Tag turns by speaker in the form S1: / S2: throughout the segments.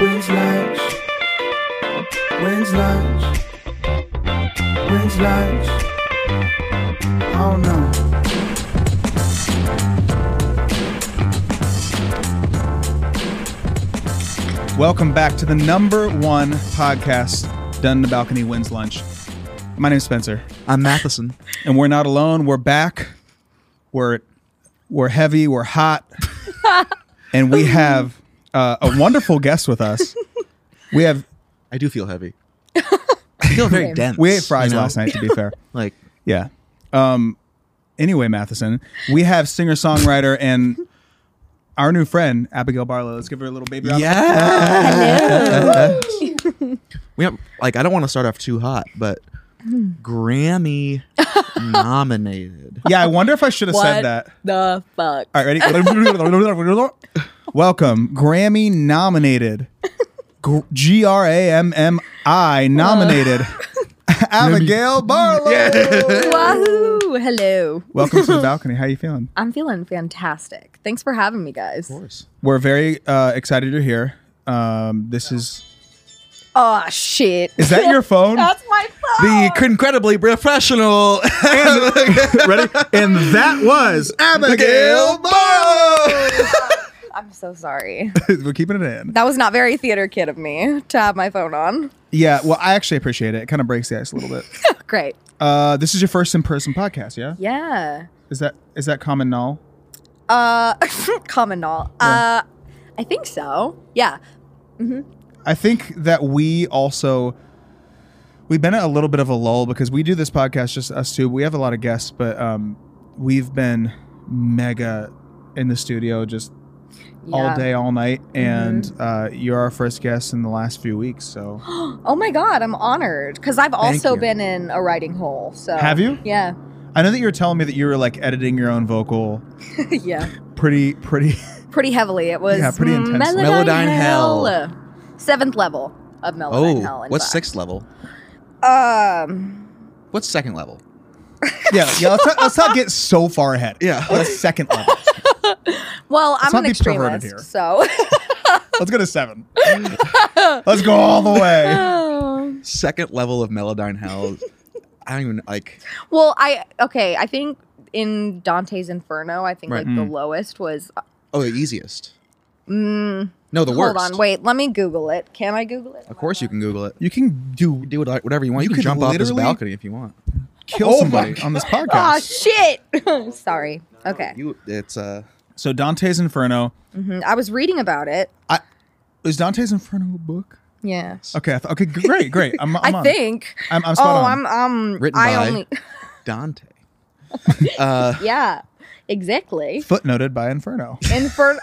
S1: When's lunch? When's lunch? When's lunch? I don't know.
S2: Welcome back to the number one podcast, Done in the Balcony Wins Lunch. My name's Spencer,
S3: I'm Matheson.
S2: and we're not alone. We're back. We're we're heavy. We're hot, and we have uh, a wonderful guest with us. We have
S3: I do feel heavy. I feel very dense.
S2: we ate fries
S3: you know?
S2: last night. To be fair,
S3: Like
S2: yeah. Um. Anyway, Matheson, we have singer songwriter and our new friend Abigail Barlow. Let's give her a little baby. round.
S3: yeah. we have, like I don't want to start off too hot, but Hmm. Grammy nominated.
S2: Yeah. I wonder if I should have
S4: What
S2: said that.
S4: the fuck?
S2: All right, ready? Welcome, Grammy nominated, G R A M M I nominated, Abigail Barlow.
S4: Wahoo! Hello.
S2: Welcome to the balcony. How you feeling?
S4: I'm feeling fantastic. Thanks for having me, guys.
S2: We're very uh, excited you're here. Um, this is
S4: Oh shit!
S2: is that your phone?
S4: That's my phone.
S3: The incredibly professional
S2: ready? And that was Abigail Barlow.
S4: I'm so sorry.
S2: We're keeping it in.
S4: that was not very theater kid of me to have my phone on.
S2: Yeah. Well, I actually appreciate it. It kind of breaks the ice a little bit.
S4: Great.
S2: Uh, this is your first in person podcast. Yeah.
S4: Yeah.
S2: Is that is that common now?
S4: Uh, common knowledge. Uh, I think so. Yeah.
S2: I think that we also we've been at a little bit of a lull because we do this podcast just us two. We have a lot of guests, but um, we've been mega in the studio just
S4: Yeah.
S2: all day, all night,
S3: Mm-hmm.
S2: and uh, you're our first guest in the last few weeks. So
S4: Oh my god, I'm honored because I've also
S3: you.
S4: been in a writing hole. So
S2: Have you?
S4: Yeah.
S2: I know that you were telling me that you were like editing your own vocal
S4: yeah.
S2: pretty, pretty.
S4: pretty heavily. It was
S2: Yeah, pretty intensely.
S3: Melodyne Hell.
S4: Seventh level of Melodyne Hell.
S3: Oh,
S4: in
S3: what's
S4: fact.
S3: sixth level?
S4: Um,
S3: What's second level?
S2: yeah, yeah. Let's not, let's not get so far ahead.
S3: Yeah.
S2: let's second level.
S4: well, I'm
S2: not be
S4: an
S2: perverted
S4: extremist,
S2: here.
S4: so
S2: Let's go to seven. let's go all the way.
S4: well,
S3: Second level of Melodyne Hell. I don't even like
S4: I okay. I think in Dante's Inferno, I think
S3: Right.
S4: like the
S2: Hmm.
S4: lowest was. uh,
S3: oh the easiest. no, the
S4: Mm. Hold
S3: worst.
S4: on, wait. Let me Google it. Can I Google it?
S3: Of course you can Google it.
S2: You can do
S3: do it like- whatever you want. You,
S2: You
S3: can
S2: could
S3: jump off this
S2: literally-
S3: balcony if you want.
S2: kill
S3: Oh my
S2: somebody on this podcast.
S4: Oh shit! Sorry. Okay.
S3: You, it's uh,
S2: So Dante's Inferno
S4: Mhm. I was reading about it.
S2: is Dante's Inferno a book?
S4: Yeah.
S2: Okay, I th- okay, g- great, great. I'm, I'm
S4: I
S2: on.
S4: think.
S2: I'm, I'm
S4: oh,
S2: spot on.
S4: I'm um.
S3: Written
S4: I
S3: by-
S4: only.
S3: Dante. uh,
S4: yeah. Exactly.
S2: Footnoted by Inferno.
S4: Inferno.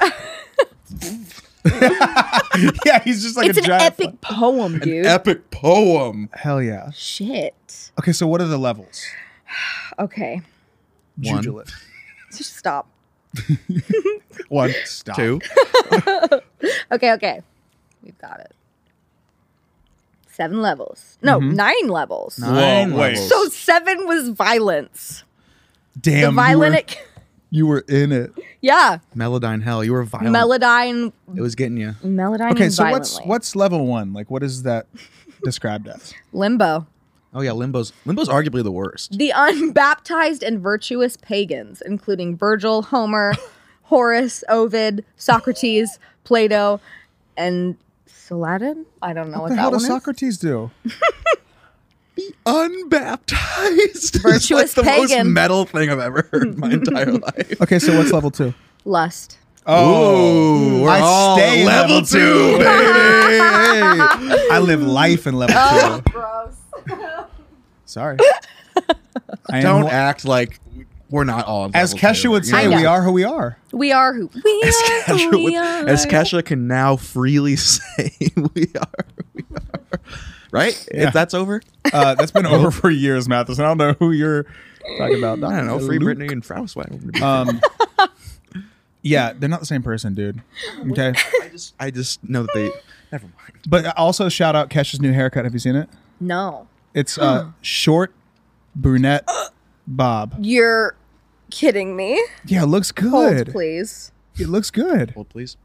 S2: yeah, he's just like
S4: it's
S2: a
S4: an
S2: giant.
S4: epic poem, dude.
S3: epic poem.
S2: Hell yeah.
S4: Shit.
S2: Okay, so what are the levels?
S4: Okay.
S3: One.
S2: Jugulate.
S4: Just stop.
S2: One. Stop.
S3: Two.
S4: Okay, okay. We've got it. Seven levels. No,
S2: Mm-hmm.
S4: nine levels.
S3: Nine.
S2: Whoa,
S3: Nine
S2: wait.
S3: levels.
S4: So seven was violence.
S2: Damn.
S4: The
S2: you
S4: violent.
S2: were- You were, in it.
S4: yeah.
S3: Melodyne hell. You were violent.
S4: Melodyne.
S3: it was getting you.
S4: Melodyne.
S2: Okay,
S4: and
S2: so what's
S4: violently.
S2: what's level one? Like, what is that described as?
S4: Limbo.
S3: Oh yeah, Limbo's Limbo's arguably the worst.
S4: The unbaptized and virtuous pagans, including Virgil, Homer, Horace, Ovid, Socrates, Plato, and Saladin. I don't know what,
S2: What the
S4: that
S2: hell
S4: one
S2: does
S4: is.
S2: Socrates do?
S3: Unbaptized. It's
S4: Virtuous
S3: like the most
S4: pagan.
S3: metal thing I've ever heard in my entire life.
S2: Okay, so what's level two?
S4: Lust.
S3: Oh, we're
S2: I
S3: all
S2: stay
S3: level,
S2: level
S3: two,
S2: two.
S3: baby.
S2: I live life in level two.
S4: Oh, Gross.
S2: Sorry. I am
S3: Don't
S2: wh-
S3: act like we're not all. on
S2: As
S3: level
S2: Kesha
S3: two.
S2: would
S3: You know
S2: say,
S3: what
S2: we
S3: I'm
S2: are who we are.
S4: We are who we
S3: As
S4: are.
S3: Kesha,
S4: Who we
S3: would-
S4: are.
S3: as Kesha can now freely say, "We are, we are," right?
S2: Yeah.
S3: If that's over,
S2: Uh, that's been over for years, Matheson. I don't know who you're talking about.
S3: I don't know. Free
S2: Luke.
S3: Britney and Frauswagen.
S2: Um, yeah, they're not the same person, dude. Okay,
S3: I just, I just know that they. Never mind.
S2: but also shout out Kesha's new haircut. Have you seen it?
S4: No.
S2: It's uh, short brunette bob.
S4: You're kidding me.
S2: Yeah, it looks
S4: Hold,
S2: good.
S4: please.
S2: It looks good.
S3: Hold please.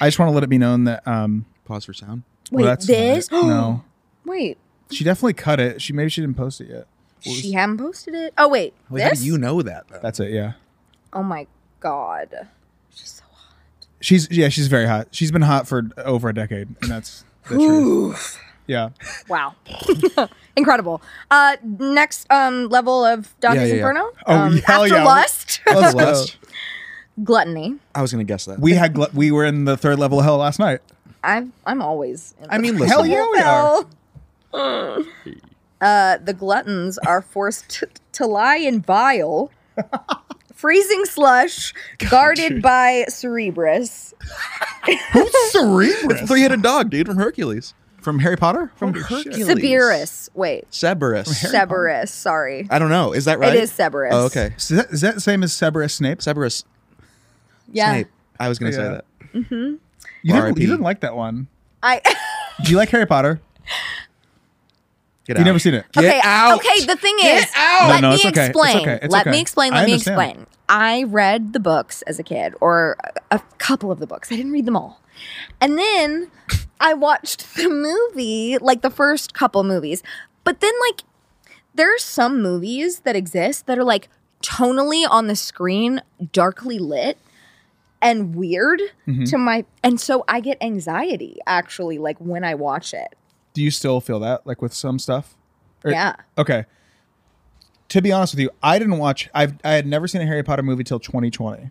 S2: I just want to let it be known that um,
S3: pause for sound?
S2: Well,
S5: Wait,
S2: that's not
S5: this?
S2: it. no,
S4: Wait,
S2: she definitely cut it. She maybe she didn't post it yet.
S4: she hadn't posted it. Oh wait,
S3: Like,
S4: this.
S3: How do you know that? Though?
S2: That's it. Yeah,
S4: oh my god, she's so hot.
S2: she's yeah she's very hot. She's been hot for over a decade, and that's the truth.
S4: Oof.
S2: Yeah,
S4: Wow, incredible. Uh, next um level of Dante's
S3: Yeah, yeah, yeah.
S4: Inferno.
S2: Oh,
S4: um,
S2: yeah, hell
S4: after
S2: yeah.
S4: lust,
S2: let's go.
S3: Lust?
S4: gluttony.
S3: I was gonna guess that.
S2: uh, We had gl- we were in the third level of hell last night.
S4: I'm I'm always. In
S3: I mean,
S4: the
S3: listen.
S2: Hell yeah, we are.
S4: Hell. Uh, the gluttons are forced to, to lie in vile, freezing slush, guarded by Cerebrus.
S3: It's the three-headed dog, dude, from Hercules,
S2: from Harry Potter.
S3: from
S4: Severus. Wait,
S3: Cerberus.
S4: Severus. Sorry,
S3: I don't know. Is that right?
S4: it is Severus.
S3: Oh, okay.
S2: Is that, is that the same as Severus Snape?
S3: Cerberus.
S4: Yeah,
S3: Snape. I was gonna say
S2: Yeah.
S3: that.
S2: You didn't,
S3: R.I.P..
S2: you didn't like that one.
S4: I.
S2: Do you like Harry Potter?
S3: Get
S2: You
S3: out.
S2: never seen it.
S3: Get
S4: okay,
S3: out.
S4: Okay, the thing is,
S2: No,
S4: let
S2: no,
S4: me
S2: it's okay. It's
S4: explain.
S2: okay. It's
S4: let
S2: okay.
S4: me explain.
S2: I
S4: Let me
S2: understand.
S4: explain. I read the books as a kid, or a a couple of the books. I didn't read them all. And then I watched the movie, like the first couple movies. But then, like, there are some movies that exist that are like tonally on the screen, darkly lit and weird
S2: Mm-hmm.
S4: to my. And so I get anxiety actually, like when I watch it.
S2: Do you still feel that like with some stuff? Or-
S4: Yeah.
S2: Okay. To be honest with you, I didn't watch. I've I had never seen a Harry Potter movie till 2020.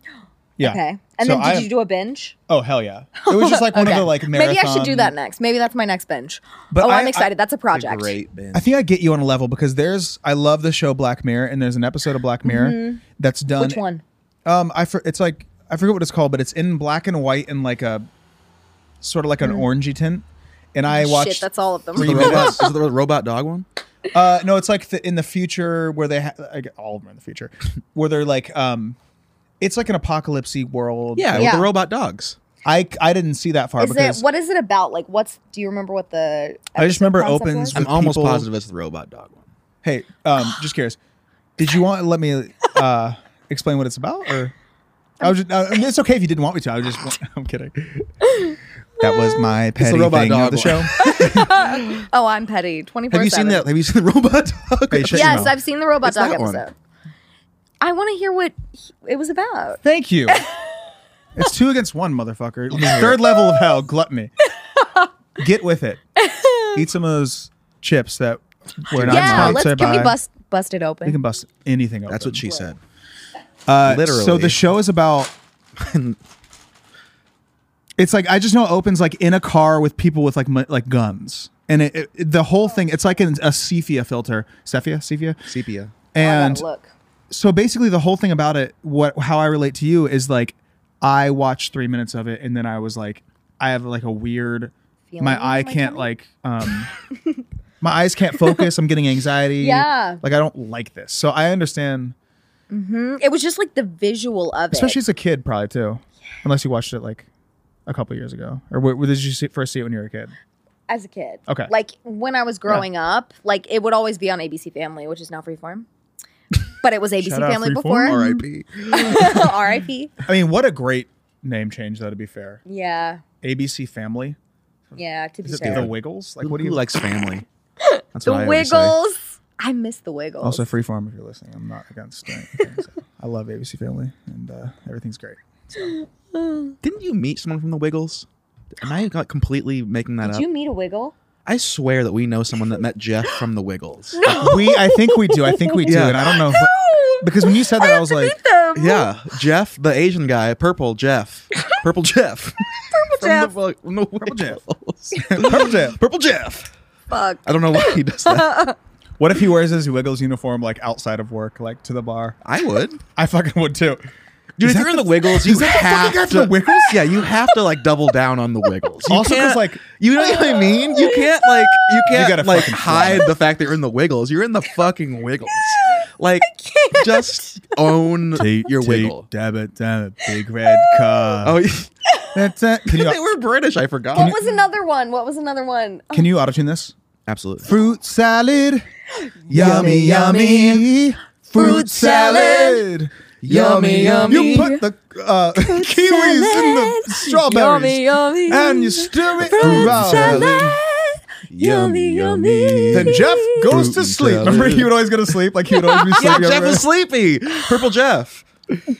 S2: Yeah.
S4: Okay. And
S2: So
S4: then did
S2: I-
S4: you do a binge?
S2: Oh hell yeah! It was just like one of
S4: Okay.
S2: the like marathon.
S4: Maybe I should do that next. Maybe that's my next binge.
S2: But
S4: oh,
S2: I-
S4: I, am excited. that's a project.
S3: Great, Ben.
S2: I think I get you on a level because there's I love the show Black Mirror and there's an episode of Black Mirror that's done.
S4: Mm-hmm. Which one?
S2: Um, I for, it's like I forget what it's called, but it's in black and white and like a sort of like an orangey tint. And I watched.
S4: Mm. Shit, that's all of them.
S3: Is it the robot, is it the robot dog one?
S2: Uh, no, it's like the, in the future where they ha- I get all of them are in the future where they're like um, it's like an apocalypse world.
S3: Yeah,
S4: Yeah.
S3: with the robot dogs.
S2: I I didn't see that far
S4: Is it
S2: because
S4: what is it about? Like what's do you remember what the
S2: I just
S4: episode
S2: remember it
S4: concept
S2: opens
S4: was?
S2: with-
S3: I'm almost
S2: people-
S3: positive it's the robot dog one.
S2: hey, um, just curious, did you want to let me uh explain what it's about or? I was just, uh, it's okay if you didn't want me to. I was just. I'm kidding. That was my petty
S3: robot
S2: thing of
S3: dog
S2: the show.
S3: one.
S4: Oh, I'm petty. 24
S3: Have you seen that? Have you seen the robot dog?
S2: Hey, shut your
S4: Yes,
S2: mouth.
S4: I've seen the robot
S3: It's
S4: dog
S3: that one.
S4: episode. I want to hear what he- it was about.
S2: Thank you. it's two against one, motherfucker. Third level of hell, gluttony. Get with it. Eat some of those chips that we're not
S4: yeah, let's
S2: sponsored
S4: can
S2: by.
S4: we bust bust it open?
S2: We can bust anything open.
S3: That's what she said.
S2: Uh,
S3: Literally.
S2: So the show is about. it's like I just know it opens like in a car with people with like mu- like guns, and it, it- the whole thing. It's like an, a sepia filter, sepia, sepia,
S3: Sepia.
S4: Oh, I gotta
S2: and
S4: look.
S2: so basically the whole thing about it what how i relate to you is like i watched three minutes of it and then i was like i have like a weird
S4: Feeling in
S2: my eye
S4: my
S2: can't
S4: tummy?
S2: like um my eyes can't focus i'm getting anxiety
S4: Yeah.
S2: like i don't like this so i understand
S4: Mm, It was just like the visual of
S2: especially
S4: it.
S2: as a kid probably too unless you watched it like a couple years ago or wh- wh- did you see, first see it when you were a kid
S4: As a kid.
S2: Okay.
S4: Like when I was growing up, like it would always be on ABC Family, which is now Freeform. But it was ABC
S2: Shout out
S4: Family
S2: Freeform.
S4: before.
S3: R.I.P.
S4: R.I.P.
S2: i mean what a great name change though to be fair
S4: Yeah,
S2: abc family
S4: yeah. To be
S2: is it
S4: fair,
S2: the wiggles like what do you
S3: Who likes family? That's
S4: the
S3: what I always say.
S4: Wiggles. I miss the Wiggles.
S2: Also, Freeform, if you're listening, I'm not against doing things. I love ABC Family, and uh, everything's great.
S3: Didn't you meet someone from the Wiggles? Am I like, completely making that
S4: Did
S3: up?
S4: you meet a Wiggle?
S3: I swear that we know someone that met Jeff from the Wiggles.
S2: We, I think we do. I think we do,
S3: Yeah.
S2: and I don't know if- because when you said that, I, was like,
S3: Yeah, Jeff, the Asian guy, purple Jeff, purple Jeff, purple
S4: Jeff.
S3: from the, from the purple
S2: Jeff.
S3: Jeff, purple Jeff.
S4: Fuck.
S3: I don't know why he does that.
S2: "What if he wears his Wiggles uniform like outside of work, like to the bar?"
S3: I would, dude.
S2: I fucking would too.
S3: if you're in the Wiggles, you have
S2: guy
S3: to
S2: from the Wiggles?
S3: Yeah, you have to like double down on the Wiggles. You
S2: Also 'cause,
S3: can't-
S2: like-
S3: you know what I mean. You can't like you can't
S2: gotta
S3: like
S2: fucking
S3: hide the fact that you're in the Wiggles. You're in the fucking Wiggles. Like, just own your Wiggle.
S2: dab it, dab it, big red car.
S3: Oh,
S2: that's it. Can
S3: they
S2: you,
S3: were British. I
S4: What
S3: forgot.
S4: was another one? What was another one?
S2: can you auto tune this?
S3: Absolutely.
S2: Fruit salad,
S3: Yummy, yummy.
S2: Fruit salad,
S3: Yummy, yummy.
S2: You put the uh, kiwis in the strawberries
S4: Yummy, yummy.
S2: and you stir it
S4: Fruit
S2: around.
S4: salad. Yummy, yummy.
S2: Then Jeff goes to
S3: Fruit
S2: sleep.
S3: salad.
S2: Remember, he would always go to sleep. Like he would always be
S3: Yeah,
S2: sleeping.
S3: Jeff
S2: over
S3: is
S2: there.
S3: sleepy. Purple Jeff.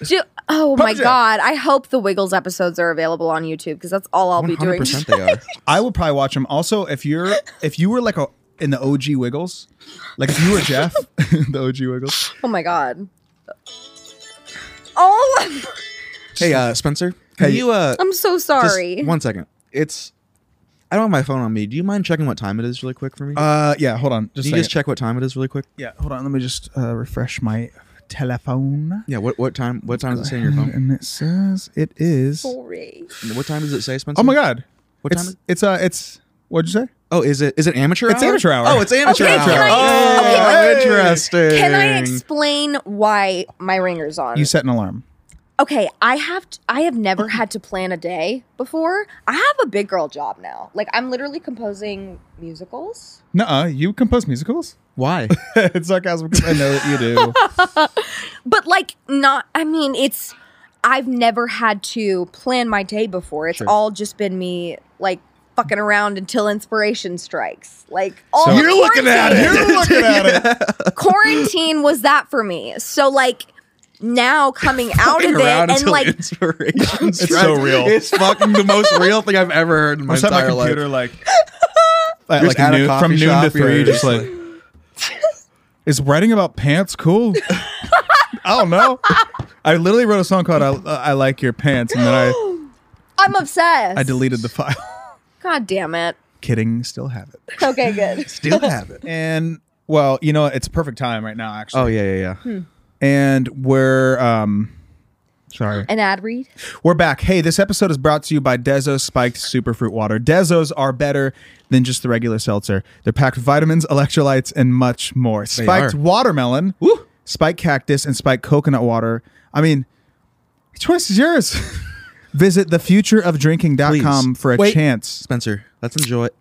S4: Do- oh my
S2: Jeff.
S4: god! I hope the Wiggles episodes are available on YouTube because that's all I'll be doing.
S3: 100% they are.
S2: I would probably watch him. Also, if you're if you were like a in the OG Wiggles, like if you were Jeff, the OG Wiggles.
S4: Oh my god! Oh,
S3: Hey, uh, Spencer. Can
S2: Hey.
S3: you uh
S4: I'm so
S3: just
S4: sorry.
S3: one second. It's I don't have my phone on me. Do you mind checking what time it is really quick for me?
S2: Uh, yeah. Hold on. Just,
S3: Can
S2: a
S3: you just
S2: second.
S3: check what time it is really quick?
S2: Yeah. Hold on. Let me just uh, refresh my telephone.
S3: Yeah, what what time what time does it say on your phone?
S2: And it says it is.
S4: Sorry.
S3: What time does it say, Spencer?
S2: Oh my god!
S3: What
S2: it's,
S3: time is-
S2: It's uh, it's what'd you say?
S3: Oh, is it is it amateur
S2: It's
S3: hour?
S2: amateur hour.
S3: Oh, it's amateur
S4: Okay,
S3: hour.
S4: can I-
S3: oh,
S4: okay,
S2: wait.
S3: interesting.
S4: Can I explain why my ringer's on?
S2: You Oh. set an alarm.
S4: okay, I have t- I have never had to plan a day before. I have a big girl job now. Like I'm literally composing musicals.
S2: Nuh-uh, you compose musicals?
S3: Why?
S2: it's sarcasm because I know that you do.
S4: But like not I mean it's I've never had to plan my day before. It's
S3: Sure.
S4: all just been me like fucking around until inspiration strikes. Like all
S2: So-
S4: of
S2: You're
S4: quarantine,
S2: You're looking at it.
S4: quarantine was that for me. So like now coming out of
S3: Fucking
S4: it
S3: around
S4: and
S3: until
S4: like
S3: inspiration strikes.
S2: so real.
S3: It's fucking the most real thing I've ever heard in my
S2: I set my
S3: entire life.
S2: computer like, at,
S3: You're
S2: like
S3: just at a
S2: noon-
S3: coffee
S2: from noon to
S3: shop,
S2: three,
S3: you're
S2: just
S3: just
S2: like is writing about pants cool? I don't know. I literally wrote a song called "I, uh, I Like Your Pants" and then I
S4: I'm obsessed.
S2: I deleted the file.
S4: God damn it.
S2: Kidding, still have it.
S4: Okay, good.
S3: Still have it.
S2: And well, you know, it's perfect time right now, actually.
S3: Oh yeah, yeah, yeah.
S4: Hmm.
S2: And we're um, sorry.
S4: An ad read?
S2: We're back. Hey, this episode is brought to you by Dezo's Spiked Superfruit Water. Dezo's are better than just the regular seltzer. They're packed with vitamins, electrolytes, and much more. Spiked
S3: are.
S2: watermelon, spiked cactus, and spiked coconut water. I mean, the choice is yours. Visit thefutureofdrinking.com
S3: Please.
S2: for a
S3: Wait.
S2: chance.
S3: Spencer, let's enjoy it.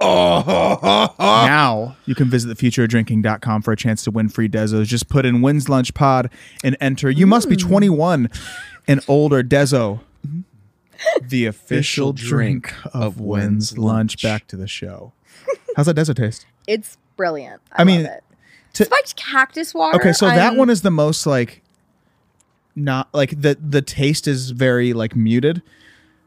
S2: Uh, Now you can visit thefutureofdrinking.com for a chance to win free Dezos. Just put in Wins Lunch Pod and enter. You must be 21 and older. Dezo, the official drink of Wins Lunch. Back to the show. How's that Dezo taste?
S4: It's brilliant. I,
S2: I mean,
S4: love it.
S2: to-
S4: spiked cactus water.
S2: Okay, so that
S4: I'm-
S2: one is the most like not like the the taste is very like muted,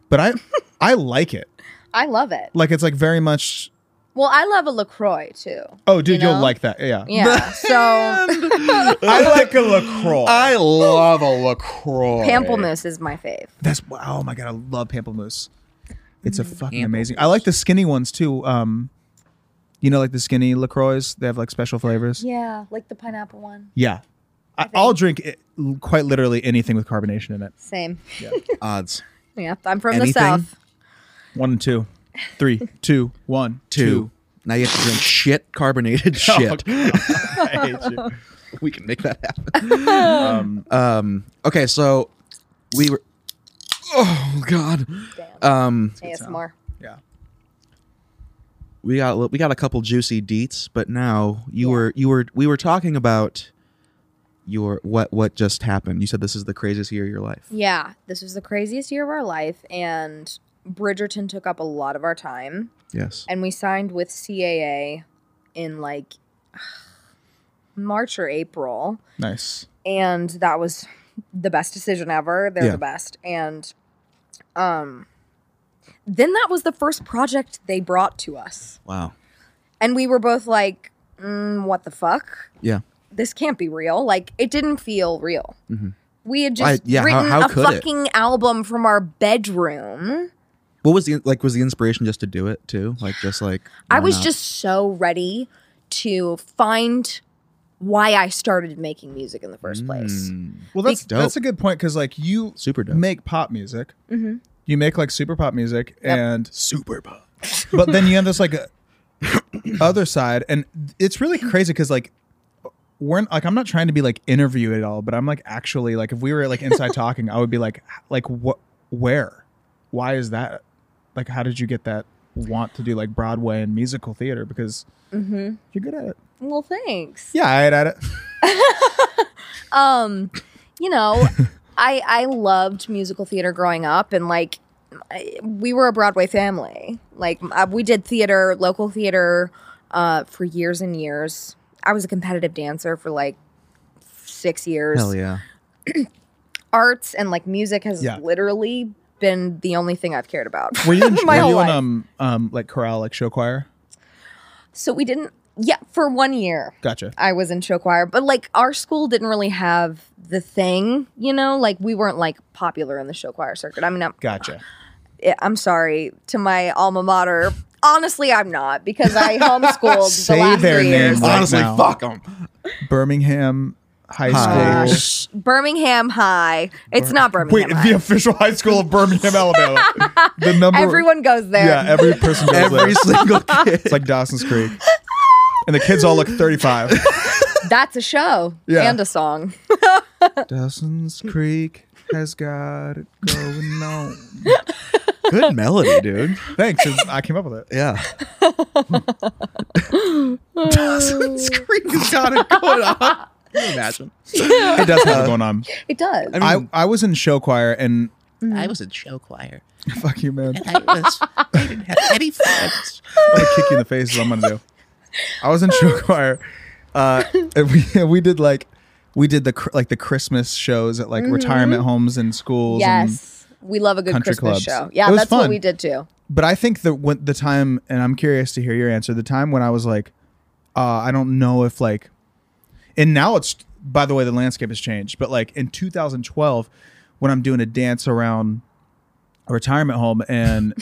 S2: but I I like it.
S4: I love it.
S2: Like it's like very much.
S4: Well, I love a Lacroix too.
S2: Oh, dude,
S4: You
S2: you
S4: know?
S2: will like that. Yeah.
S4: Yeah. So
S2: I like a LaCroix.
S3: I love a LaCroix.
S4: pamplemousse is my fave.
S2: That's wow! Oh my god, I love pamplemousse. It's a fucking amazing. I like the skinny ones too. Um, you know, like the skinny Lacroix. They have like special flavors. Yeah,
S4: Yeah, like the pineapple one.
S2: I, I'll drink it, l- quite literally anything with carbonation in it.
S4: Same.
S3: Odds.
S4: Yeah, I'm from the
S3: Anything?
S4: south.
S2: One and two, three, two, one,
S3: Two.
S2: two.
S3: Now you have to drink shit carbonated shit.
S2: I hate you.
S3: we can make that happen. um, um, okay, so we were. Oh God.
S4: Damn.
S3: Um,
S4: ASMR.
S2: Yeah.
S3: we got we got a couple juicy deets, but now you were you were we were talking about your what what just happened. You said this is the craziest year of your life.
S4: Yeah, this was the craziest year of our life, and Bridgerton took up a lot of our time,
S3: Yes.
S4: and we signed with CAA in like March or April.
S2: Nice.
S4: and that was the best decision ever. They're
S3: Yeah.
S4: the best. And um then that was the first project they brought to us.
S3: Wow.
S4: And we were both like, mm, what the fuck?
S3: Yeah.
S4: This can't be real. Like it didn't feel real.
S3: Mhm.
S4: We had just
S3: I- yeah, how-
S4: written
S3: how
S4: a
S3: could it?
S4: fucking album from our bedroom.
S3: What was the like? Was the inspiration just to do it too? Like just like
S4: I
S3: why
S4: was
S3: not?
S4: just so ready to find why I started making music in the first place.
S3: Mm,
S2: Well, that's
S3: dope.
S2: that's a good point because like you
S3: super dope.
S2: make pop music.
S4: Mhm.
S2: You make like super pop music
S4: Yep.
S2: and
S3: super pop.
S2: but then you have this like other side and it's really crazy because like we're like i'm not trying to be like interview at all but i'm like actually like if we were like inside talking i would be like h- like what where why is that like how did you get that want to do like broadway and musical theater because you're good at it
S4: Well, Mm-hmm. thanks.
S2: yeah i had at it
S4: um, you know, I I loved musical theater growing up, and like I- we were a Broadway family. Like uh, we did theater, local theater, uh, for years and years. I was a competitive dancer for like six years.
S3: Hell yeah.
S4: Arts and like music has
S2: Yeah.
S4: literally been the only thing I've cared about.
S2: Were you in,
S4: my
S2: were
S4: whole
S2: you in
S4: life.
S2: um um like chorale like show choir?
S4: So we didn't. Yeah, for one year.
S2: Gotcha.
S4: I was in show choir, but like our school didn't really have the thing, you know, like we weren't like popular in the show choir circuit. I mean, I'm,
S2: Gotcha.
S4: I- I'm sorry to my alma mater. Honestly, I'm not because I homeschooled the
S2: Say
S4: last
S2: their
S4: three
S2: names.
S4: years.
S2: Right
S3: Honestly,
S2: now.
S3: fuck them.
S2: Birmingham High
S3: High.
S2: School.
S4: Birmingham High. It's not
S2: Wait,
S4: Birmingham High.
S2: the official high school of Birmingham, Alabama. The number
S4: Everyone goes there.
S2: Yeah, every person goes there.
S3: Every single kid.
S2: It's like Dawson's Creek. And the kids all look 35.
S4: That's a show
S2: Yeah.
S4: and a song.
S2: Dawson's Creek has got it going on.
S3: Good melody, dude.
S2: Thanks. it's- I came up with it.
S3: Yeah. Dawson's Creek has got it going on. Can you imagine?
S2: It does have it going on.
S4: It does.
S3: I mean, mm.
S2: I, I was in show choir and
S5: I was in show choir.
S2: fuck you, man.
S5: I was. I didn't have any friends.
S2: I'm gonna kick you in the face is what I'm gonna do. I was in show choir, uh, and we and we did like we did the cr- like the Christmas shows at like retirement homes and schools. and-
S4: yes. We love a good
S2: country clubs.
S4: Christmas show. Yeah,
S2: It was
S4: that's
S2: fun.
S4: what we did too.
S2: but I think that when the time, and I'm curious to hear your answer. The time when I was like, uh, I don't know if like, and now it's by the way the landscape has changed. But like in 2012, when I'm doing a dance around a retirement home and.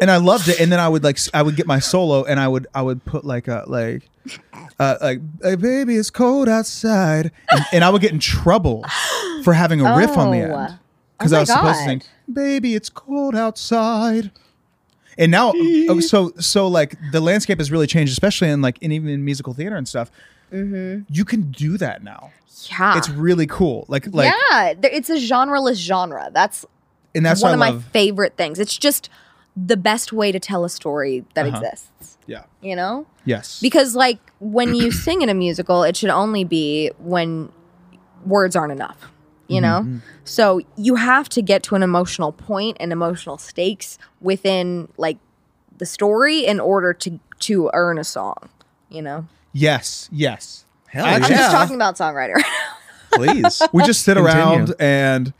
S2: And I loved it, and then I would like s- I would get my solo, and I would I would put like a like, uh, like hey, baby it's cold outside, and, and I would get in trouble for having a riff on the
S4: Oh.
S2: end because I
S4: Oh my
S2: was supposed to
S4: God.
S2: sing "Baby, it's cold outside," and now oh, so so like the landscape has really changed, especially in like in even in musical theater and stuff.
S4: Mm-hmm.
S2: You can do that now.
S4: Yeah.
S2: It's really cool. Like like,
S4: Ah. yeah, there- it's a genreless genre. That's
S2: and that's
S4: one
S2: what
S4: of
S2: I
S4: my
S2: love.
S4: favorite things. It's just the best way to tell a story that
S2: Uh-huh.
S4: exists,
S2: yeah.
S4: you know?
S2: Yes.
S4: Because, like, when you sing in a musical, it should only be when words aren't enough, you know?
S2: Mm-hmm.
S4: So you have to get to an emotional point and emotional stakes within, like, the story in order to to earn a song, you know?
S2: yes. Yes.
S3: Hell
S2: I'm
S4: I'm
S3: yeah.
S4: just talking about songwriter.
S3: Please.
S4: Oh.
S2: We just sit
S3: Continue.
S2: around and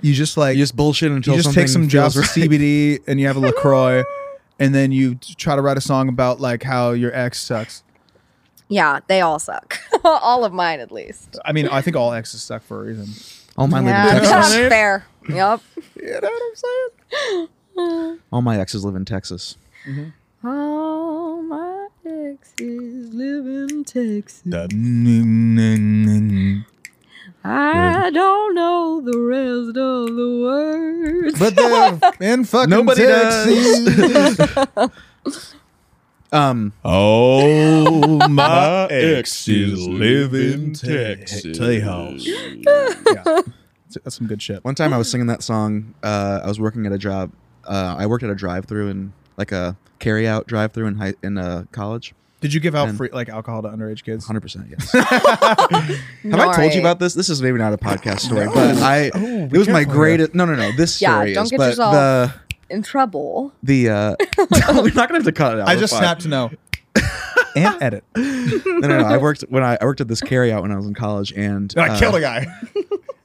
S2: you just like
S3: You just bullshit until
S2: you just take some
S3: something
S2: jobs
S3: feels
S2: with CBD and you have a Lacroix, and then you t- try to write a song about like how your ex sucks.
S4: yeah, they all suck. all of mine, at least.
S2: I mean, I think all exes suck for a reason.
S3: All my live
S4: Yeah,
S3: in Texas.
S4: that's fair. Yep.
S2: You know what I'm saying?
S3: All my exes live in Texas.
S4: All my exes live in Texas.
S2: But
S4: I don't know the rest of the words.
S2: they're in fucking
S3: Nobody
S2: Texas.
S3: Um,
S6: Oh, my
S2: exes
S6: exes
S2: live
S6: live
S2: in
S6: in
S2: Texas.
S6: Texas.
S2: That's some good shit.
S3: one time I was singing that song. Uh, I was working at a job. Uh, I worked at a drive-through in like a carry-out drive-through in high in uh, college.
S2: Did you give out
S3: And-
S2: free like alcohol to underage kids?
S3: Hundred percent. Yes. Have I told you about this? This is maybe not a podcast story, but I.
S2: Oh,
S3: it was my
S2: careful here.
S3: greatest. No, no, no. This
S4: Yeah,
S3: story
S4: don't
S3: is,
S4: get
S3: but
S4: yourself-
S3: the
S4: in trouble?
S3: the uh, we're not gonna have to cut it out.
S2: I
S3: We're
S2: just
S3: fine.
S2: snapped to know. and edit.
S3: No, no, no. I worked when I, I worked at this carry-out when I was in college, and
S2: I
S3: uh,
S2: killed a guy.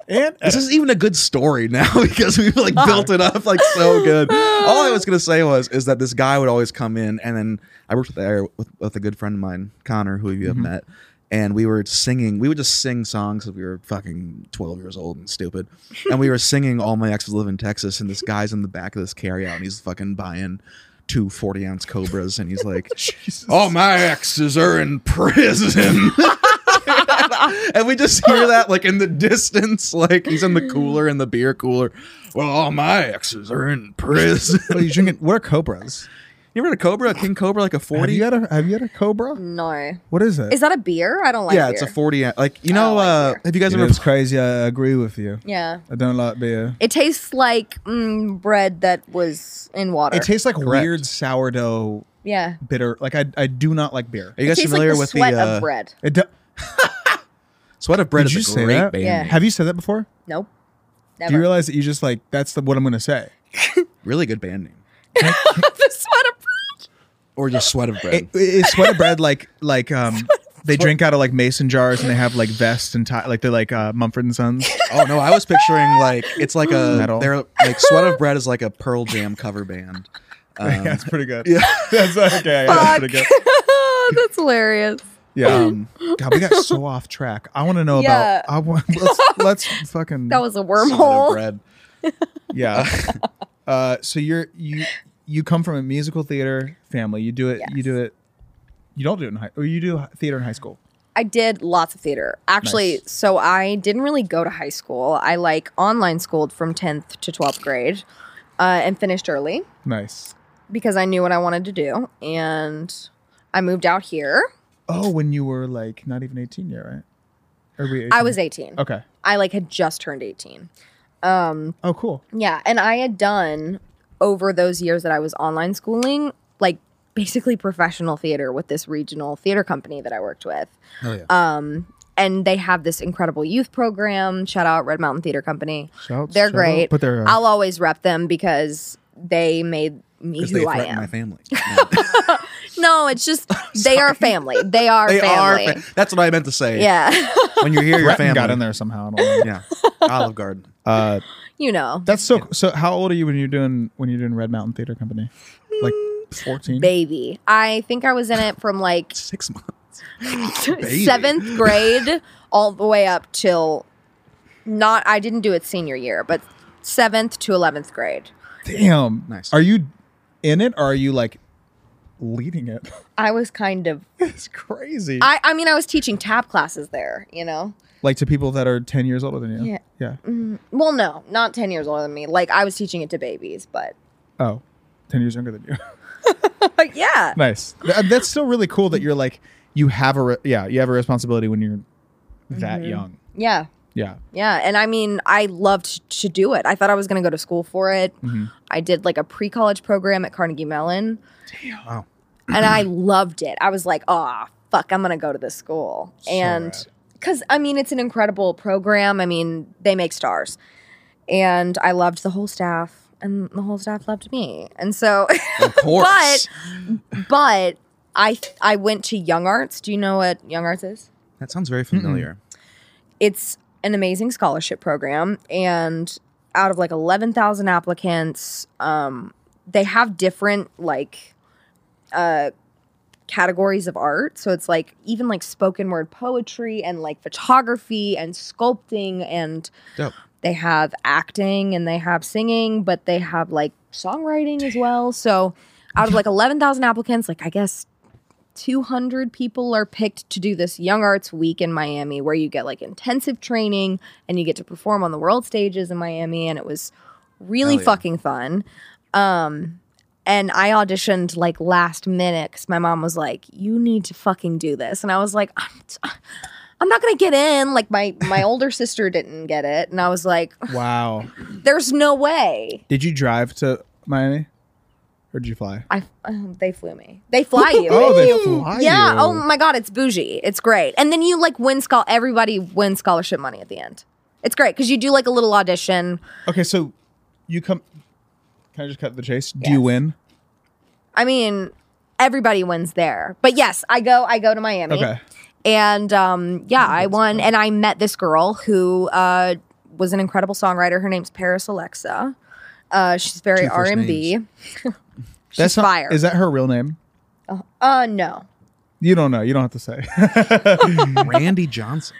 S2: and
S3: This is even a good story now because we've like built it up like so good. All I was gonna say was is that this guy would always come in, and then I worked with air with, with a good friend of mine, Connor, who you have met, and we were singing. We would just sing songs because we were fucking twelve years old and stupid, and we were singing "All My Exes Live in Texas," and this guy's in the back of this carryout, and he's fucking buying two 40 ounce cobras, and he's like, "All my exes are in prison." and we just hear that like in the distance, like he's in the cooler in the beer cooler. Well, all my exes are in prison.
S2: what are you drinking? What are cobras?
S3: you ever had a cobra, a king cobra, like a
S2: Have
S3: forty?
S2: you had a Have you had a cobra?
S4: No.
S2: What is it?
S4: Is that a beer? I don't like
S3: yeah,
S4: beer.
S3: it's a forty. ounce- Like you know,
S4: like
S3: uh,
S4: beer.
S3: have you guys
S2: It
S3: ever?
S2: is crazy. I agree with you.
S4: yeah.
S2: I don't like beer.
S4: It tastes like mm, bread that was in water.
S2: It tastes like
S3: Correct.
S2: weird sourdough
S4: yeah.
S2: bitter. Like I, I do not like beer.
S3: Are you
S4: It
S3: guys
S4: tastes
S3: familiar
S4: like the
S3: with
S4: sweat
S3: the? Uh,
S4: of bread.
S2: It do-
S3: it's Sweat of bread
S2: Did you
S3: is a
S2: say
S3: great
S2: that?
S3: band.
S4: Yeah.
S3: name.
S2: Have you said that before?
S4: Nope. Never.
S2: Do you realize that you just like that's the, what I'm going to say?
S3: Really good band name.
S4: the sweat of
S3: Or just sweat of bread.
S2: It, it's sweat of bread like like um they drink out of like mason jars and they have like vests and tie like they're like uh, Mumford and Sons.
S3: oh no, I was picturing like it's like a
S2: Metal.
S3: they're like sweat of bread is like a Pearl Jam cover band.
S2: yeah, that's pretty good. Yeah, that's okay. Yeah, that's pretty good.
S4: That's hilarious.
S2: Yeah. Um, God, we got so off track. I want to know
S4: Yeah.
S2: about. I want. Let's, let's fucking.
S4: That was
S3: Sweat
S4: a
S3: of
S4: wormhole.
S3: bread.
S2: yeah. uh, so you're you you come from a musical theater family. You do it. You do it. You don't do it in high. Or you do hi- theater in high school.
S4: I did lots of theater. Actually,
S2: Nice.
S4: so I didn't really go to high school. I like online schooled from 10th to 12th grade uh, and finished early
S2: Nice.
S4: because I knew what I wanted to do. And I moved out here.
S2: Oh, when you were like not even eighteen yet, right? Or were you
S4: I
S2: 18?
S4: was 18.
S2: Okay.
S4: I like had just turned 18.
S2: Oh, cool.
S4: Yeah, and I had done over those years that I was online schooling, like basically professional theater with this regional theater company that I worked with.
S3: Oh yeah.
S4: And they have this incredible youth program. Shout out Red Mountain Theater Company.
S2: Shout-
S4: they're
S2: shout out.
S4: great.
S2: But they're, uh,
S4: I'll always rep them because they made me
S3: Because they
S4: who I
S3: threaten
S4: am.
S3: my family.
S4: no, it's just they are family. They are
S3: they
S4: family.
S3: are. Fa- that's what I meant to say.
S4: yeah,
S3: When you hear your
S2: Breton
S3: family.
S2: got in there somehow. I don't know.
S3: Yeah. Olive Garden.
S2: Uh,
S4: you know,
S2: that's so. So, how old are you when you're doing when you're doing Red Mountain Theater Company? Like fourteen.
S4: baby. I think I was in it from like
S3: Six months.
S4: seventh grade all the way up till not I didn't do it senior year, but seventh to eleventh grade.
S2: Damn.
S3: Nice.
S2: Are you in it or are you like leading it?
S4: I was kind of
S2: it's crazy.
S4: I, I mean I was teaching tap classes there, you know?
S2: like to people that are 10 years older than you.
S4: Yeah.
S2: Yeah.
S4: Mm, Well no, not ten years older than me. Like I was teaching it to babies, but
S2: Oh, 10 years younger than you.
S4: but yeah.
S2: nice. Th- uh, that's still really cool that you're like, you have a, re- yeah, you have a responsibility when you're that
S4: Mm-hmm.
S2: young.
S4: Yeah.
S2: Yeah.
S4: Yeah. And I mean I loved to do it. I thought I was gonna go to school for it.
S2: Mm-hmm.
S4: I did like a pre college program at Carnegie Mellon.
S3: Wow.
S4: and I loved it. I was like, oh, fuck, I'm going to go to this school. and
S2: rad.
S4: because, I mean, it's an incredible program. I mean, they make stars. And I loved the whole staff, and the whole staff loved me. And so,
S3: Of course.
S4: but, but I, I went to Young Arts. Do you know what Young Arts is?
S3: that sounds very familiar.
S4: it's an amazing scholarship program and out of like 11,000 applicants um, they have different like uh, categories of art so it's like even like spoken word poetry and like photography and sculpting and
S3: Dope.
S4: they have acting and they have singing but they have like songwriting as well so out of like 11,000 applicants like I guess 200 people are picked to do this Young Arts Week in Miami where you get like intensive training and you get to perform on the world stages in Miami. And it was really
S3: Hell yeah.
S4: fucking fun. Um, and I auditioned like last minute because my mom was like, you need to fucking do this. And I was like, I'm, t- I'm not going to get in. Like my, my older sister didn't get it. And I was like,
S2: Wow.
S4: there's no way.
S2: Did you drive to Miami or did you fly?
S4: I, uh, they flew me. They fly you.
S2: Oh, they fly
S4: Yeah.
S2: you.
S4: Oh my God, it's bougie. It's great. And then you like win scholar. Everybody wins scholarship money at the end. It's great because you do like a little audition.
S2: Okay. So you come, can I just cut the chase? Do you
S4: Yes.
S2: win?
S4: I mean, everybody wins there. But yes, I go. I go to Miami.
S2: Okay.
S4: And um, yeah, I won. And I met this girl who uh, was an incredible songwriter. Her name's Paris Alexa. Uh, she's very
S3: Two
S4: R
S3: first
S4: and B. She's
S2: not-
S4: fire.
S2: Is that her real name?
S4: uh, no.
S2: You don't know. You don't have to say.
S3: Randy Johnson.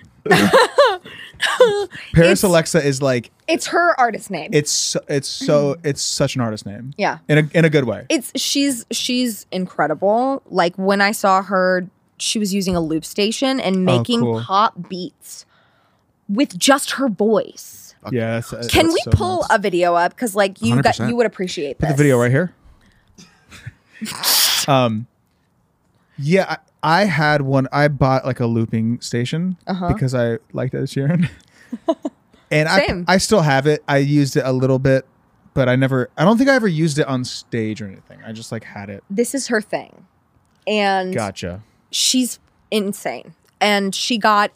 S2: Paris Alexa is like
S4: It's her artist name.
S2: it's so- it's so it's such an artist name.
S4: Yeah.
S2: in a in a good way.
S4: it's she's she's incredible. Like when I saw her, she was using a loop station and making
S2: Oh, cool.
S4: pop beats with just her voice.
S2: yeah, that's, uh,
S4: Can
S2: that's
S4: we
S2: so
S4: pull
S2: nuts.
S4: a video up? Because like you got
S3: 100%.
S4: you would appreciate
S2: Put
S4: this.
S2: the video right here? um, yeah, I, I had one. I bought like a looping station
S4: Uh-huh.
S2: because I liked Ed Sheeran, and
S4: Same.
S2: I I still have it. I used it a little bit, but I never. I don't think I ever used it on stage or anything. I just like had it.
S4: This is her thing, and
S2: Gotcha.
S4: she's insane. And she got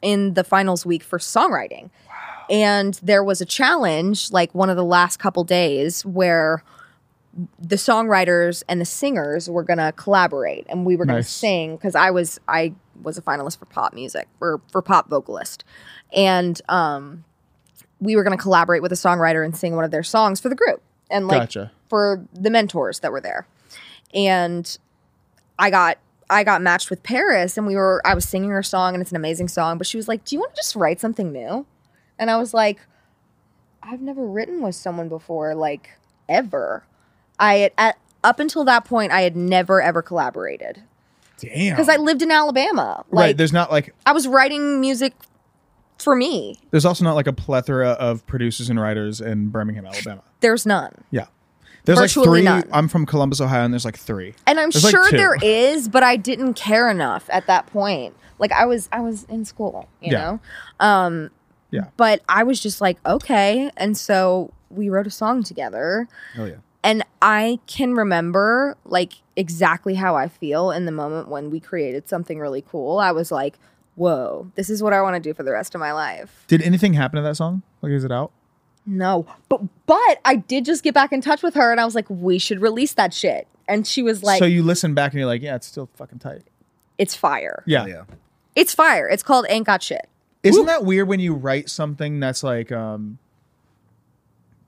S4: in the finals week for songwriting. And there was a challenge, like one of the last couple days, where the songwriters and the singers were gonna collaborate, and we were gonna
S2: Nice.
S4: sing because I was I was a finalist for pop music or for pop vocalist, and um, we were gonna collaborate with a songwriter and sing one of their songs for the group, and like
S2: Gotcha.
S4: for the mentors that were there, and I got I got matched with Paris and we were I was singing her song and it's an amazing song, but she was like, "Do you want to just write something new?" And I was like, "I've never written with someone before like ever." I had, at, up until that point I had never ever collaborated
S2: Damn.
S4: because I lived in Alabama. Like
S2: right. There's not like
S4: I was writing music for me.
S2: there's also not like a plethora of producers and writers in Birmingham, Alabama.
S4: There's none.
S2: Yeah. There's like
S4: Virtually
S2: three.
S4: none.
S2: I'm from Columbus, Ohio, and there's like three.
S4: And I'm
S2: There's, like,
S4: sure
S2: two.
S4: there is, but I didn't care enough at that point. Like I was I was in school, you
S2: Yeah.
S4: know? Um
S2: Yeah.
S4: but I was just like, okay. And so we wrote a song together.
S3: Oh yeah.
S4: And I can remember like exactly how I feel in the moment when we created something really cool. I was like, whoa, this is what I want to do for the rest of my life.
S2: Did anything happen to that song? Like, is it out?
S4: No. But but I did just get back in touch with her and I was like, we should release that shit. And she was like,
S2: so you listen back and you're like, yeah, it's still fucking tight.
S4: it's fire.
S2: Yeah.
S3: Oh, yeah.
S4: It's fire. It's called Ain't Got Shit.
S2: Isn't that weird when you write something that's like um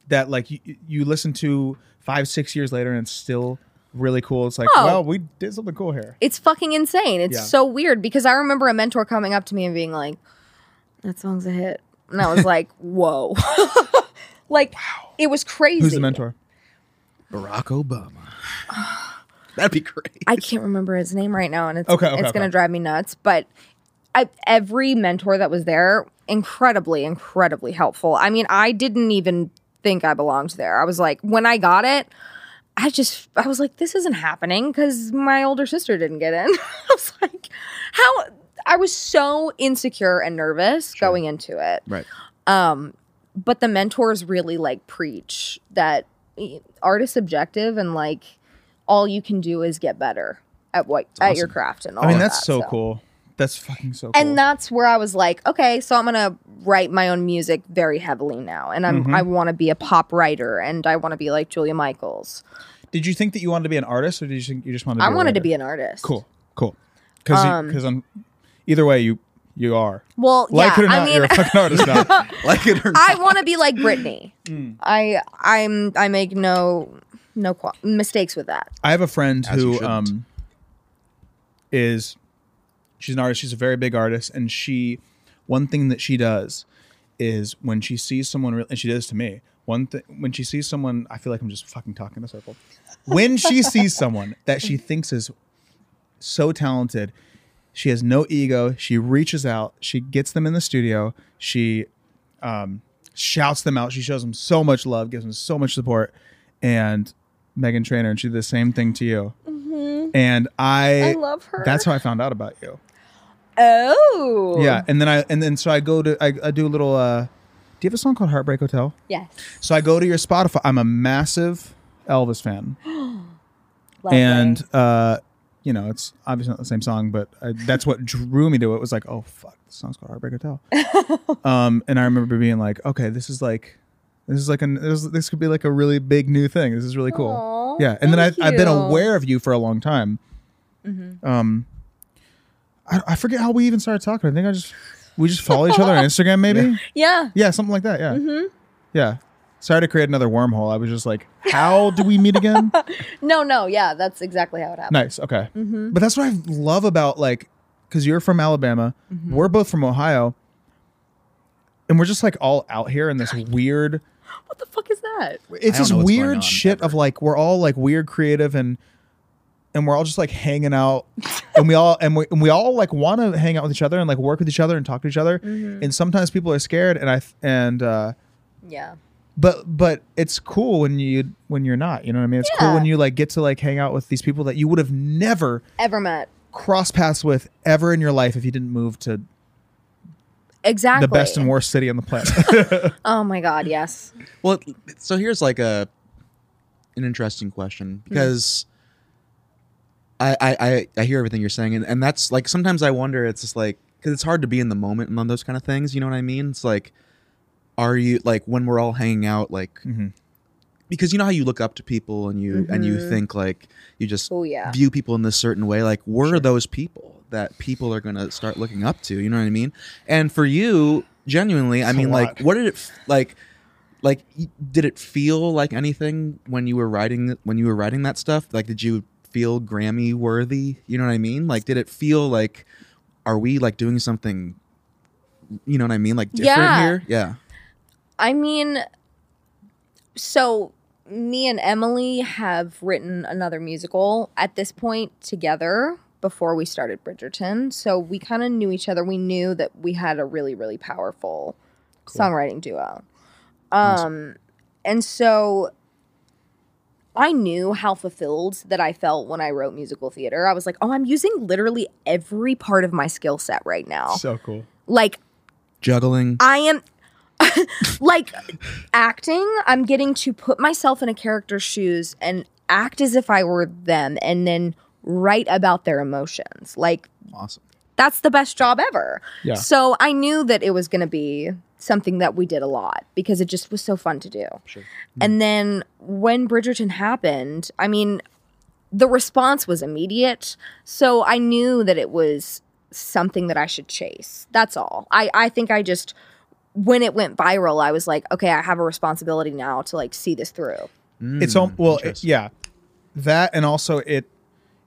S2: that like you, you listen to five six years later and it's still really cool. It's like,
S4: Oh.
S2: well, we did something cool here.
S4: It's fucking insane. It's
S2: Yeah.
S4: so weird because I remember a mentor coming up to me and being like, that song's a hit. And I was like, whoa. like, it was crazy.
S2: Who's the mentor?
S3: Barack Obama. That'd be great.
S4: I can't remember his name right now, and it's
S2: Okay, okay,
S4: it's gonna
S2: okay.
S4: drive me nuts. But I, every mentor that was there, incredibly, incredibly helpful. I mean, I didn't even think I belonged there. I was like, when I got it, I just I was like, this isn't happening because my older sister didn't get in. I was like, how I was so insecure and nervous going into it.
S3: Right.
S4: Um, but the mentors really like preach that eh, art is subjective and like all you can do is get better at what at your craft and all.
S2: I mean,
S4: of
S2: that's
S4: that,
S2: so cool. That's fucking so cool.
S4: Oh, And that's where I was like, okay, so I'm gonna write my own music very heavily now, and I'm
S2: Mm-hmm.
S4: I want to be a pop writer, and I want to be like Julia Michaels.
S2: did you think that you wanted to be an artist, or did you think you just wanted? To
S4: I
S2: be a
S4: wanted to
S2: writer?
S4: be an artist.
S2: cool, cool. Because
S4: Um,
S2: because I'm either way you you are
S4: Well,
S2: like
S4: yeah,
S2: it or not
S4: I mean,
S2: you're a fucking artist now.
S3: Like it or not.
S4: I want to be like Britney.
S2: Mm.
S4: I I'm I make no no qual- mistakes with that.
S2: I have a friend
S3: As you
S2: who
S3: shouldn't.
S2: um is she's an artist, she's a very big artist, and she one thing that she does is when she sees someone re- and she does this to me, one thing when she sees someone, I feel like I'm just fucking talking in a circle. When she sees someone that she thinks is so talented, she has no ego, she reaches out, she gets them in the studio, she um, shouts them out. She shows them so much love, gives them so much support. And Megan Trainer, and she did the same thing to you. And I,
S4: I love her.
S2: Eh, That's how I found out about you.
S4: Oh,
S2: Yeah, and then I and then so I go to I, I do a little. uh Do you have a song called Heartbreak Hotel?
S4: yes.
S2: So I go to your Spotify. I'm a massive Elvis fan,
S4: Lovely.
S2: and uh, you know it's obviously not the same song, but I, that's what drew me to it. Was like, oh fuck, this song's called Heartbreak Hotel. um, and I remember being like, okay, this is like, this is like an this, this could be like a really big new thing. This is really cool.
S4: Aw,
S2: yeah, and then I,
S4: thank
S2: I've been
S4: you. Mm-hmm.
S2: aware of you for a long time. Um, I, I forget how we even started talking. I think I just we just follow each other on Instagram, maybe.
S4: yeah. Mm-hmm.
S2: Yeah, something like that. Yeah. Yeah. Sorry to create another wormhole. I was just like, how do we meet again?
S4: No, no, yeah, that's exactly how it happened. Mm-hmm.
S2: nice. Okay. But that's what I love about like, because you're from Alabama,
S3: Mm-hmm.
S2: we're both from Ohio, and we're just like all out here in this weird.
S4: What the fuck is that?
S2: It's
S3: I don't
S2: this
S3: know what's going
S2: weird
S3: on,
S2: shit of like we're all like weird creative and and we're all just like hanging out and we all and we, and we all like want to hang out with each other and like work with each other and talk to each other
S3: Mm-hmm.
S2: and sometimes people are scared and I th- and uh
S4: Yeah.
S2: but but it's cool when you when you're not you know what i mean it's cool
S4: Yeah.
S2: when you like get to like hang out with these people that you would have never
S4: Ever met.
S2: crossed paths with ever in your life if you didn't move to
S4: Exactly.
S2: the best and worst city on the planet Mm-hmm.
S4: Oh my god, yes.
S3: Well, so here's like a an interesting question because I I, I I hear everything you're saying, and, and that's like sometimes I wonder. It's just like because it's hard to be in the moment and on those kind of things. You know what I mean? It's like, are you like when we're all hanging out, like
S2: Mhm.
S3: because you know how you look up to people and you and you think like you just
S4: Oh, yeah.
S3: view people in this certain way. Like we're those people that people are gonna start looking up to. You know what I mean? And for you, genuinely, I
S6: It's a
S3: mean, like,
S6: lot.
S3: what did it f- like? Like, y- did it feel like anything when you were writing when you were writing that stuff? Like, did you feel Grammy worthy? You know what I mean? Like, did it feel like are we like doing something? You know what I mean? Like different
S4: Yeah.
S3: here? Yeah.
S4: I mean, so me and Emily have written another musical at this point together before we started Bridgerton. So we kind of knew each other. We knew that we had a really, really powerful songwriting duo. Um, And so I knew how fulfilled that I felt when I wrote musical theater. I was like, oh, I'm using literally every part of my skill set right now.
S6: So cool.
S4: Like,
S3: Juggling.
S4: I am like acting, I'm getting to put myself in a character's shoes and act as if I were them and then write about their emotions. Like
S3: Awesome.
S4: that's the best job ever.
S2: Yeah.
S4: So I knew that it was going to be something that we did a lot because it just was so fun to do.
S3: Sure.
S4: And then when Bridgerton happened, I mean, the response was immediate. So I knew that it was something that I should chase. That's all. I, I think I just, when it went viral, I was like, okay, I have a responsibility now to like see this through.
S2: it's all well, it-
S3: interesting.
S2: yeah, that and also it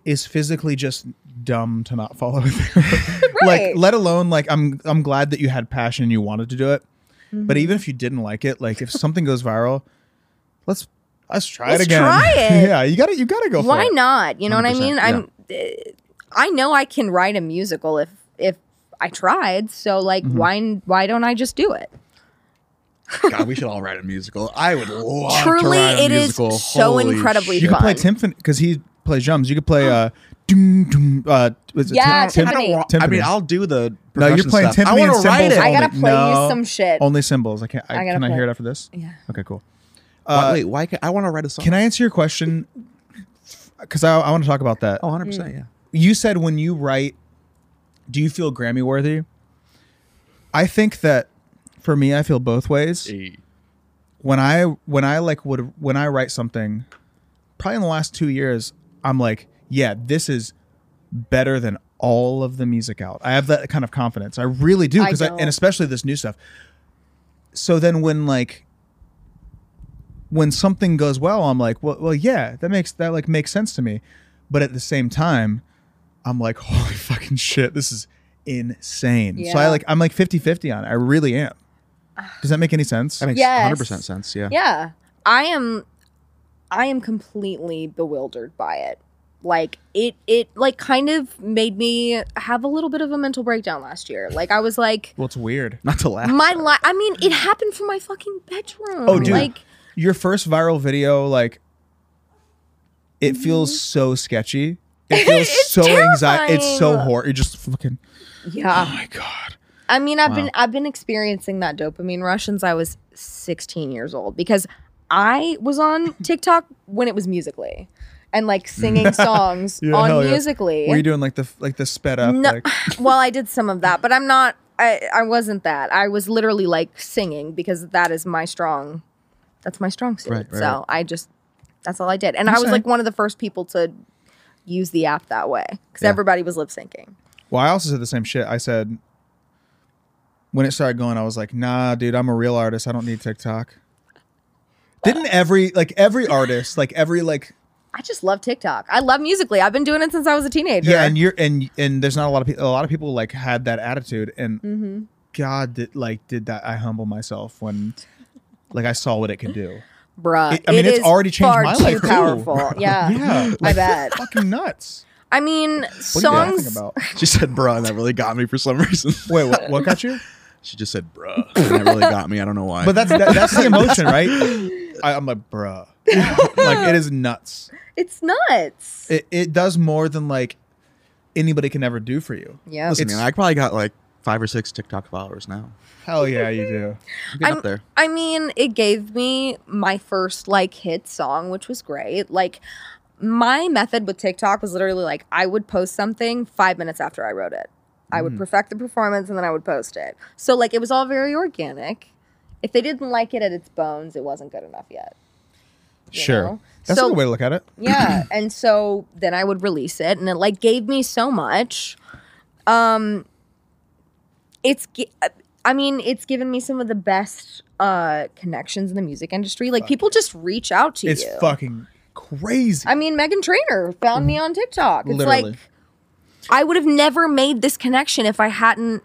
S2: is physically just dumb to not follow through. Like,
S4: Right.
S2: let alone like I'm I'm glad that you had passion and you wanted to do it,
S4: Mm-hmm.
S2: but even if you didn't like it, like if something goes viral, let's let's try
S4: Let's
S2: it again.
S4: try it.
S2: yeah, you got to You got to go. for
S4: Why
S2: it.
S4: not? You know what I mean?
S3: 100%,
S4: I'm, uh, I know I can write a musical if, if I tried. So like,
S2: Mm-hmm.
S4: why, why don't I just do it?
S3: God, we should all write a musical. I would love
S4: Truly,
S3: to write a
S4: it is
S3: musical.
S4: so
S3: Holy
S4: incredibly
S2: You
S3: shit.
S2: could play
S4: fun.
S2: timpani because he plays drums. You could play uh, doom doom. Uh, was it
S4: Yeah,
S2: tim- tim-
S4: timpani.
S2: timpani.
S3: I mean, I'll do the.
S2: no, you're
S3: percussion
S2: playing
S3: stuff. I
S2: timpani
S3: wanna
S2: and
S3: write
S2: cymbals.
S3: it.
S4: I gotta
S2: only.
S4: play you
S2: No,
S4: some shit.
S2: Only cymbals. I can't. I,
S4: I gotta
S2: can I
S4: play
S2: hear it
S4: it.
S2: after this?
S4: Yeah.
S2: Okay, cool.
S3: Why- wait, why? Can, I want to write a song.
S2: Uh, Can I answer your question? Because I, I want to talk about that.
S3: Oh, 100 percent.
S4: Mm.
S3: Yeah.
S2: You said when you write, do you feel Grammy worthy? I think that for me, I feel both ways. When I when I like would when I write something, probably in the last two years, I'm like, yeah, this is better than all of the music out. I have that kind of confidence. I really do
S4: I
S2: because I,
S4: don't.
S2: and especially this new stuff. So then when like when something goes well, I'm like, well, well, yeah, that makes that like makes sense to me. But at the same time, I'm like, holy fucking shit, this is insane. So I
S4: Yeah.
S2: like I'm like 50-50 on it. I really am. Does that make any sense?
S3: That makes
S4: Yes.
S3: 100 percent sense. Yeah.
S4: yeah i am i am completely bewildered by it like it it like kind of made me have a little bit of a mental breakdown last year like i was like
S2: well, it's weird.
S3: Not to laugh.
S4: my life i mean it happened from my fucking bedroom
S2: Oh, dude.
S4: like
S2: Your first viral video, like, it feels so sketchy. It feels so anxiety. It's so
S4: terrifying.
S2: horror. You're just fucking.
S4: yeah
S2: Oh my god.
S4: I mean, I've been I've been experiencing that dopamine rush since I was 16 years old because I was on TikTok when it was Musically and like singing songs
S2: Yeah, hell
S4: on
S2: yeah.
S4: Musically.
S2: Were you doing like the like the sped up?
S4: No,
S2: like-
S4: well, I did some of that, but I'm not. I, I wasn't that. I was literally like singing because that is my strong. That's my strong suit.
S3: Right, right,
S4: so
S3: right.
S4: I just that's all I did, and I was
S2: Okay.
S4: like one of the first people to use the app that way because
S3: Yeah.
S4: everybody was lip syncing.
S2: Well, I also said the same shit. I said when it started going, I was like, nah, dude, I'm a real artist. I don't need TikTok. Didn't every like every artist like every like
S4: I just love TikTok. I love musically. I've been doing it since I was a teenager.
S2: yeah and you're and and there's not a lot of people a lot of people like had that attitude and
S4: Mm-hmm.
S2: God did like did that I humble myself when like I saw what it could do
S4: bruh.
S2: It- I mean,
S4: it
S2: it's
S4: is
S2: already changed
S4: far
S2: my
S4: too
S2: life, too,
S4: powerful. yeah,
S2: yeah
S4: I
S2: like,
S4: bet.
S2: fucking nuts
S4: I mean,
S3: What are you
S4: songs.
S2: talking about
S3: She said "bruh" and that really got me for some reason.
S2: wait what, what got you
S3: she just said "bruh" and that really got me. I don't know why.
S2: but that's that, that's the emotion right I, I'm like bruh like it is nuts
S4: It's nuts.
S2: it, it does more than like anybody can ever do for you.
S4: yeah.
S3: Listen,
S2: it's-
S3: man, I probably got like five or six TikTok followers now.
S2: Hell yeah, you do.
S3: I'm getting
S4: I'm-
S3: up there.
S4: I mean, it gave me my first like hit song, which was great. Like my method with TikTok was literally like I would post something five minutes after I wrote it. I
S2: Mm.
S4: would perfect the performance and then I would post it. So like it was all very organic. If they didn't like it at its bones, it wasn't good enough yet. you
S6: Sure.
S4: know?
S2: That's
S4: so
S2: a good way to look at it.
S4: yeah, and so then I would release it, and it like gave me so much. Um, it's gi- I mean, it's given me some of the best uh connections in the music industry. Like people just reach out to
S2: It's
S4: you.
S2: fucking crazy.
S4: I mean, Megan Trainer found me on TikTok. It's
S2: Literally.
S4: like I would have never made this connection if I hadn't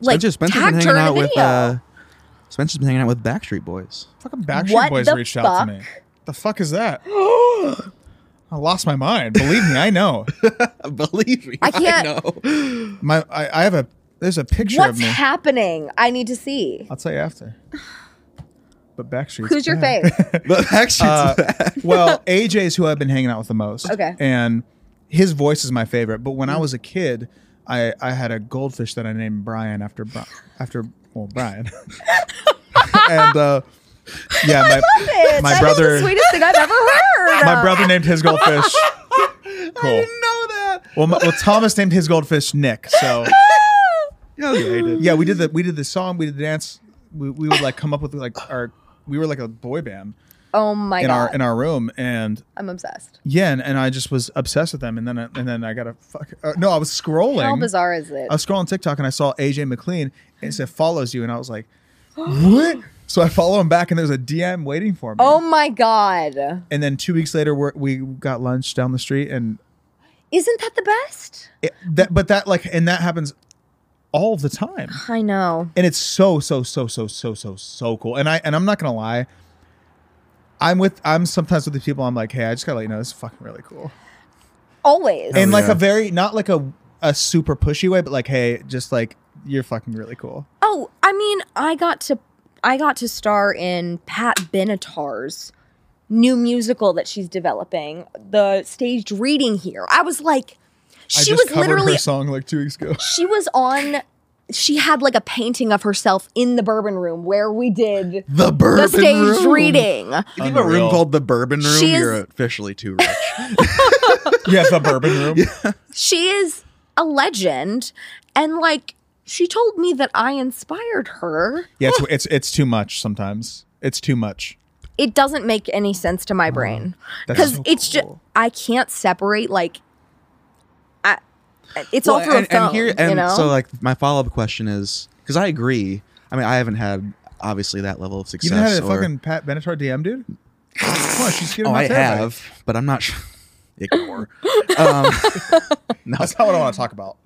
S4: like
S3: Spencer, Spencer's been
S4: tagged
S3: hanging
S4: her in a
S3: out with
S4: video.
S3: uh, Spencer's been hanging out with Backstreet Boys.
S2: fucking Backstreet
S4: what
S2: Boys
S4: the
S2: reached out to me. The fuck is that? I lost my mind. Believe me, I know.
S3: Believe me,
S4: I can't-
S3: know.
S2: My I, I have a there's a picture
S4: What's
S2: of me. Oh,
S4: happening? I need to see.
S2: I'll tell you after. But Backstreet's
S4: Who's your
S2: back.
S4: fave?
S3: But Backstreet's
S2: Uh,
S3: back.
S2: well, AJ's who I've been hanging out with the most.
S4: Okay. Mm.
S2: And his voice is my favorite. But when I was a kid, I, I had a goldfish that I named Brian after Bri- after well Brian. and uh, yeah, my
S4: It's-
S2: my
S4: that is
S2: brother
S4: the sweetest thing I've ever heard.
S2: my brother named his goldfish. Cool.
S3: know that.
S2: Well, my, well, Thomas named his goldfish Nick. So
S3: Yeah, yeah, I did.
S2: yeah, we did the we did the song, we did the dance. We, we would like come up with like our we were like a boy band
S4: Oh my
S2: in
S4: god,
S2: our in our room and
S4: I'm obsessed.
S2: Yeah, and, and I just was obsessed with them, and then I, and then I got a fuck. Uh, no, I was scrolling.
S4: How bizarre is it?
S2: I was scrolling TikTok and I saw AJ McLean and it said follows you, and I was like, what? so I follow him back, and there's a DM waiting for me.
S4: oh my god,
S2: And then two weeks later, we're, we got lunch down the street, and
S4: isn't that the best?
S2: it, that but that like and that happens all the time,
S4: I know.
S2: and it's so so so so so so so cool. And I and I'm not gonna lie. I'm with I'm sometimes with the people I'm like, hey, I just gotta let you know this is fucking really cool.
S4: Always.
S2: in like
S3: yeah.
S2: a very not like a a super pushy way, but like, hey, just like you're fucking really cool.
S4: oh, I mean, I got to I got to star in Pat Benatar's new musical that she's developing, the staged reading here. I was like, she
S2: I just
S4: was
S2: covered
S4: literally
S2: her song like two weeks ago.
S4: she was on she had like a painting of herself in the bourbon room where we did
S3: The Bourbon
S4: the staged
S3: Room.
S4: reading.
S3: If you have a room
S2: Unreal.
S3: called the Bourbon Room,
S4: She
S3: you're
S4: is-
S3: officially too rich.
S2: yeah, the bourbon room.
S4: she is a legend and like she told me that i inspired her
S2: Yeah, it's, it's it's too much sometimes. It's too much.
S4: it doesn't make any sense to my brain
S2: That's
S4: because
S2: so
S4: it's just
S2: cool.
S4: i can't separate like I, it's all
S3: Well,
S4: through
S3: and,
S4: a phone
S3: and here and
S4: you know
S3: so like my follow-up question is because i agree i mean i haven't had obviously that level of
S2: You
S3: success
S2: even had a
S3: or-
S2: fucking Pat Benatar DM, dude. Come on, she's getting
S3: oh
S2: my
S3: i
S2: terabyte.
S3: have but i'm not sure ignore um, no,
S2: That's not what I want to talk about.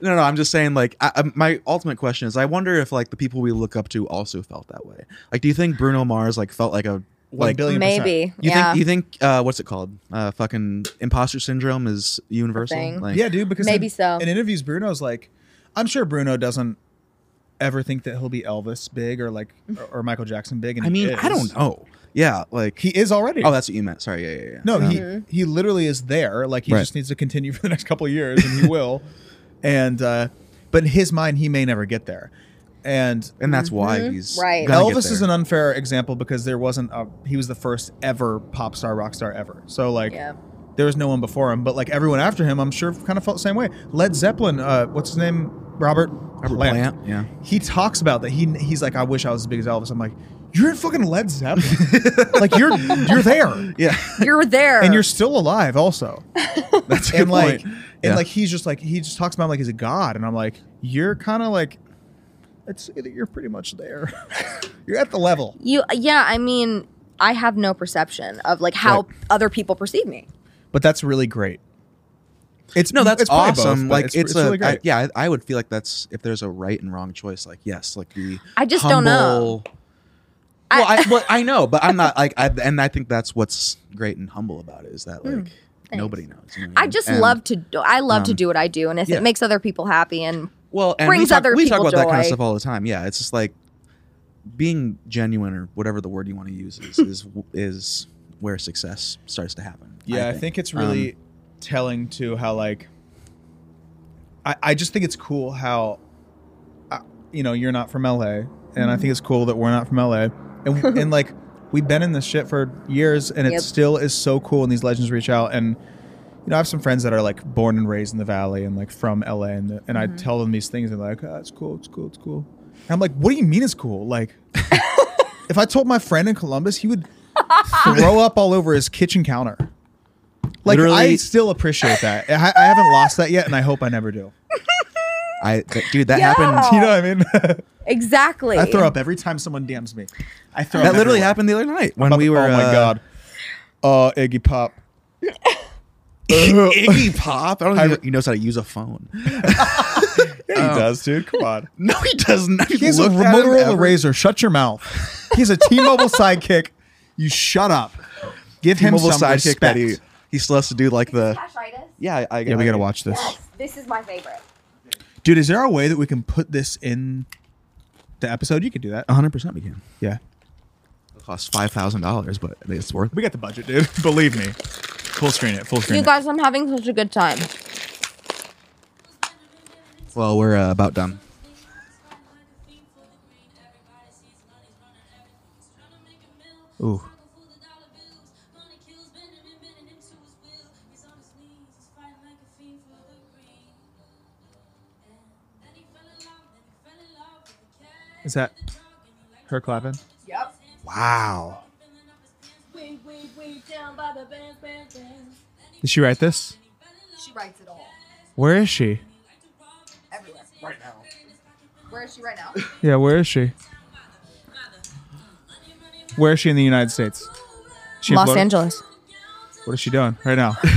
S3: no no i'm just saying like I, I, my ultimate question is i wonder if like the people we look up to also felt that way like do you think bruno mars like felt like a
S2: One
S3: like
S2: billion percent.
S4: maybe
S3: you
S4: yeah
S3: think you think uh what's it called uh fucking imposter syndrome is universal
S4: thing.
S3: like
S2: Yeah, dude. Because
S4: Maybe
S2: in,
S4: so.
S2: In interviews, Bruno's like, I'm sure Bruno doesn't ever think that he'll be Elvis big or like or, or Michael Jackson big. And
S3: i
S2: he
S3: mean i
S2: is.
S3: don't know yeah like
S2: He is already.
S3: oh that's what you meant sorry yeah yeah yeah
S2: No,
S3: Um,
S4: Mm-hmm.
S2: he he literally is there. Like he
S3: Right.
S2: just needs to continue for the next couple of years, and he will. And uh, but in his mind, he may never get there. And
S3: and that's why he's
S4: Mm-hmm. Right.
S3: gonna get
S2: Elvis is
S3: there.
S2: an unfair example because there wasn't a he was the first ever pop star rock star ever. So like
S4: yeah
S2: there was no one before him, but like everyone after him, I'm sure kind of felt the same way. Led Zeppelin, uh, what's his name? Robert,
S3: Robert Plant, yeah.
S2: He talks about that. He he's like, I wish I was as big as Elvis. I'm like, you're in fucking Led Zeppelin. like you're you're there.
S3: Yeah,
S4: you're there
S2: And you're still alive also.
S3: that's a good
S2: and like
S3: point.
S2: and
S3: Yeah.
S2: like he's just like he just talks about him like he's a god and i'm like you're kind of like it's you're pretty much there you're at the level
S4: you yeah i mean i have no perception of like how other people perceive me
S2: but that's really great it's
S3: no, that's
S2: it's probably both,
S3: awesome.
S2: but
S3: like it's, a
S2: really
S3: I-
S2: great
S3: yeah. I, I would feel like that's if there's a right and wrong choice. Like yes, like the
S4: I just don't know.
S3: humble- Well, I, well, I know, but I'm not like, I, and I think that's what's great and humble about it is that like nobody knows. you know what
S4: Hmm. i
S3: mean?
S4: just
S3: And-
S4: love to do i love to
S3: um,
S4: do what i do and if
S3: yeah.
S4: it makes other people happy and
S3: well and we
S4: brings
S3: talk,
S4: other
S3: we talk
S4: people
S3: about that kind of
S4: joy.
S3: stuff all the time. Yeah, it's just like being genuine or whatever the word you want to use is is is where success starts to happen.
S2: yeah i think it's really
S3: Um,
S2: telling to how like i i just think it's cool how I, you know you're not from la and i think it's cool that we're not from la and and like we've been in this shit for years and it
S4: Yep.
S2: still is so cool and these legends reach out and you know, I have some friends that are like born and raised in the valley and like from LA, and and I tell them these things, and they're like, "Oh, it's cool, it's cool, it's cool." And I'm like, "What do you mean it's cool? Like, if I told my friend in Columbus, he would throw up all over his kitchen counter." Like, I
S3: Literally-
S2: still appreciate that. I, I haven't lost that yet, and I hope I never do.
S3: I th- dude, that
S4: Yeah.
S3: happened.
S2: You know what I mean?
S4: Exactly.
S2: I throw up every time someone DMs me. I throw
S3: That
S2: up
S3: literally
S2: everywhere.
S3: happened the other night when
S2: Mother-
S3: we were.
S2: Oh my
S3: uh,
S2: god. Oh, Iggy Pop.
S3: Iggy Pop. I don't think
S2: I-
S3: he- he knows how to use a phone.
S2: Yeah, he does, dude. Come on.
S3: No, he doesn't. Have you
S2: He has a
S3: looked at him
S2: Motorola
S3: ever?
S2: Razor. Shut your mouth. He has a T-Mobile sidekick. You shut up. Give him
S3: T-Mobile
S2: some
S3: sidekick that he
S2: respect.
S3: he still has to do like the.
S4: Fasciitis?
S3: Yeah, I, I-
S2: Yeah, we
S3: I-
S2: gotta watch this,
S4: This is my favorite.
S2: dude. Is there a way that we can put this in the episode? You could do that. Oh,
S3: 100 percent we can.
S2: Yeah,
S3: It costs five thousand dollars, but I think it's worth. it.
S2: we got the budget, dude. Believe me. Full screen it. Full screen.
S4: You
S2: it.
S4: guys, I'm having such a good time.
S3: Well, we're uh, about done.
S2: Ooh. Is that her clapping?
S4: Yep.
S3: Wow.
S2: Did she write this?
S4: She writes it all.
S2: Where is she?
S4: Everywhere. Right now. Where is she right now?
S2: Yeah, where is she? Where is she in the United States? She in
S4: Los
S2: Florida?
S4: Angeles.
S2: What is she doing right now?
S4: Do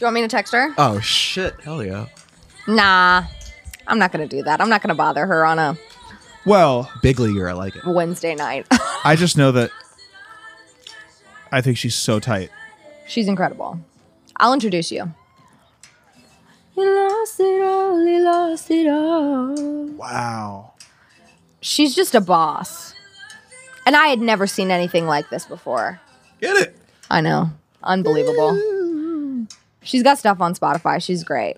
S4: you want me to text her?
S3: Oh shit! Hell yeah.
S4: Nah. I'm not going to do that. I'm not going to bother her on a
S2: well,
S3: Big leaguer, I like it.
S4: Wednesday night.
S2: I just know that I think she's so tight.
S4: She's incredible. I'll introduce you. He lost it all. He lost it all.
S2: Wow.
S4: She's just a boss. And I had never seen anything like this before.
S3: Get it.
S4: I know. Unbelievable. She's got stuff on Spotify. She's great.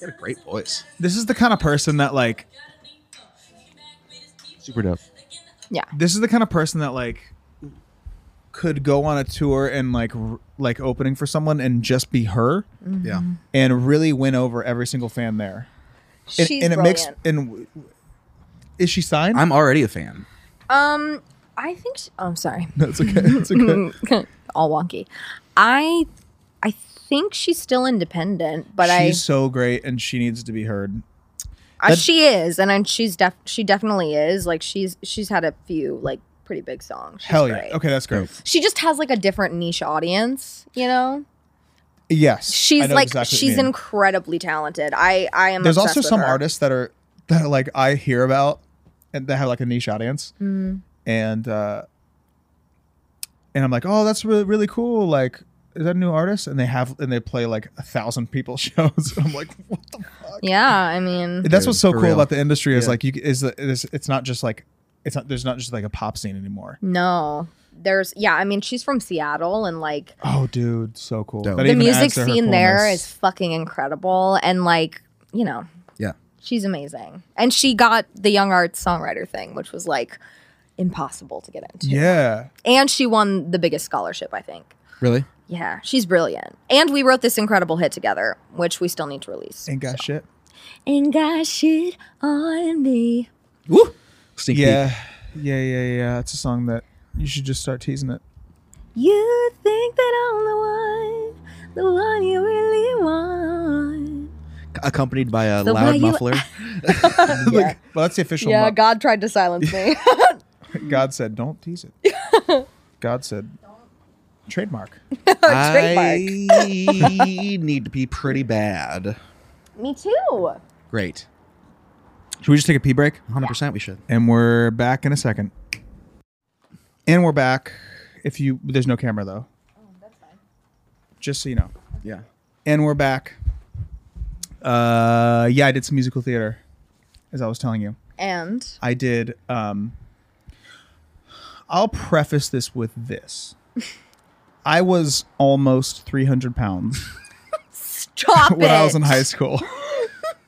S3: Got a great voice.
S2: This is the kind of person that like
S3: Super dope.
S4: Yeah.
S2: this is the kind of person that like could go on a tour and like r- like opening for someone and just be her
S4: Mm.
S3: Yeah.
S2: and really win over every single fan there. And,
S4: She's
S2: and it
S4: brilliant.
S2: makes and w- is she signed?
S3: I'm already a fan.
S4: um, I think. She, oh, I'm sorry.
S2: no, it's okay. It's okay.
S4: All wonky. I, I think she's still independent, but I.
S2: she's so great and she needs to be heard.
S4: Uh,
S2: That-
S4: she is, and then she's def she definitely is. Like she's she's had a few like pretty big songs. She's
S2: Hell yeah.
S4: great.
S2: Okay, that's great.
S4: She just has like a different niche audience, you know.
S2: Yes. I
S4: She's
S2: know
S4: like
S2: exactly what you
S4: she's
S2: mean.
S4: incredibly talented. I I am.
S2: There's
S4: obsessed
S2: also
S4: with
S2: some
S4: her.
S2: artists that are that are like I hear about and that have like a niche audience,
S4: Mm.
S2: and uh, and I'm like, oh, that's really really cool. Like, is that a new artist? And they have and they play like a thousand people shows. And I'm like, what the fuck?
S4: Yeah, I mean,
S2: And that's
S3: Dude,
S2: what's so
S3: for
S2: cool
S3: real.
S2: about the industry is
S3: Yeah.
S2: like you is the- is it's not just like it's not there's not just like a pop scene anymore.
S4: no, there's yeah. I mean, she's from Seattle, and like
S2: Oh, dude, so cool.
S3: Dope.
S2: That
S4: the
S2: even adds
S4: music
S2: to her
S4: scene there
S2: coolness.
S4: is fucking incredible, and like you know,
S3: Yeah.
S4: she's amazing, and she got the Young Arts Songwriter thing, which was like impossible to get into.
S2: yeah.
S4: and she won the biggest scholarship i think
S3: Really?
S4: yeah she's brilliant and we wrote this incredible hit together which we still need to release
S2: Ain't got shit.
S4: and got shit on me
S3: Woo. Sneak
S2: Yeah, yeah, yeah, yeah. It's a song that you should just start teasing it.
S4: you think that i'm the one the one you really want
S3: peek. accompanied by a
S4: The way
S3: loud
S4: you-
S3: muffler.
S4: yeah,
S2: Well, that's the official.
S4: yeah
S2: mo-
S4: god tried to silence me
S2: God said, "Don't tease it." God said, "Trademark."
S3: I need to be pretty bad.
S4: me too
S3: Great.
S2: Should we just take a pee break?
S3: 100% we should.
S2: And we're back in a second. And we're back. If you, there's no camera though.
S4: Oh,
S2: Just so you know.
S3: Yeah.
S2: And we're back. Uh, yeah, I did some musical theater, as I was telling you.
S4: and
S2: I did. Um, I'll preface this with this. I was almost 300 pounds
S4: stop
S2: when
S4: it
S2: I was in high school.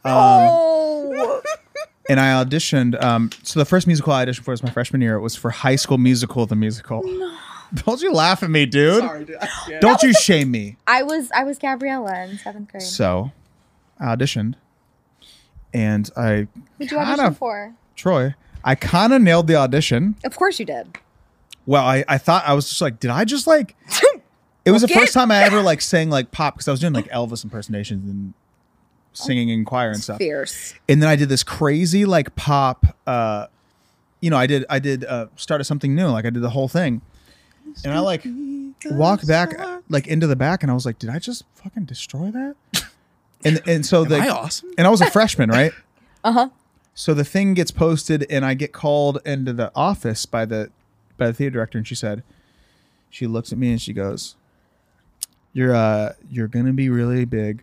S4: oh
S2: and I auditioned. Um, so the first musical I auditioned for was my freshman year. It was for High School Musical, the musical. Don't you laugh at me, dude. Don't you shame me.
S4: I was I was Gabriella in seventh grade.
S2: So I auditioned and I
S4: Who'd you
S2: kinda-
S4: audition for?
S2: Troy. I kind of nailed the audition.
S4: Of course you did.
S2: Well, I, I thought I was just like, did I just like? It was the
S4: Okay.
S2: first time I ever like sang like pop because I was doing like Elvis impersonations and singing in choir and stuff.
S4: Fierce.
S2: And then I did this crazy like pop. uh You know, I did I did uh started something new. Like I did the whole thing, and I like walked back like into the back, and I was like, did I just fucking destroy that? And and so the
S3: I awesome?
S2: and I was a freshman, right? Uh huh. So the thing gets posted, and I get called into the office by the by the theater director, and she said, she looks at me and she goes, "You're uh, you're gonna be really big."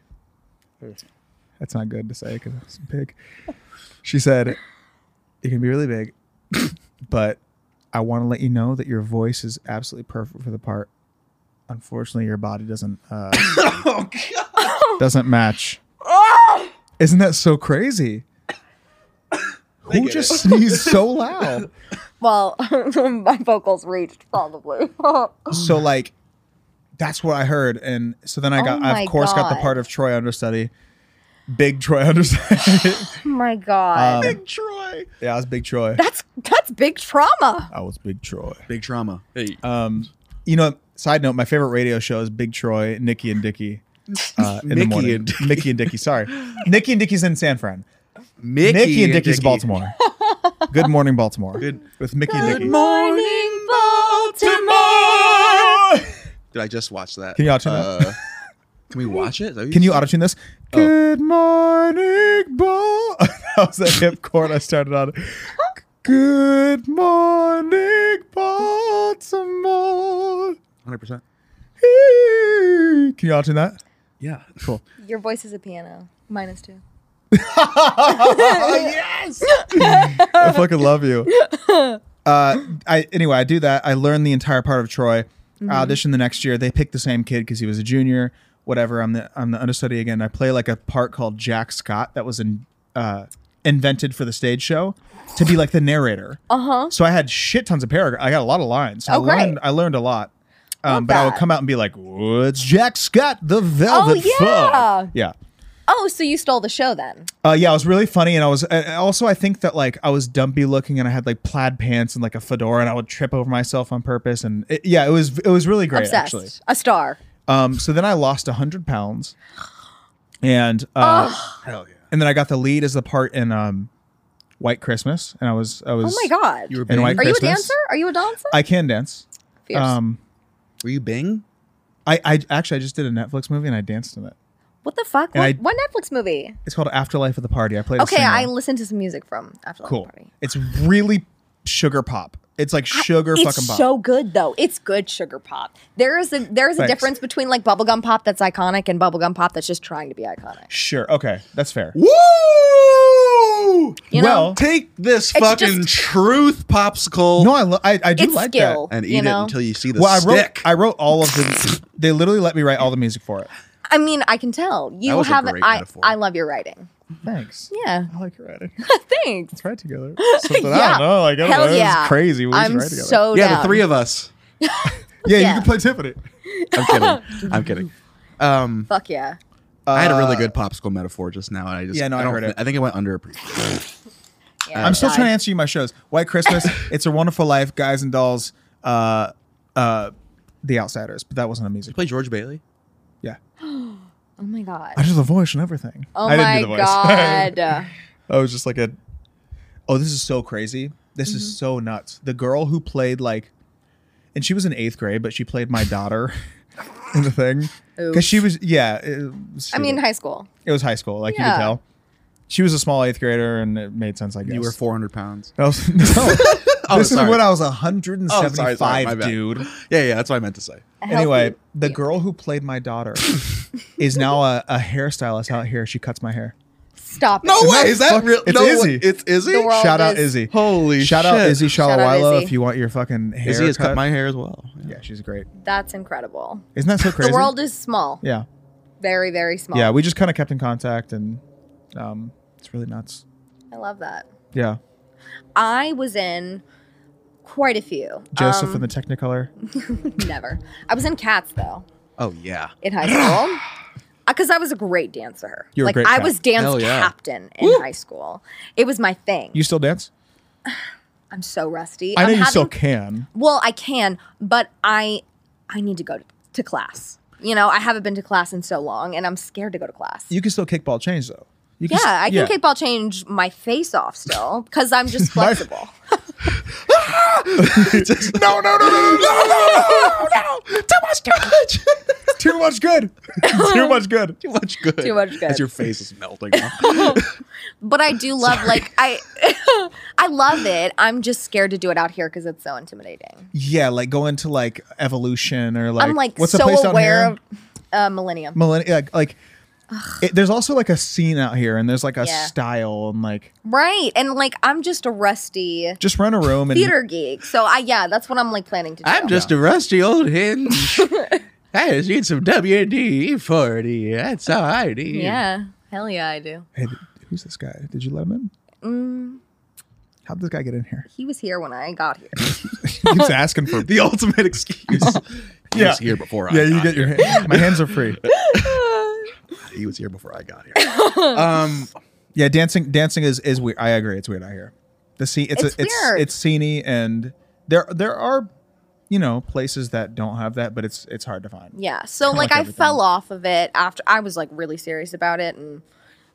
S2: That's not good to say because I was big. She said, "You're gonna be really big, but I want to let you know that your voice is absolutely perfect for the part. Unfortunately, your body doesn't uh, doesn't match." Isn't that so crazy? Who just sneezed so loud?
S4: Well, my vocals reached probably.
S2: so like that's what I heard. And so then I got
S4: Oh
S2: I
S4: my
S2: of course got the
S4: God.
S2: part of Troy understudy. Big Troy understudy.
S4: my God.
S2: Um,
S3: Troy.
S2: yeah, I was big Troy.
S4: that's that's big trauma.
S2: I was big Troy.
S3: Big Uh, trauma. Hey.
S2: Um you know, side note, my favorite radio show is Big Troy, Nikki and Dicky. Uh, in the
S3: Mickey
S2: morning.
S3: and Dicky.
S2: Mickey and Dicky, sorry. Nikki and Dicky's in San Fran.
S3: Mickey,
S2: Nikki, and Dicky's Baltimore. Good morning, Baltimore. Good. With Mickey and Dicky.
S4: Morning Baltimore.
S3: Did I just watch that? Uh,
S2: Can you auto-tune
S3: Can we watch it?
S2: Can you auto tune this? Good morning, ball. that was the hip chord I started on. Good morning, Baltimore.
S3: 100. percent
S2: Can you auto tune that?
S3: Yeah.
S2: Cool.
S4: Your voice is a piano. Mine is too.
S2: I fucking love you. Uh, I anyway, I do that. I learned the entire part of Troy.
S4: Mm-hmm.
S2: I auditioned the next year. They picked the same kid because he was a junior. Whatever. I'm the I'm the understudy again. I play like a part called Jack Scott that was in, uh, invented for the stage show to be like the narrator. Uh huh. So I had shit tons of paragraphs. I got a lot of lines. So
S4: Uh-huh. Oh,
S2: I
S4: great.
S2: learned I learned a lot. Um,
S4: Love
S2: but I would
S4: that. Oh,
S2: come out and be like, "Well, "It's Jack Scott, the Velvet
S4: yeah.
S2: Foe." Yeah.
S4: Oh, so you stole the show then?
S2: Uh, yeah, I was really funny, and I was uh, also I think that like I was dumpy looking, and I had like plaid pants and like a fedora, and I would trip over myself on purpose, and it, yeah, it was it was really great
S4: Obsessed.
S2: actually.
S4: A star.
S2: Um, so then I lost hundred pounds, and uh,
S3: Hell yeah.
S2: and then I got the lead as the part in um, White Christmas, and I was I was
S4: Oh my God.
S3: You were Bing.
S2: in White
S4: Are you a
S2: Christmas.
S4: dancer? Are you a dancer?
S2: I can dance.
S4: Fierce.
S2: Um,
S3: Were you Bing?
S2: I I actually I just did a Netflix movie and I danced in it.
S4: what the fuck?
S2: and I-
S4: What, what Netflix movie?
S2: It's called Afterlife of the Party. I played. a
S4: Okay,
S2: singer.
S4: I listened to some music from after
S2: cool.
S4: the party.
S2: It's really sugar pop. It's like sugar
S4: It's
S2: fucking pop.
S4: so good though. It's good sugar pop. There is a there is a
S2: Thanks.
S4: difference between like bubblegum pop that's iconic and bubblegum pop that's just trying to be iconic.
S2: Sure. Okay, that's fair.
S3: Woo!
S4: You know?
S2: well,
S3: Take this
S4: It's
S3: fucking
S4: just-
S3: truth popsicle
S2: no, I, lo- I I do
S4: It's
S2: like
S4: skill.
S2: that.
S3: and
S4: you
S3: eat
S4: know?
S3: it until you see the
S2: Well, I wrote
S3: stick.
S2: I wrote all of the. they literally let me write all the music for it.
S4: I mean, I can tell
S3: That
S4: you
S3: was a
S4: have.
S3: great
S4: I
S3: metaphor.
S4: I love your writing.
S2: Thanks.
S4: Yeah,
S2: I like your writing.
S4: thanks.
S2: Let's write together. Something I
S4: Yeah.
S2: don't know. Like, I don't
S4: Hell
S2: know. This is
S4: yeah.
S2: crazy. We should
S4: I'm
S2: write together.
S4: so
S3: yeah,
S4: down.
S3: the three of us.
S2: yeah,
S4: yeah.
S2: you can play Tiffany.
S3: I'm kidding. I'm kidding. Um,
S4: Fuck yeah.
S3: I had a really good popsicle metaphor just now, and I just
S2: Yeah, no, I
S3: don't
S2: heard
S3: think-
S2: it.
S3: I think it went underappreciated.
S4: Yeah,
S2: I'm still
S4: God.
S2: trying to answer you my shows. White Christmas, It's a Wonderful Life, Guys and Dolls, uh, uh, The Outsiders. But that wasn't a music.
S3: Play George Bailey.
S2: Yeah.
S4: Oh my god.
S2: I did the voice and everything.
S4: Oh
S2: I didn't
S4: my
S2: do the voice.
S4: god.
S2: I was just like a, oh, this is so crazy. This
S4: Mm-hmm.
S2: is so nuts. The girl who played like, and she was in eighth grade, but she played my daughter in the thing because she was yeah. It was
S4: I mean,
S2: stupid.
S4: high school.
S2: it was high school, like you
S4: Yeah.
S2: could tell. She was a small eighth grader, and it made sense. I guess
S3: You were 400 pounds. Oh,
S2: I was- no. this
S3: sorry. Oh,
S2: is when I was
S3: 75,
S2: 175, dude.
S3: Yeah, yeah, that's what I meant to say.
S2: Anyway,
S4: Healthy.
S2: the girl who played my daughter is now a, a hairstylist out here. She cuts my hair.
S4: Stop.
S3: No
S4: it.
S3: way! Is that
S2: Fuck,
S3: real?
S2: it's
S3: no,
S2: Izzy.
S3: It's Izzy.
S4: The world
S2: Shout out
S4: is-
S2: Izzy.
S3: Holy
S2: Shout out
S3: shit.
S2: Izzy
S4: Shout out
S2: Shalawilo
S4: Izzy.
S2: if you want your fucking hair
S3: Izzy has
S2: cut.
S3: cut my hair as well.
S2: Yeah, she's great.
S4: That's incredible.
S2: Isn't that so crazy?
S4: The world is small.
S2: Yeah.
S4: Very, very small.
S2: Yeah, we just kind of kept in contact and um, it's really nuts.
S4: I love that.
S2: Yeah.
S4: I was in quite a few.
S2: Joseph
S4: Um,
S2: and the Technicolor.
S4: never. I was in Cats though
S3: Oh yeah.
S4: in high school because I was a great dancer.
S2: You were a
S4: like
S2: great
S4: I
S2: cat.
S4: was dance
S3: Hell yeah.
S4: captain in high school. It was my thing.
S2: You still dance?
S4: I'm so rusty.
S2: I know
S4: I'm
S2: you still
S4: having-
S2: can.
S4: Well, I can, but I I need to go to, to class. You know, I haven't been to class in so long, and I'm scared to go to class.
S2: You can still kickball change though. You
S4: yeah,
S2: s-
S4: I can kickball change my face off still because I'm just flexible.
S2: No, no, no, no, no, no, no, no, Too much, too much. too much good. too much good.
S3: Too much good.
S4: Too much good.
S3: As your face is melting. off.
S4: but I do love like I I love it. I'm just scared to do it out here because it's so intimidating.
S2: Yeah, like going to like evolution or like
S4: I'm like
S2: what's the
S4: so
S2: place
S4: aware
S2: down
S4: of uh, Millennium.
S2: here? Millennium. Like, like it, there's also like a scene out here, and there's like a
S4: Yeah.
S2: style, and like
S4: Right. And like I'm just a rusty
S2: just run a room and
S4: theater geek. So I yeah, that's what I'm like planning to do.
S5: I'm just a rusty old hinge. I just need some WD 40. That's all I need.
S4: Yeah. Hell yeah, I do.
S2: Hey, th- who's this guy? Did you let him in?
S4: Mm,
S2: How'd this guy get in here?
S4: he was here when I got here.
S2: He's asking for.
S3: the ultimate excuse. He was here before I
S2: Yeah, you
S3: got
S2: get your hand. My hands are free.
S3: here. He was here before I got here. um
S2: Yeah, dancing dancing is is weird. I agree, it's weird out here. The scene it's
S4: It's
S2: a, it's
S4: weird.
S2: it's sceney and there there are you know places that don't have that, but it's it's hard to find.
S4: Yeah. So
S2: Kinda
S4: like,
S2: like
S4: I
S2: everything.
S4: fell off of it after I was like really serious about it and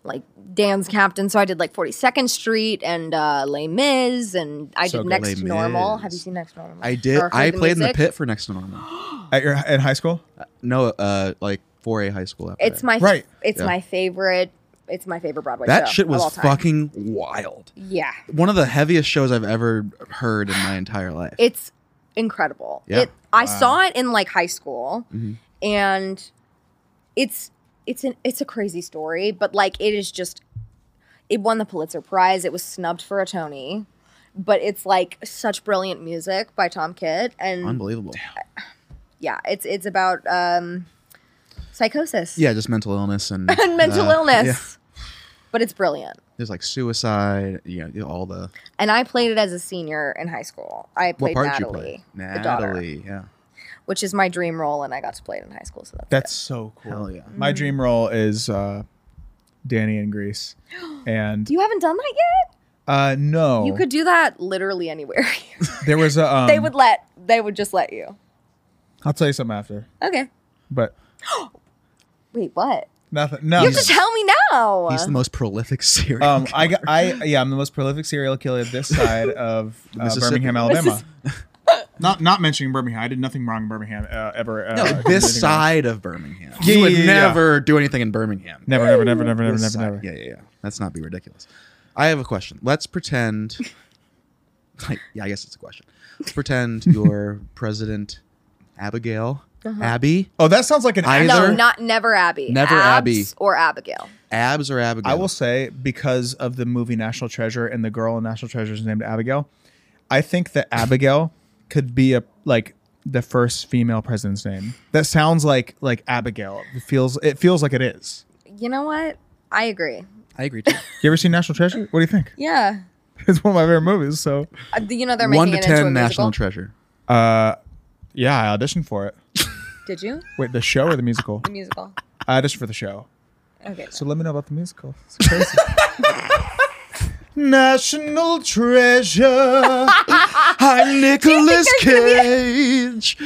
S4: like Dan's captain. So I did like 42nd Street and uh Les Mis and I
S2: So
S4: did
S2: good.
S4: Next
S3: Les
S4: to Normal.
S3: Mis.
S4: Have you seen Next to Normal?
S3: I did
S4: Or heard
S3: I played in the
S4: music?
S3: pit for next to normal.
S2: At your in high school,
S3: No, uh like 4A high school after
S4: It's
S3: that.
S4: my
S2: Right.
S4: It's
S3: Yeah.
S4: my favorite. It's my favorite Broadway show.
S3: That shit
S4: of all
S3: was
S4: time.
S3: fucking wild.
S4: Yeah.
S3: One of the heaviest shows I've ever heard in my entire life.
S4: It's incredible.
S3: Yeah.
S4: It I saw it in like high school
S3: Mhm.
S4: and it's it's an it's a crazy story, but like it is just it won the Pulitzer Prize. It was snubbed for a Tony. But it's like such brilliant music by Tom Kitt and
S3: Unbelievable.
S4: yeah, it's it's about um psychosis.
S3: Yeah, just mental illness and,
S4: And mental
S3: uh,
S4: illness.
S3: yeah.
S4: But it's brilliant.
S3: There's like suicide, you know, all the
S4: And I played it as a senior in high school. I
S3: what
S4: played
S3: part did you
S4: Natalie,
S3: play?
S4: the daughter.
S3: Natalie, yeah.
S4: which is my dream role, and I got to play it in high school. So that's,
S2: that's so cool.
S3: Hell yeah.
S2: My
S4: Mm.
S2: dream role is uh, Danny in Greece, and
S4: good. you haven't done that yet.
S2: uh, no,
S4: You could do that literally anywhere.
S2: There was a. Um,
S4: they would let. They would just let you.
S2: I'll tell you something after,
S4: Okay.
S2: but
S4: Wait, what?
S2: nothing. No,
S4: You have to tell me now.
S3: He's the most prolific serial.
S2: um, I got, I yeah, I'm the most prolific serial killer this side of uh,
S3: Mississippi.
S2: Birmingham, Alabama. not not mentioning Birmingham, I did nothing wrong in Birmingham uh, ever. Uh,
S3: No,
S2: did
S3: this
S2: anything wrong.
S3: side of Birmingham.
S2: Yeah,
S3: you would
S2: yeah, yeah, yeah.
S3: never do anything in Birmingham.
S2: Never, never, never, never, never,
S3: This
S2: never,
S3: side-
S2: never.
S3: Yeah, yeah, yeah. Let's not be ridiculous. I have a question. Let's pretend. like, yeah, I guess it's a question. Let's pretend you're President Abigail.
S4: Uh-huh.
S3: Abby.
S2: Oh, that sounds like an
S3: I-
S4: no,
S3: either-
S4: not never Abby.
S3: Never
S4: Abs
S3: Abby.
S4: or Abigail.
S3: Abs or Abigail?
S2: I will say because of the movie National Treasure and the girl in National Treasure is named Abigail. I think that Abigail could be a like the first female president's name. That sounds like like Abigail. It feels it feels like it is.
S4: You know what? I agree.
S3: I agree too.
S2: You ever seen National Treasure? What do you think?
S4: Yeah.
S2: It's one of my favorite movies. So
S4: Uh, you know they're making
S3: One to
S4: it into a
S3: ten
S4: musical.
S3: national treasure.
S2: yeah, I auditioned for it.
S4: Did you
S2: Wait, the show or the musical?
S4: the musical?
S2: I auditioned for the show.
S4: Okay.
S2: So let me know about the musical. It's crazy. National treasure.
S3: I'm Nicholas Cage.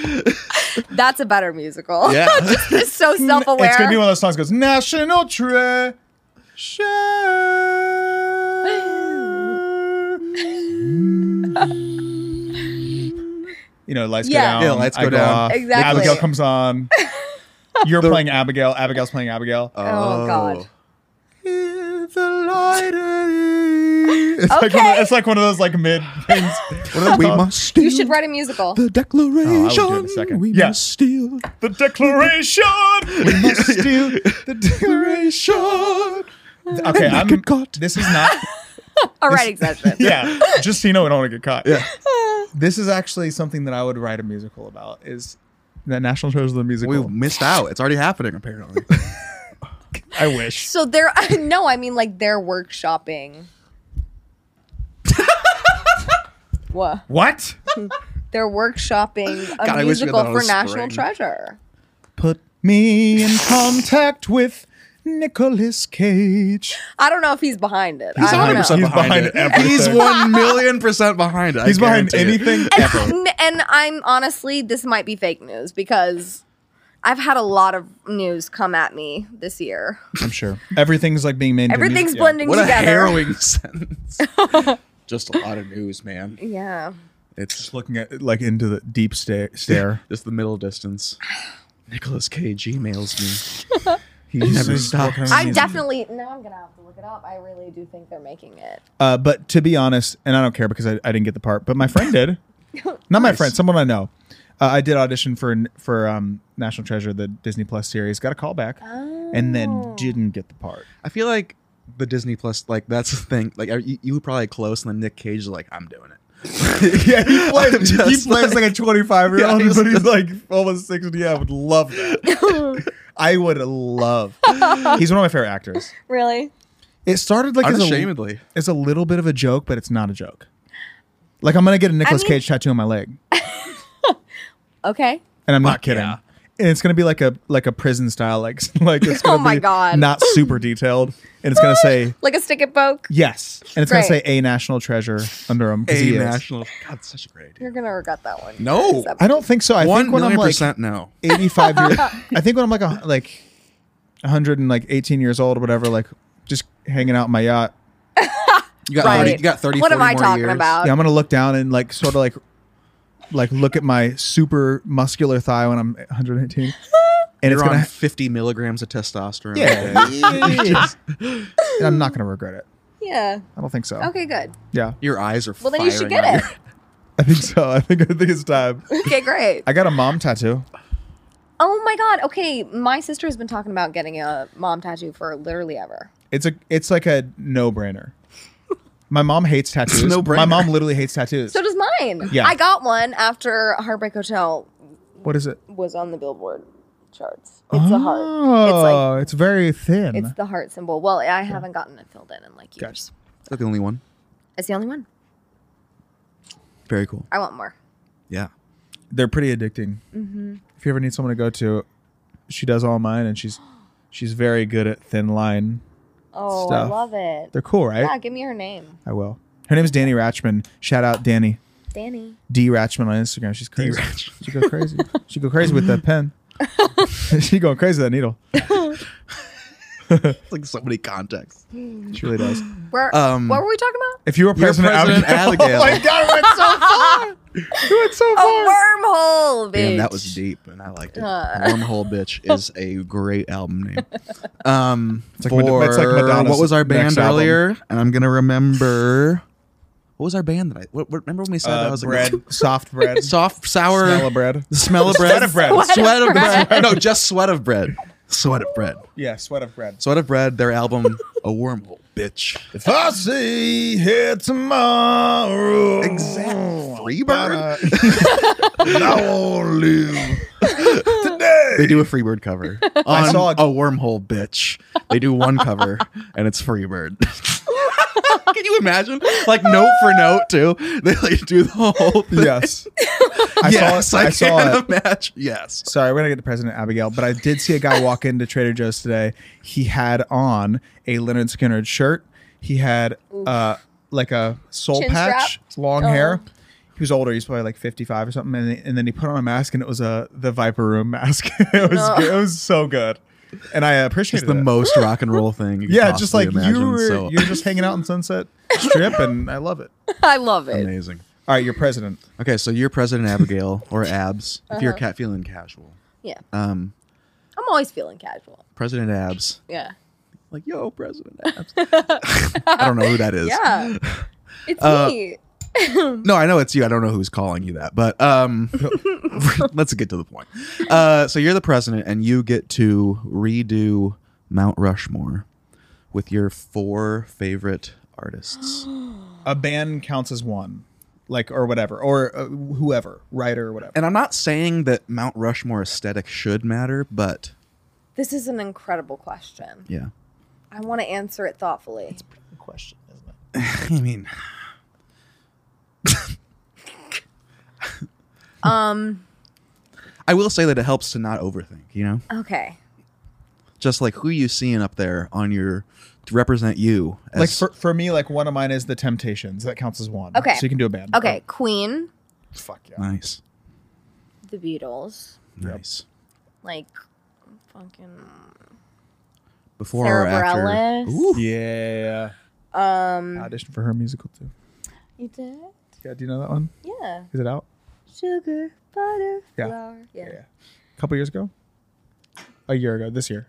S4: That's a better musical.
S3: Yeah.
S4: it's so self-aware.
S2: It's gonna be one of those songs that goes National Treasure. you know, lights
S4: Yeah.
S2: go down.
S3: Yeah, lights
S2: I
S3: go down.
S2: off,
S4: Exactly.
S2: Abigail comes on. You're playing Abigail. Abigail's playing Abigail.
S4: Oh, God.
S2: It's, like one of,
S4: Okay.
S2: it's like one of those like mid things. What are they
S3: We
S2: called?
S3: must steal
S4: you should write a musical.
S3: the Declaration.
S2: Oh, I will do it in a second.
S3: We
S2: Yeah.
S3: must steal
S2: the Declaration. We must steal the
S3: Declaration.
S2: Declaration. Okay, I'm.
S3: get caught.
S2: This is not.
S4: A writing session.
S2: yeah. Just so you know, I don't want to get caught. Yeah. this is actually something that I would write a musical about. Is that National Treasure the
S3: We
S2: musical?
S3: missed out. It's already happening, apparently.
S2: I wish.
S4: So they're no, I mean like they're workshopping What?
S2: What?
S4: They're workshopping a
S3: God, I wish we had
S4: musical
S3: that on
S4: for
S3: a spring.
S4: National Treasure.
S2: Put me in contact with Nicolas Cage.
S4: I don't know if he's behind it. I
S3: He's
S4: don't
S3: 100
S4: know.
S3: percent
S6: He's
S3: behind
S6: behind
S3: it.
S6: everything.
S3: He's one million percent behind it. I
S2: He's behind
S3: guarantee it.
S2: anything ever.
S4: N- and I'm honestly, this might be fake news because I've had a lot of news come at me this year.
S2: I'm sure. Everything's like being made. into a music-
S4: Everything's
S2: yeah.
S4: blending
S3: What a
S4: together.
S3: harrowing sentence. Just a lot of news, man.
S4: Yeah.
S3: It's
S2: Just looking at like into the deep sta- stare.
S3: just the middle distance. Nicholas Cage emails me. He
S2: He's-
S3: never
S2: he's walking
S3: stops.
S2: around.
S4: I
S2: Amazing.
S4: definitely now I'm gonna have to look it up. I really do think they're making it.
S2: Uh, but to be honest, and I don't care because I, I didn't get the part, but my friend did. Not my friend, someone I know. Uh, I did audition for for um, National Treasure, the Disney Plus series. Got a call back, and
S4: Oh.
S2: then didn't get the part.
S3: I feel like the Disney Plus, like that's the thing. Like you, you were probably close, and then Nick Cage is like, "I'm doing it." yeah, he
S2: he plays like, a 25 year old, but he's like almost 60. Yeah, I would love that. I would love. He's one of my favorite actors.
S4: Really?
S2: It started like as a,
S3: unashamedly.
S2: it's a little bit of a joke, but it's not a joke. Like I'm gonna get a Nicolas
S4: mean-
S2: Cage tattoo on my leg,
S4: Okay.
S2: and I'm not kidding. And it's gonna be like a like a prison style, like like it's
S4: Oh
S2: gonna
S4: my
S2: be
S4: God.
S2: not super detailed, and it's gonna say
S4: Like a stick and poke.
S2: yes, and it's gonna say
S4: Great.
S2: a national treasure under him. 'cause
S3: a
S2: he is.
S3: national. God, such a great idea.
S4: You're gonna regret that one.
S3: No.
S2: I don't think so. I
S3: One
S2: think when
S3: million
S2: I'm like
S3: percent no.
S2: 85 years i think when i'm like a, like 100 and like 18 years old or whatever like just hanging out in my yacht
S3: You got
S4: Right.
S3: thirty. You got thirty.
S4: What am
S3: 40
S4: I
S3: more
S4: talking
S3: years.
S4: about?
S2: yeah i'm gonna look down and like sort of like like look at my super muscular thigh when i'm 118 and
S3: You're
S2: it's
S3: on
S2: gonna
S3: fifty milligrams of testosterone.
S2: Yeah.
S3: a day.
S2: and i'm not gonna regret it
S4: Yeah.
S2: i don't think so
S4: Okay, good.
S2: yeah
S3: Your eyes are.
S4: Well then you
S3: firing
S4: should get
S3: out
S4: it.
S3: your-
S2: i think so i think i think it's time
S4: Okay, great.
S2: i got a mom tattoo
S4: Oh my god. Okay, my sister has been talking about getting a mom tattoo for literally ever.
S2: it's a it's like a no-brainer my mom hates tattoos my
S3: no-brainer.
S2: mom literally hates tattoos
S4: So does mine.
S2: Yeah.
S4: I got one after Heartbreak Hotel
S2: what is it
S4: was on the Billboard charts. It's a heart. It's like
S2: Oh, it's very thin
S4: it's the heart symbol. Well, I haven't gotten it filled in in like years.
S3: Is that the only one?
S4: It's the only one.
S3: Very cool.
S4: I want more.
S3: Yeah.
S2: they're pretty addicting.
S4: Mm-hmm.
S2: If you ever need someone to go to, she does all mine, and she's she's very good at thin line.
S4: Oh, I
S2: Stuff.
S4: love it.
S2: They're cool, right?
S4: Yeah, give me her name.
S2: I will. Her name's Danny Ratchman. Shout out Danny
S4: Danny.
S2: D Ratchman on Instagram. She's crazy. She go crazy. she go crazy with that pen. she going crazy with that needle.
S3: It's like so many contexts.
S2: She really does.
S4: Where,
S3: Um,
S4: what were we talking about?
S2: If you were president,
S3: President Abigail.
S2: Oh my god, it went so far. It went so
S4: A
S2: far.
S4: wormhole, bitch.
S3: Damn, that was deep, and I liked it.
S4: Uh.
S3: Wormhole Bitch is a great album name. Um,
S2: like
S3: for
S2: Mad- it's like Madonna's
S3: what was our band
S2: next album.
S3: earlier? And I'm gonna remember. What was our band that I? What, what- remember when we said that
S2: Uh,
S3: was
S2: bread, soft bread,
S3: Like, soft, sour.
S2: smell of bread.
S3: The smell of bread.
S2: Sweat of bread.
S3: Sweat, of bread. no, just sweat of bread. Sweat of bread.
S2: Yeah, sweat of bread.
S3: Sweat of bread. Their album, A Wormhole Bitch.
S2: If I see here tomorrow,
S3: Exactly. Freebird.
S2: Freebird. I won't live today.
S3: They do a Freebird cover. On
S2: I saw a-
S3: a, Wormhole Bitch. They do one cover, and it's Freebird. Can you imagine? Like note for note too. They like do the whole. Thing.
S2: Yes, I
S3: yes,
S2: saw it. I,
S3: I,
S2: saw it.
S3: can't imagine. Yes.
S2: Sorry, we're gonna get to President Abigail, but I did see a guy walk into Trader Joe's today. He had on a Leonard Skinner shirt. He had uh like a soul
S4: Chin
S2: patch,
S4: strap?
S2: long
S4: Oh.
S2: hair. He was older. He was probably like fifty-five or something. And, and then he put on a mask, and it was a the Viper Room mask. it was it was so good, and I appreciate
S3: It's the
S2: it.
S3: most rock and roll thing. You could
S2: Yeah, just
S3: possibly
S2: like you
S3: imagine,
S2: were,
S3: so
S2: you're just hanging out in Sunset Strip, and I love it.
S4: I love it.
S3: amazing.
S2: All right, you're president.
S3: Okay, so you're President Abigail or Abs. If you're cat feeling casual,
S4: Yeah.
S3: um,
S4: I'm always feeling casual.
S3: President Abs,
S4: Yeah.
S3: like yo, President Abs. I don't know who that is.
S4: Yeah. It's
S3: Uh,
S4: me.
S3: No, I know it's you. I don't know who's calling you that, but um, let's get to the point. Uh, so you're the president, and you get to redo Mount Rushmore with your four favorite artists.
S2: A band counts as one, like or whatever, or uh, whoever, writer or whatever.
S3: and I'm not saying that Mount Rushmore aesthetic should matter, but
S4: This is an incredible question.
S3: yeah,
S4: I want to answer it thoughtfully.
S2: Question, isn't it?
S3: I mean,
S4: Um.
S3: I will say that it helps to not overthink, you know?
S4: Okay.
S3: Just like who you seeing up there on your to represent you as
S2: Like for, for me, like one of mine is the Temptations. That counts as one.
S4: Okay.
S2: So you can do a band.
S4: Okay. Queen,
S2: Oh, fuck yeah.
S3: nice.
S4: The Beatles,
S3: Nice.
S4: like fucking
S3: Before
S4: Sarah
S3: or after.
S4: Bareilles.
S2: Yeah.
S4: Um.
S2: Audition for her musical too.
S4: You did?
S2: Yeah. Do you know that one?
S4: Yeah.
S2: Is it out?
S4: Sugar, butter,
S2: Yeah.
S4: flour. Yeah.
S2: A couple years ago. A year ago. This year.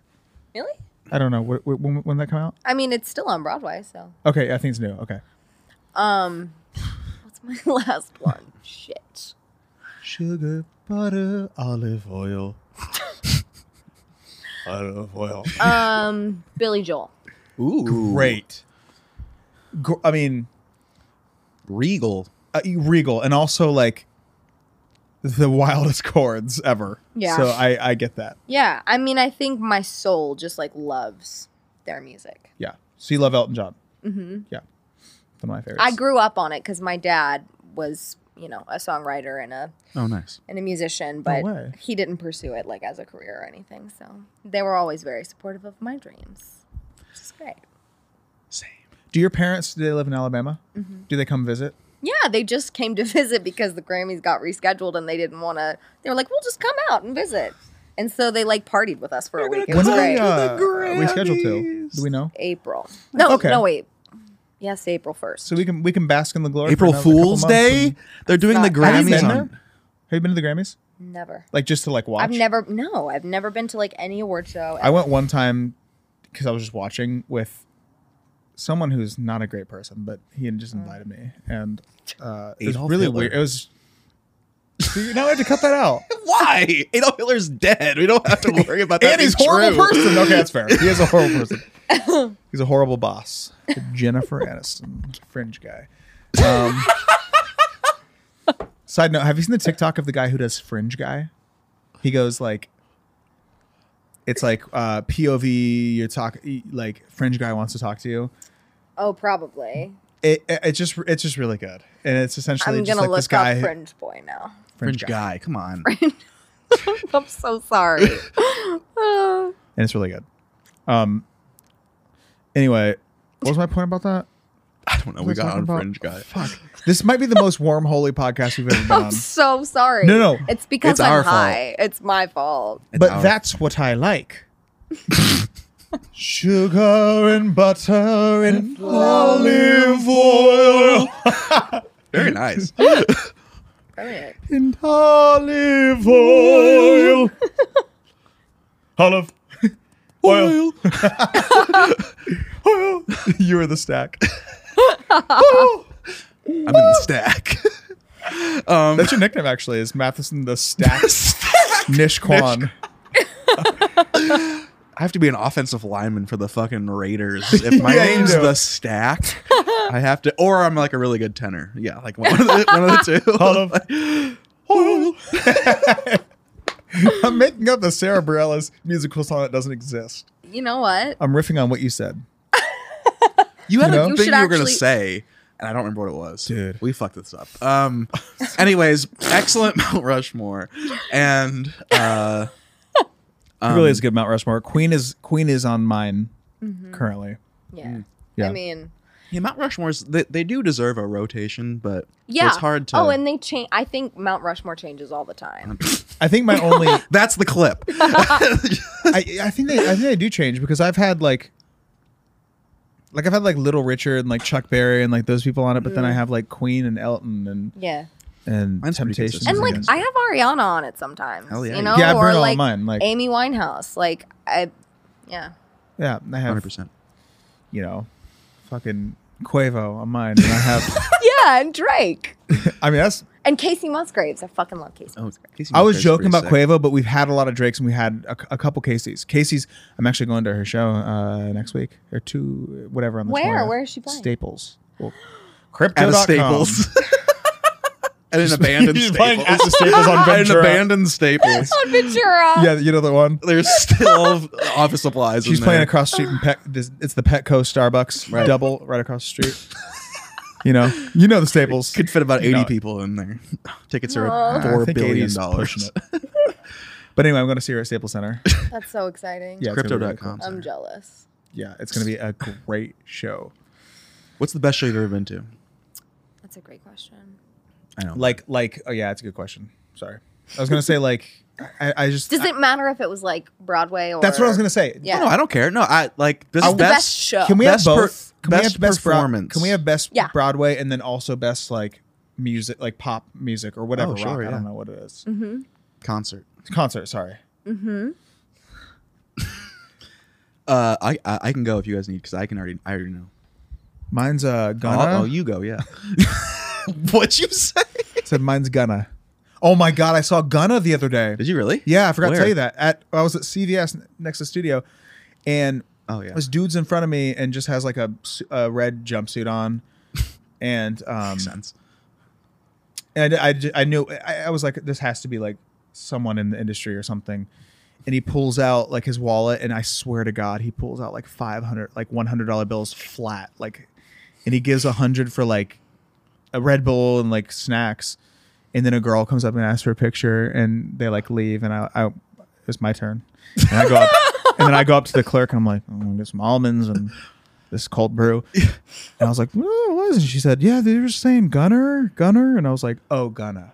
S4: Really?
S2: I don't know. Wh- wh- When, when that come out?
S4: I mean, it's still on Broadway, so.
S2: Okay. I think it's new. Okay.
S4: Um, what's my last one? Shit.
S6: Sugar, butter, olive oil. olive oil.
S4: Um, Billy Joel.
S3: Ooh.
S2: Great. Gr- I mean,
S3: Regal.
S2: uh, regal and also like the wildest chords ever.
S4: Yeah.
S2: So I I get that.
S4: Yeah, I mean, I think my soul just like loves their music.
S2: Yeah. So you love Elton John.
S4: hmm
S2: Yeah. One of my favorites.
S4: I grew up on it because my dad was, you know, a songwriter and a
S3: Oh, nice.
S4: and a musician, but
S2: way.
S4: he didn't pursue it like as a career or anything. So they were always very supportive of my dreams, which is great.
S2: Do your parents? Do they live in Alabama?
S4: Mm-hmm.
S2: Do they come visit?
S4: Yeah, they just came to visit because the Grammys got rescheduled and they didn't want to. They were like, "We'll just come out and visit," and so they like partied with us for a week. It was
S2: do they,
S4: great.
S2: uh, we scheduled to?
S3: Grammys.
S2: Do we know?
S4: April. No,
S2: Okay.
S4: no, wait. Yes, April first.
S2: So we can we can bask in the glory. for
S3: April
S2: another couple
S3: Fool's
S2: months
S3: Day?
S2: and-
S3: They're doing the
S4: Have you
S2: Have you
S3: Grammys
S2: been there?
S3: on.
S2: Have you been to the Grammys?
S4: never.
S2: Like just to like watch?
S4: I've never. No, I've never been to like any award show.
S2: I went one time because I was just watching with someone who's not a great person, but he had just invited me, and uh, it was
S3: Adolf
S2: really
S3: Hitler.
S2: weird. It was. You know, I had to cut that out.
S3: Why? Adolf Hitler's dead. We don't have to worry about that.
S2: and he's a
S3: being
S2: horrible
S3: true.
S2: person. Okay, that's fair. He is a horrible person. He's a horrible boss. Jennifer Aniston, fringe guy. Um, side note: Have you seen the TikTok of the guy who does fringe guy? He goes like, it's like uh, POV. You're talk like fringe guy wants to talk to you.
S4: oh, probably.
S2: It, it it's just it's just really good, and it's essentially
S4: I'm
S2: just
S4: gonna
S2: like this
S4: look
S2: guy
S4: up Fringe Boy now.
S2: fringe guy,
S3: guy. Come on.
S4: I'm so sorry. Uh,
S2: and it's really good. Um. Anyway, what was my point about that?
S3: I don't know. We
S2: We're
S3: got
S2: talking
S3: on
S2: about-
S3: Fringe guy.
S2: Fuck. This might be the most wormholy podcast we've ever been on.
S4: I'm so sorry.
S2: Um, No, no.
S4: It's because
S3: It's
S4: I'm
S3: our fault.
S4: high. It's my fault.
S2: But
S3: It's our-
S2: that's what I like. Sugar and butter and olive oil
S3: Very nice.
S4: Brilliant.
S2: and olive oil. olive oil. oil. you were the stack.
S3: I'm in the stack. um,
S2: That's your nickname, actually, is Matheson the Stack Nishquan.
S3: I have to be an offensive lineman for the fucking Raiders. If my
S2: Yeah, you
S3: name's
S2: do.
S3: the stack, I have to, or I'm like a really good tenor. Yeah, like one of the, one of the two.
S2: Olive oil. I'm making up a Sarah Bareilles musical song that doesn't exist.
S4: You know what?
S2: I'm riffing on what you said.
S3: You had
S2: You know?
S3: a
S4: You
S3: thing
S4: should
S3: you were gonna
S4: actually-
S3: say, and I don't remember what it was.
S2: Dude.
S3: we fucked this up. Um, anyways, excellent Mount Rushmore, and uh,
S2: It
S3: um,
S2: really is a good Mount Rushmore. Queen is Queen is on mine
S4: Mm-hmm.
S2: currently.
S4: Yeah.
S2: mm, Yeah.
S4: I mean,
S3: Yeah, Mount Rushmore's they, they do deserve a rotation, but
S4: yeah.
S3: it's hard to.
S4: Oh, and they change. I think Mount Rushmore changes all the time.
S2: I think my only I,
S3: that's the clip.
S2: I think they I think they do change because I've had like like I've had like Little Richard and like Chuck Berry and like those people on it, but then I have like Queen and Elton and
S4: Yeah.
S2: and
S3: Mine's pretty
S2: Temptations.
S3: consistent.
S4: And
S2: I
S4: like
S2: guess.
S4: I have Ariana on it sometimes.
S3: Hell yeah,
S4: You
S3: you
S4: know,
S2: do. Yeah, I burn
S4: or
S2: all
S4: like
S2: mine, like-
S4: Amy Winehouse. Like I, yeah.
S2: yeah, I have
S3: Hundred percent.
S2: you know fucking Quavo on mine, and I have
S4: Yeah, and Drake
S2: I mean that's
S4: and Casey Musgraves. I fucking love Casey.
S3: Oh, Casey
S2: I was
S3: Musgrave's
S2: joking
S3: pretty
S2: about
S3: sick.
S2: Quavo, but we've had a lot of Drakes and we had a, a couple Casey's. Casey's, I'm actually going to her show uh, next week or two, whatever. On the
S4: Where?
S2: 20th.
S4: Where is she playing?
S2: Staples. Well,
S3: at a
S2: Crypto.com.
S3: Staples. at an abandoned
S2: She's playing
S3: Staples.
S2: at the Staples on
S3: At an
S2: Ventura.
S3: abandoned Staples.
S4: On Ventura.
S2: Yeah, you know the one.
S3: There's still office supplies.
S2: She's
S3: in
S2: playing
S3: there.
S2: across the street from Pet. This, it's the Petco Starbucks
S3: Right.
S2: double right across the street. you know, you know the staples.
S3: Could fit about 80
S2: No.
S3: people in there. Tickets are
S4: Aw. I
S3: $4
S2: think
S3: billion.
S2: 80's pushing But anyway, I'm going to see her at Staples Center.
S4: That's so exciting.
S2: Yeah, it's gonna be really cool.
S3: Crypto.com.
S4: I'm jealous.
S2: Yeah, it's going to be a great show.
S3: What's the best show you've ever been to?
S4: That's a great question.
S3: I know.
S2: Like, like, oh yeah, it's a good question. Sorry, I was going to say like, I, I just
S4: Does it matter if it was like Broadway or?
S2: that's what I was going to say.
S4: Yeah.
S3: No, I don't care. No, I like this
S4: It's
S3: is
S4: Oh, the
S3: best,
S4: best show.
S2: Can we
S3: Best
S2: have
S3: per-
S2: both? can we
S3: best
S2: have best Bro-
S3: performance.
S2: can we have best
S4: Yeah.
S2: Broadway and then also best like music, like pop music or whatever?
S3: Oh, sure,
S2: rock. I don't
S3: yeah.
S2: know what it is.
S3: concert.
S2: Concert. Sorry.
S3: Uh, I, I I can go if you guys need because I can already I already know.
S2: Mine's uh
S3: Oh,
S2: Ghana.
S3: oh, you go, yeah. what you say?
S2: said mine's Gunna. Oh my god, I saw Gunna the other day.
S3: Did you really?
S2: Yeah, I forgot
S3: Where?
S2: to tell you that. At I was at CVS n- next to the studio, and
S3: Oh yeah.
S2: this dude's in front of me and just has like a, s- a red jumpsuit on, and um,
S3: Makes sense.
S2: and I, j- I knew I, I was like, this has to be like someone in the industry or something. And he pulls out like his wallet, and I swear to God, he pulls out like five hundred, like one hundred dollar bills flat, like, and he gives a hundred for like a Red Bull and like snacks, and then a girl comes up and asks for a picture, and they like leave, and I, I it was my turn, and I go up, and then I go up to the clerk, and I'm like, I'm gonna get some almonds and this cold brew. And I was like, "Well, it was. And she said, yeah, they were saying Gunner, Gunner. And I was like, oh, Gunna.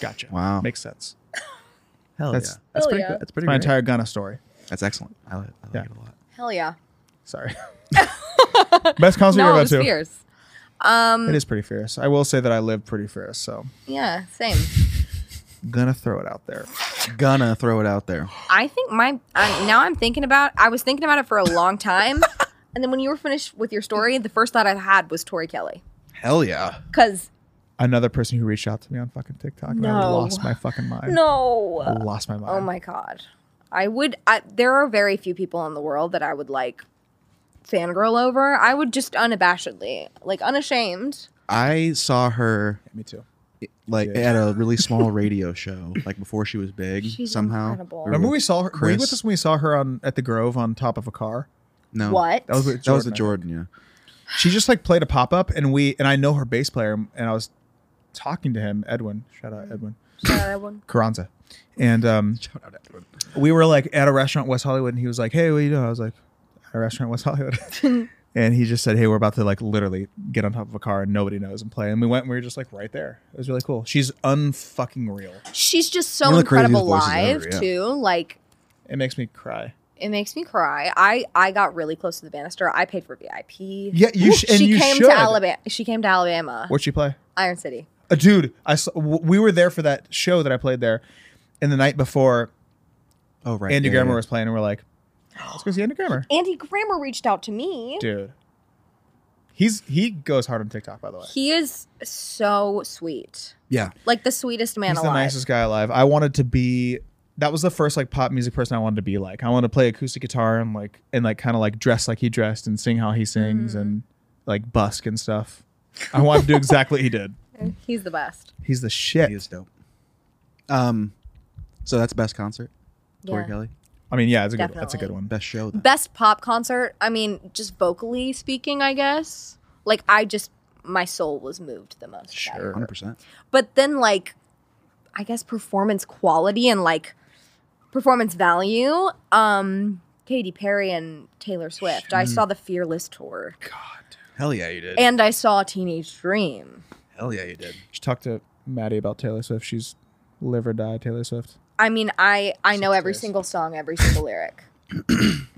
S2: Gotcha.
S3: Wow.
S2: Makes sense.
S3: Hell
S2: That's-
S3: yeah. That's
S4: Hell
S3: pretty
S4: yeah.
S3: good. That's
S2: It's
S3: pretty
S2: my
S3: great.
S2: entire Gunna story.
S3: That's excellent. I like, I like
S2: Yeah.
S3: it a lot.
S4: Hell yeah.
S2: Sorry. Best concert
S4: No,
S2: you're
S4: it
S2: about
S4: was
S2: to.
S4: fierce.
S2: It is pretty fierce. I will say that I live pretty fierce, so
S4: Yeah, same.
S2: gonna throw it out there.
S3: Gonna throw it out there.
S4: I think my uh, now I'm thinking about. I was thinking about it for a long time, and then when you were finished with your story, the first thought I had was Tori Kelly
S3: Hell yeah.
S4: because
S2: Another person who reached out to me on fucking TikTok, and I
S4: No.
S2: lost my fucking mind.
S4: no,
S2: I lost my mind.
S4: oh my god, I would. I, there are very few people in the world that I would like fangirl over. I would just unabashedly, like unashamed.
S3: I saw her
S2: Me too.
S3: like
S2: Yeah.
S3: at a really small radio show, like before she was big.
S4: She's
S3: somehow.
S4: incredible.
S2: Remember we saw her. Were you
S3: Chris.
S2: with us when we saw her on at the Grove on top of a car?
S3: No.
S4: What?
S2: That was with
S3: That was the
S2: I think.
S3: Jordan. Yeah.
S2: she just like played a pop up and we and I know her bass player and I was talking to him, Edwin. Shout out Edwin.
S4: Yeah, that one.
S2: Carranza. And um we were like at a restaurant in West Hollywood and he was like, Hey, what are you doing? I was like, at a restaurant in West Hollywood. and he just said, Hey, we're about to like literally get on top of a car and nobody knows and play. And we went and we were just like right there. It was really cool. She's unfucking real.
S4: She's just so
S3: One of the craziest
S4: incredible
S3: voices
S4: live
S3: ever, yeah.
S4: too. Like
S2: It makes me cry.
S4: It makes me cry. I I got really close to the banister. I paid for VIP.
S2: Yeah, you sh- and
S4: she
S2: you
S4: came
S2: should.
S4: to Alabama. She came to Alabama.
S2: What'd she play?
S4: Iron City.
S2: Uh, dude, I saw, w- we were there for that show that I played there. And the night before,
S3: Oh right.
S2: Andy
S3: yeah,
S2: Grammer
S3: yeah.
S2: was playing and we're like, Let's go see Andy Grammer.
S4: Andy Grammer reached out to me.
S2: dude. He's he goes hard on TikTok, by the way.
S4: He is so sweet.
S3: Yeah.
S4: Like the sweetest man
S2: He's the
S4: alive.
S2: nicest guy alive. I wanted to be. That was the first like pop music person I wanted to be like. I wanted to play acoustic guitar and like and like kind of like dress like he dressed and sing how he sings and
S4: Mm-hmm.
S2: like busk and stuff. I wanted to do exactly what he did.
S4: He's the best.
S2: He's the shit.
S3: He is dope. Um, so that's best concert. Tori
S4: Yeah.
S3: Kelly.
S2: I mean, yeah, it's a good, that's a
S4: Definitely.
S2: good one.
S3: Best show. Then.
S4: Best pop concert. I mean, just vocally speaking, I guess. Like I just my soul was moved the most. by
S2: Sure.
S3: Hundred percent.
S4: but then like i guess performance quality and like performance value um Katy Perry and Taylor Swift. I saw the Fearless tour,
S3: Hell yeah, you did.
S4: and I saw Teenage Dream.
S3: Hell yeah, you did.
S2: Just talk to Maddie about Taylor Swift. She's live or die Taylor Swift.
S4: I mean, I I know
S2: Six
S4: every
S2: days.
S4: single song, every single lyric.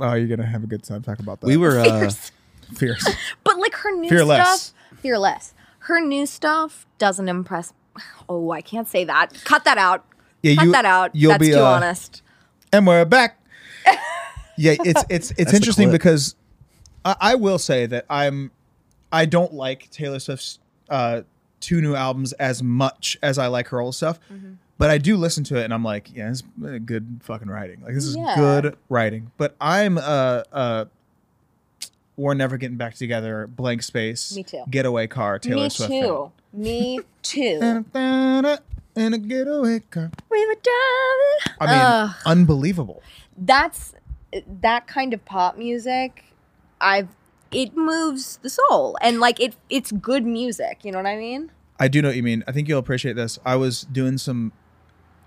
S2: Oh, you're gonna have a good time talking about that.
S3: We were uh,
S4: Fierce.
S2: fierce.
S4: but like her new
S2: Fearless.
S4: stuff, fearless. Her new stuff doesn't impress. Oh, I can't say that. Cut that out.
S2: Yeah,
S4: Cut that out.
S2: you'll
S4: That's
S2: be,
S4: too
S2: uh,
S4: honest.
S2: and we're back. yeah, it's it's it's
S3: the
S2: interesting
S3: clip.
S2: because I, I will say that I'm I don't like Taylor Swift's uh, two new albums as much as I like her old stuff,
S4: Mm-hmm.
S2: but I do listen to it and I'm like, yeah, it's uh, good fucking writing. Like this is
S4: Yeah.
S2: good writing. But I'm uh uh we're never getting back together. Blank space.
S4: Me too.
S2: Getaway car. Taylor
S4: Me
S2: Swift.
S4: too. Me too.
S2: fan. Da-da-da-da, In a getaway car.
S4: we were driving.
S2: I mean,
S4: Ugh.
S2: unbelievable.
S4: that's that kind of pop music i've it moves the soul and like it it's good music you know what i mean
S2: I do know what you mean. I think you'll appreciate this. I was doing some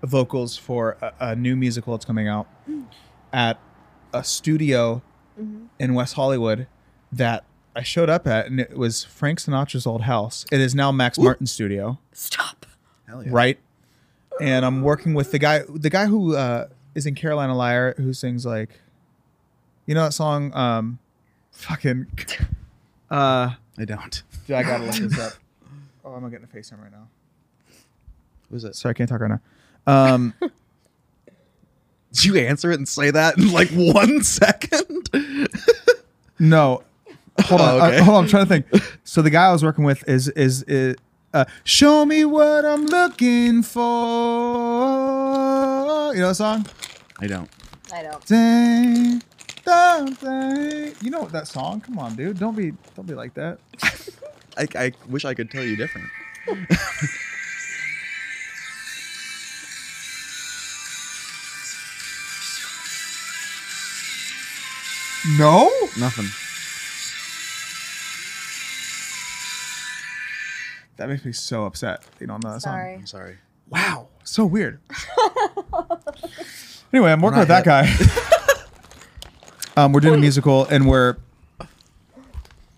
S2: vocals for a, a new musical that's coming out at a studio in West Hollywood that I showed up at, and it was Frank Sinatra's old house. It is now Max Martin's studio,
S4: stop
S2: right? And I'm working with the guy, the guy who uh, is in Carolina Liar, who sings like, you know that song, um, fucking. Uh,
S3: I don't.
S2: Dude, I gotta look this up. Oh, I'm not getting a FaceTime right now.
S3: What is it?
S2: Sorry, I can't talk right now. Um,
S3: Did you answer it and say that in like one second?
S2: no, hold on,
S3: Oh,
S2: uh,
S3: okay.
S2: hold on. I'm trying to think. So the guy I was working with is is, is uh, show me what I'm looking for. You know the song?
S3: I don't.
S4: i don't
S2: Dang, dang, dang. You know that song? Come on, dude. Don't be don't be like that.
S3: I, I wish I could tell you different.
S2: No.
S3: Nothing.
S2: That makes me so upset. You don't know that song.
S4: sorry
S3: I'm sorry.
S2: Wow, so weird. anyway, I'm working
S3: We're
S2: with that
S3: not
S2: guy. um, we're doing a musical, and we're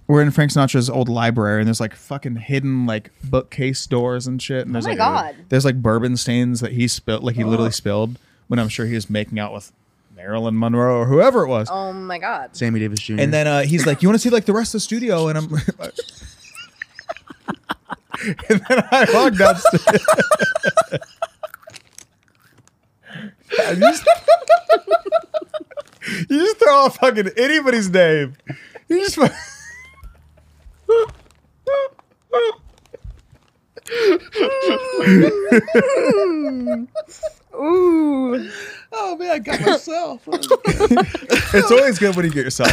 S2: we're in Frank Sinatra's old library, and there's like fucking hidden like bookcase doors and shit. And there's
S4: Oh my
S2: like
S4: God.
S2: there's like bourbon stains that he spilled, like he literally spilled when I'm sure he was making out with Marilyn Monroe or whoever it was.
S4: oh my god
S3: Sammy Davis Jr.
S2: And then uh, he's like, "You want to see like the rest of the studio?" And I'm. and then I walk downstairs. I just- you just throw out fucking anybody's name. You just. fu-
S4: ooh
S3: oh man, I got myself.
S2: It's always good when you get yourself.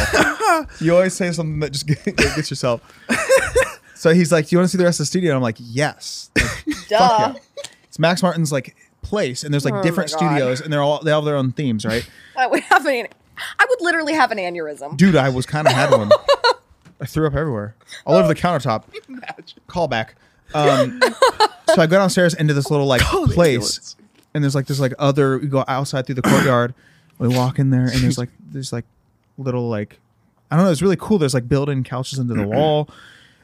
S2: You always say something that just get- that gets, yourself. So he's like, "Do you want to see the rest of the studio?" And I'm like, "Yes." Like,
S4: duh
S2: Fuck yeah. It's Max Martin's like place, and there's like
S4: Oh my
S2: different
S4: God.
S2: studios, and they're all they all have their own themes, right?
S4: i would have an i would literally have an aneurysm
S2: Dude, I was kind of had one. I threw up everywhere, all over the
S3: Oh.
S2: countertop. Call back. Um, so I go downstairs into this little like
S3: Call the
S2: place,
S3: ambulance.
S2: and there's like this like other. We go outside through the courtyard. we walk in there, and there's like there's like little like I don't know. It's really cool. There's like built-in couches into the
S3: Mm-hmm.
S2: wall.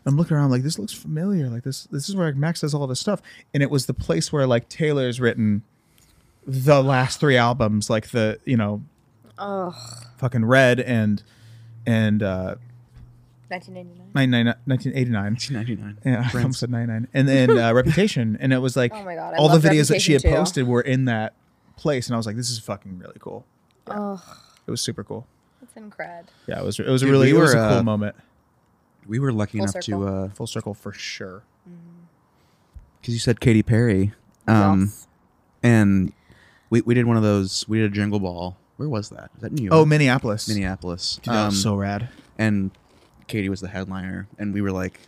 S2: I'm looking around like this looks familiar. Like this this is where like, Max does all this stuff, and it was the place where like Taylor's written the last three albums, like the you know
S4: Ugh.
S2: fucking Red and and uh,
S4: 1999
S2: 99 1989.
S3: 1999.
S2: Yeah, I almost said 99. And then uh, Reputation. And it was like
S4: Oh my God, I
S2: all the
S4: love
S2: videos that she had
S4: Reputation too.
S2: posted were in that place. And I was like, this is fucking really cool.
S4: Ugh,
S2: It was super cool.
S4: that's incredible
S2: Yeah, it was it was a
S3: Dude,
S2: really
S3: we
S2: it was
S3: were,
S2: a cool
S3: uh,
S2: moment.
S3: We were lucky
S4: Full
S3: enough
S4: circle.
S3: to uh
S2: Full circle for sure.
S3: because you said Katy Perry. Um
S4: Yes.
S3: and we, we did one of those we did a jingle ball. Where was that? Was that New York?
S2: Oh, Minneapolis.
S3: Minneapolis.
S2: Dude, that
S3: Um,
S2: was so rad.
S3: and Katie was the headliner, and we were like,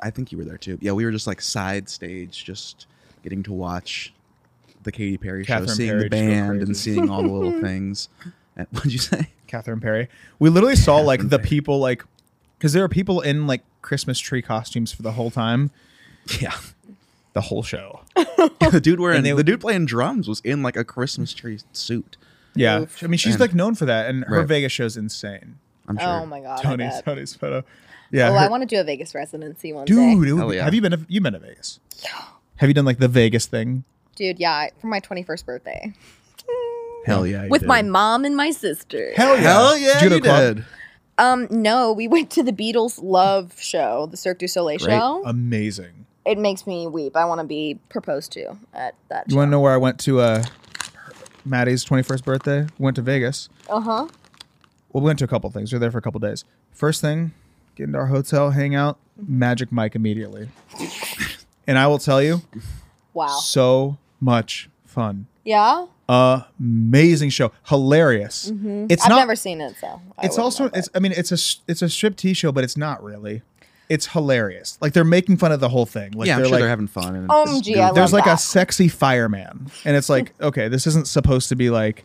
S3: I think you were there too. Yeah, we were just like side stage, just getting to watch the Katy Perry
S2: Catherine
S3: show, seeing
S2: Perry
S3: the
S2: just go
S3: band,
S2: crazy.
S3: and seeing all the little things. And what'd you say?
S2: Catherine Perry. We literally saw like
S3: Catherine
S2: the
S3: Perry.
S2: people like because there were people in like Christmas tree costumes for the whole time,
S3: Yeah,
S2: the whole show.
S3: the dude wearing
S2: And they-
S3: the dude playing drums was in like a Christmas tree suit.
S2: Yeah, I mean she's
S3: And-
S2: like known for that, and her
S3: Right.
S2: Vegas show's insane.
S3: I'm sure.
S4: oh my god I
S2: Tony's
S4: bet.
S2: Tony's photo. Yeah,
S4: oh
S2: her-
S4: i want to do a vegas residency one
S2: dude
S4: day
S2: it would
S3: Hell
S2: be-
S3: yeah.
S2: have you been to, you been to vegas have you done like the vegas thing
S4: dude yeah I- for my 21st birthday
S3: Hell yeah! you
S4: with
S3: did.
S4: my mom and my sister
S2: hell yeah
S3: Hell yeah!
S2: Did you go to
S3: you
S2: the club?
S3: did.
S4: Um, no, we went to the Beatles Love show, the Cirque du Soleil
S3: Great.
S2: Uh,
S4: show.
S2: amazing
S4: it makes me weep. I want to be proposed to at that.
S2: you want to know where i went to uh maddie's 21st birthday went to vegas
S4: Uh huh.
S2: well we went to a couple things we were there for a couple days first thing get into our hotel hang out magic mike immediately and i will tell you
S4: Wow.
S2: so much fun
S4: Yeah.
S2: amazing show hilarious it's
S4: Mm-hmm. I've
S2: not
S4: never seen it, so I
S2: it's
S4: wouldn't
S2: also
S4: know, but-
S2: it's i mean it's a s- it's a strip t show but it's not really it's hilarious like they're making fun of the whole thing like
S3: yeah, I'm
S2: they're
S3: sure
S2: like
S3: they're having fun. And
S4: OMG,
S3: it's
S4: Oh, I
S3: goofy.
S2: there's
S4: love
S2: like a
S4: that.
S2: sexy fireman and it's like okay this isn't supposed to be like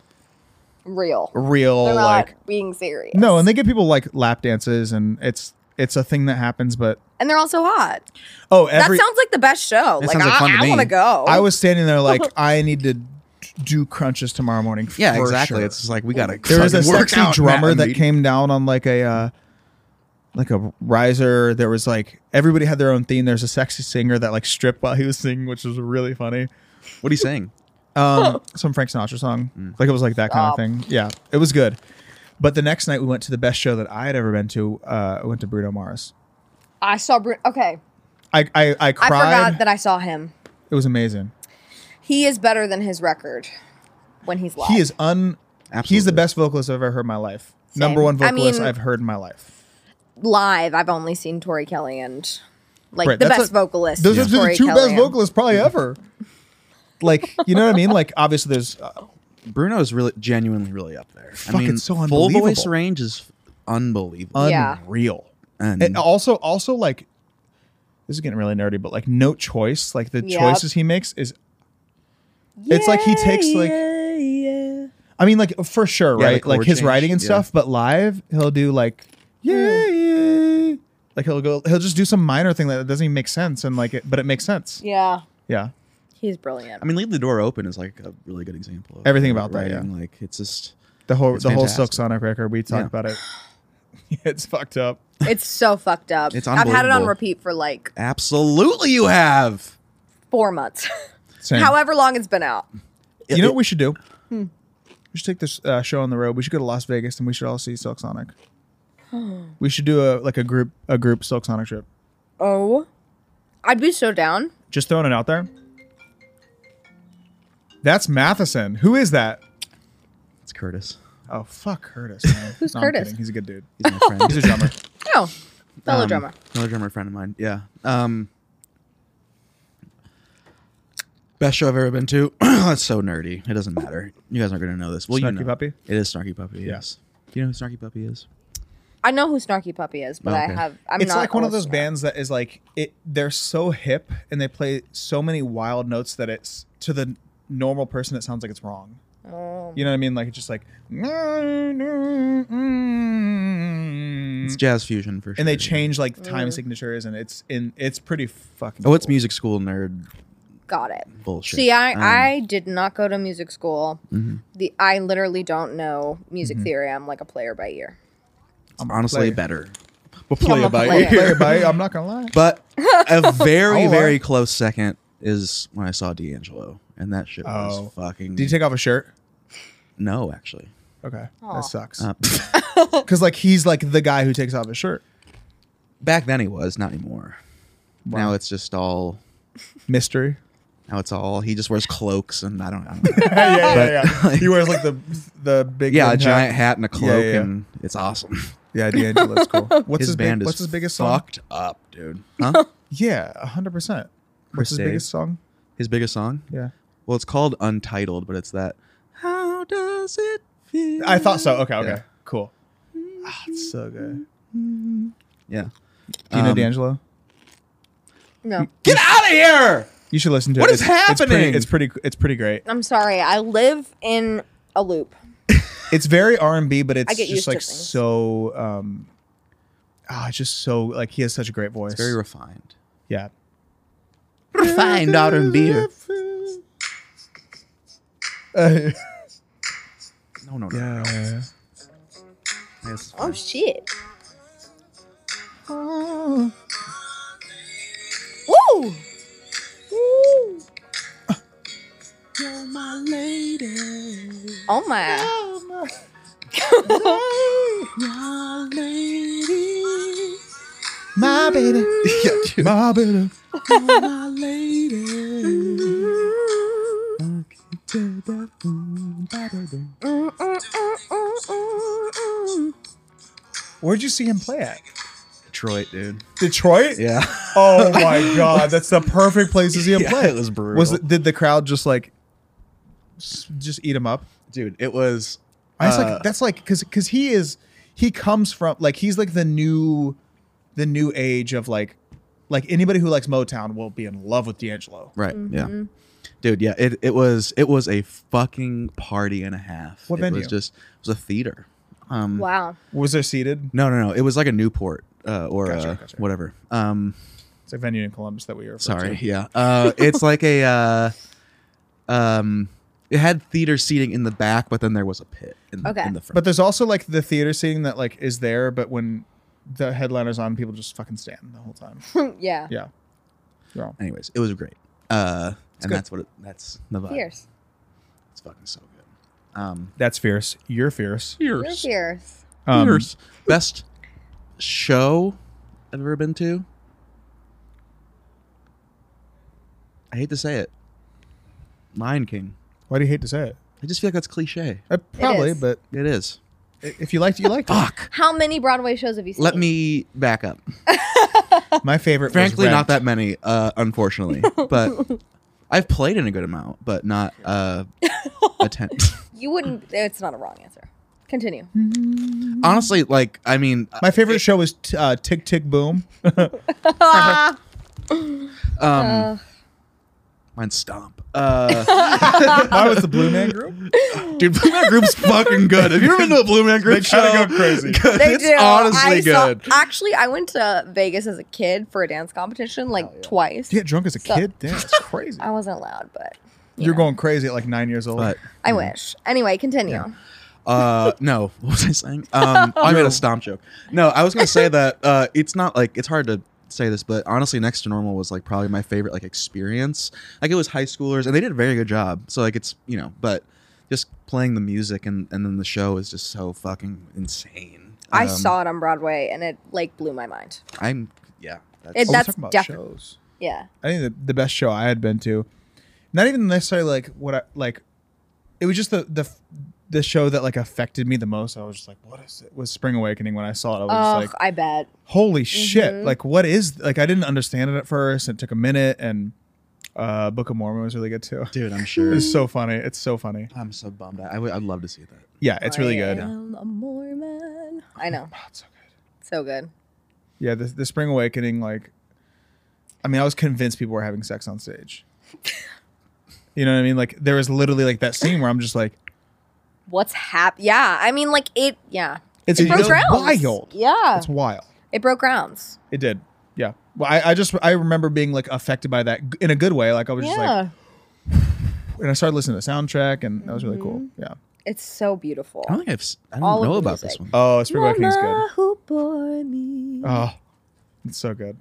S4: real.
S2: real
S4: They're not
S2: like
S4: being serious.
S2: no, and they give people like lap dances, and it's it's a thing that happens. But
S4: and they're also hot.
S2: oh, every
S4: that sounds oh. like the best show. Like,
S3: sounds like fun to
S4: I, I
S3: me.
S4: want to go.
S2: I was standing there like I need to do crunches tomorrow morning.
S3: Yeah,
S2: for
S3: exactly.
S2: sure.
S3: It's just like we gotta.
S2: there was a
S3: fucking work
S2: sexy
S3: out,
S2: drummer
S3: Matt
S2: that
S3: Mead.
S2: came down on like a uh, like a riser. There was like everybody had their own theme. There's a sexy singer that like stripped while he was singing, which was really funny.
S3: What are you saying?
S2: Um, some Frank Sinatra song,
S3: Hmm.
S2: like it was like that kind
S4: Stop.
S2: of thing. Yeah, it was good. But the next night we went to the best show that I had ever been to. Uh, I went to Bruno Mars.
S4: I saw Bruno. Okay,
S2: I I, I
S4: I
S2: cried.
S4: forgot that I saw him.
S2: it was amazing.
S4: He is better than his record when he's live.
S2: He is un. He's the
S3: Absolutely.
S2: best vocalist I've ever heard in my life. Number
S4: Same.
S2: one
S4: I
S2: vocalist I
S4: mean-
S2: have heard in my life.
S4: live. I've only seen Tori Kelly and like
S2: Right,
S4: the
S2: that's
S4: best
S2: a-
S4: vocalist.
S2: Those
S4: is
S2: are the
S4: Tori
S2: two
S4: Kelly
S2: best
S4: and-
S2: vocalists probably ever. Like you know what I mean? Like obviously there's uh,
S3: Bruno is really genuinely really up there. I
S2: Fuck,
S3: mean,
S2: it's so
S3: full voice
S2: unbelievable.
S3: range is unbelievable.
S4: Yeah.
S2: unreal.
S3: and
S2: And also also like this is getting really nerdy, but like no choice, like the
S4: Yep.
S2: choices he makes is It's like he takes, like-
S4: yeah, yeah.
S2: I mean like for sure,
S3: Yeah, the
S2: right? Like
S3: chord
S2: his
S3: change,
S2: writing and
S3: yeah.
S2: stuff, but live he'll do like
S4: Hmm.
S2: yeah, yeah. Like he'll go he'll just do some minor thing that doesn't even make sense and like it but it makes sense.
S4: yeah.
S2: Yeah.
S4: He's brilliant.
S3: I mean, leave the door open is like a really good example. Of
S2: Everything about that,
S3: writing. Like it's just
S2: The whole
S3: It's
S2: the whole
S3: fantastic.
S2: Silk Sonic record, we talked
S3: Yeah.
S2: about it. it's fucked up.
S4: it's so fucked up.
S3: It's
S4: I've had it on
S3: unbelievable.
S4: repeat for like
S3: absolutely you have.
S4: four months,
S2: Same.
S4: however long it's been out.
S2: you know what we should do?
S4: Hmm.
S2: We should take this uh, show on the road. We should go to Las Vegas and we should all see Silk Sonic. we should do a like a group a group Silk Sonic trip.
S4: Oh, I'd be so down.
S2: Just throwing it out there. That's Matheson. Who is that?
S3: It's Curtis.
S2: Oh fuck, Curtis. man.
S4: Who's
S2: No, I'm
S4: Curtis?
S2: kidding. He's a good dude.
S3: He's my friend.
S2: He's a drummer.
S4: No, fellow
S3: Um,
S4: drummer.
S3: Another drummer friend of mine. Yeah. Um, best show I've ever been to. That's so nerdy. It doesn't matter. You guys aren't gonna know this. Well, you
S2: Snarky
S3: know.
S2: Puppy?
S3: It is Snarky Puppy. Yes. Do you know who Snarky Puppy is?
S4: I know who Snarky Puppy is, but I
S3: Okay.
S4: have. I'm
S2: it's
S4: not
S2: like one of
S4: also-
S2: those bands that is like it they're so hip and they play so many wild notes that it's to the normal person it sounds like it's wrong
S4: Oh.
S2: you know what i mean like it's just like
S3: It's jazz fusion for sure.
S2: and they
S3: yeah.
S2: change like time signatures and it's in it's pretty fucking
S3: Oh, it's
S2: cool.
S3: music school nerd
S4: Got it.
S3: bullshit.
S4: See, I
S3: Um,
S4: I did not go to music school.
S2: Mm-hmm.
S4: The I literally don't know music theory. I'm like a player by ear.
S3: I'm honestly
S2: player.
S3: better. We'll play
S4: I'm a
S3: it by
S4: player.
S3: ear.
S2: Player by- i'm not gonna lie
S3: But a very,
S2: Oh,
S3: very
S2: alright.
S3: close second is when I saw D'Angelo, and that shit
S2: Oh.
S3: was fucking.
S2: did you take off a shirt
S3: no, actually.
S2: okay
S4: Aw.
S2: that sucks
S3: Uh,
S2: because like he's like the guy who takes off his shirt
S3: back then he was, not anymore. Now
S2: Wow.
S3: it's just all.
S2: mystery
S3: Now it's all. He just wears cloaks, and I don't. I don't know.
S2: yeah yeah yeah,
S3: But-
S2: he wears like the the big
S3: yeah, a
S2: red hat.
S3: giant hat and a cloak,
S2: yeah, yeah.
S3: and it's awesome.
S2: Yeah, D'Angelo's cool. What's his,
S3: his, band
S2: big,
S3: is
S2: What's his biggest song?
S3: fucked up, dude. Huh?
S2: Yeah, hundred percent. What's
S3: Chris
S2: his
S3: Dave.
S2: biggest song?
S3: his biggest song?
S2: Yeah,
S3: Well, it's called Untitled, but it's that. How does it feel?
S2: I thought so. Okay, okay,
S3: Yeah.
S2: cool. Ah, it's so good.
S3: Yeah.
S2: Do you know
S3: Um,
S2: D'Angelo?
S4: No,
S2: Mm.
S3: Get out of here!
S2: You should listen to
S3: What
S2: it.
S3: is
S2: It's-
S3: happening?
S2: It's pretty, it's pretty. It's pretty great.
S4: I'm sorry. I live in a loop.
S2: It's very R and B, but it's
S4: I get
S2: just
S4: used to
S2: like
S4: things.
S2: so. um Ah, it's just so like he has such a great voice.
S3: It's very refined.
S2: yeah.
S5: Refined R&B.
S2: Uh,
S3: No, no, no.
S2: yeah.
S3: no. It's-
S4: Oh shit. Woo! Woo! Oh my.
S2: My baby. My baby.
S4: Mm, mm, mm, mm, mm, mm.
S2: Where'd you see him play at?
S3: Detroit, dude.
S2: Detroit?
S3: Yeah.
S2: Oh my god, that's the perfect place to see him
S3: Yeah,
S2: play.
S3: it was brutal.
S2: Was it, did the crowd just like s- just eat him up?
S3: Dude, it was.
S2: I was
S3: Uh,
S2: like that's like because because he is he comes from like he's like the new the new age of like Like anybody who likes Motown will be in love with D'Angelo.
S3: Right. Yeah. Dude, yeah, it, it was it was a fucking party and a half.
S2: What
S3: it
S2: venue?
S3: was just it was a theater. Um
S4: Wow.
S2: Was there seated?
S3: no, no, no. It was like a Newport uh, or
S2: Gotcha,
S3: uh,
S2: gotcha.
S3: whatever. Um
S2: It's a venue in Columbus that we were. referred
S3: sorry
S2: to.
S3: yeah uh, it's like a uh, um it had theater seating in the back but then there was a pit in,
S4: Okay.
S3: in the front
S2: But there's also like the theater seating that like is there, but when the headliner's on, people just fucking stand the whole time.
S4: yeah.
S2: yeah. Yeah.
S3: anyways it was great uh and
S2: good.
S3: that's what it, that's the vibe
S4: Fierce.
S3: it's fucking so good um
S2: That's fierce. You're fierce.
S4: You're fierce.
S2: Um,
S3: fierce. best show i've ever been to i hate to say it lion king
S2: Why do you hate to say it?
S3: i just feel like that's cliche
S2: Uh, probably,
S4: is.
S2: but
S3: it is
S2: i- if you liked it, you liked it.
S3: fuck
S4: How many Broadway shows have you seen?
S3: let me back up
S2: My favorite. was
S3: frankly
S2: Rent.
S3: not that many uh unfortunately but i've played in a good amount but not uh attend
S4: You wouldn't. It's not a wrong answer. Continue.
S3: honestly like i mean
S2: My favorite show was t- uh, Tick Tick Boom.
S3: um
S4: Uh.
S3: mine's stomp uh
S2: Mine was the Blue Man Group.
S3: dude blue man group's fucking good have you ever been to a blue man group
S2: They
S3: show
S2: kinda go crazy.
S3: Good.
S4: They
S3: it's
S4: do.
S3: honestly
S4: I saw-
S3: good
S4: actually, I went to Vegas as a kid for a dance competition like twice.
S2: You get drunk as a
S4: So-
S2: kid? Damn, it's crazy.
S4: I wasn't allowed, but you
S2: You're
S4: know,
S2: going crazy at like nine years old. Oh,
S3: but
S4: I wish. Anyway, continue.
S3: uh no what was i saying um i made a stomp joke no i was gonna say that uh it's not like it's hard to say this but honestly next to normal was like probably my favorite like experience like it was high schoolers and they did a very good job so like it's you know but just playing the music and and then the show is just so fucking insane
S4: I
S3: Um,
S4: saw it on Broadway and it like blew my mind.
S3: i'm yeah
S4: It,
S2: Oh, we're
S4: that's
S2: talking about
S4: definitely
S2: shows.
S4: yeah.
S2: I think the, the best show I had been to, not even necessarily like what I like, it was just the the f- the show that like affected me the most. I was just like, what is it? Was Spring Awakening when I saw it? I was
S4: Oh,
S2: just like,
S4: I bet.
S2: holy shit!
S4: Mm-hmm.
S2: Like, what is like? I didn't understand it at first. It took a minute, and uh, Book of Mormon was really good too.
S3: dude i'm sure
S2: It's so funny. It's so funny.
S3: i'm so bummed out. i would i'd love to see that
S2: Yeah, it's really
S4: I
S2: good. Oh,
S4: am a Mormon. I know.
S2: so good.
S4: So good.
S2: Yeah, the, the Spring Awakening, like, I mean, I was convinced people were having sex on stage. you know what I mean? Like, there was literally like that scene where I'm just like,
S4: What's hap? Yeah. I mean, like it. Yeah.
S2: it's
S4: It broke
S2: wild.
S4: grounds. Yeah.
S2: It's wild.
S4: It broke grounds.
S2: It did. Yeah. Well, I, I just I remember being like affected by that g- in a good way. Like I was just
S4: Yeah.
S2: like, and I started listening to the soundtrack, and that was really cool.
S4: Mm-hmm.
S2: Yeah.
S4: it's so beautiful.
S3: i don't think i've s- i don't
S4: All of
S3: know
S4: the
S3: about
S4: music.
S3: this one
S2: Oh, Spring Awakening's
S4: Mama
S2: good.
S4: Who bore me.
S2: Oh, it's so good.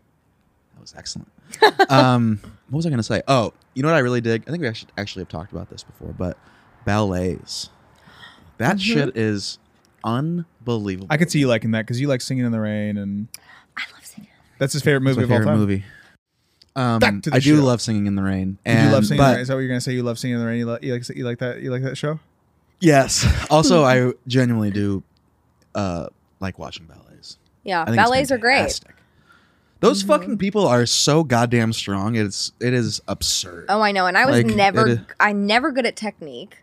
S3: That was excellent. um, what was I going to say? Oh, you know what I really dig? I think we actually actually have talked about this before, but ballets. That
S4: Mm-hmm.
S3: shit is unbelievable.
S2: I could see you liking that because you like Singing in the Rain, and
S4: I love singing.
S2: that's his favorite
S3: It's
S2: movie
S3: my
S2: of all
S3: favorite
S2: time.
S3: movie. Um,
S2: Back to the
S3: I do
S2: show.
S3: love singing in the rain.
S2: Did
S3: And,
S2: you love Singing in
S3: but-
S2: the Rain? Is that what you're gonna say? You love Singing in the Rain. You, li- you like you like that you like that show?
S3: Yes. Also, I genuinely do uh, like watching ballets.
S4: Yeah.
S3: I think it's
S4: Ballets are great. Mm-hmm.
S3: fantastic. Those fucking people are so goddamn strong. It's it is absurd.
S4: Oh, I know. And I was
S3: Like, it is-
S4: never, I never good at technique.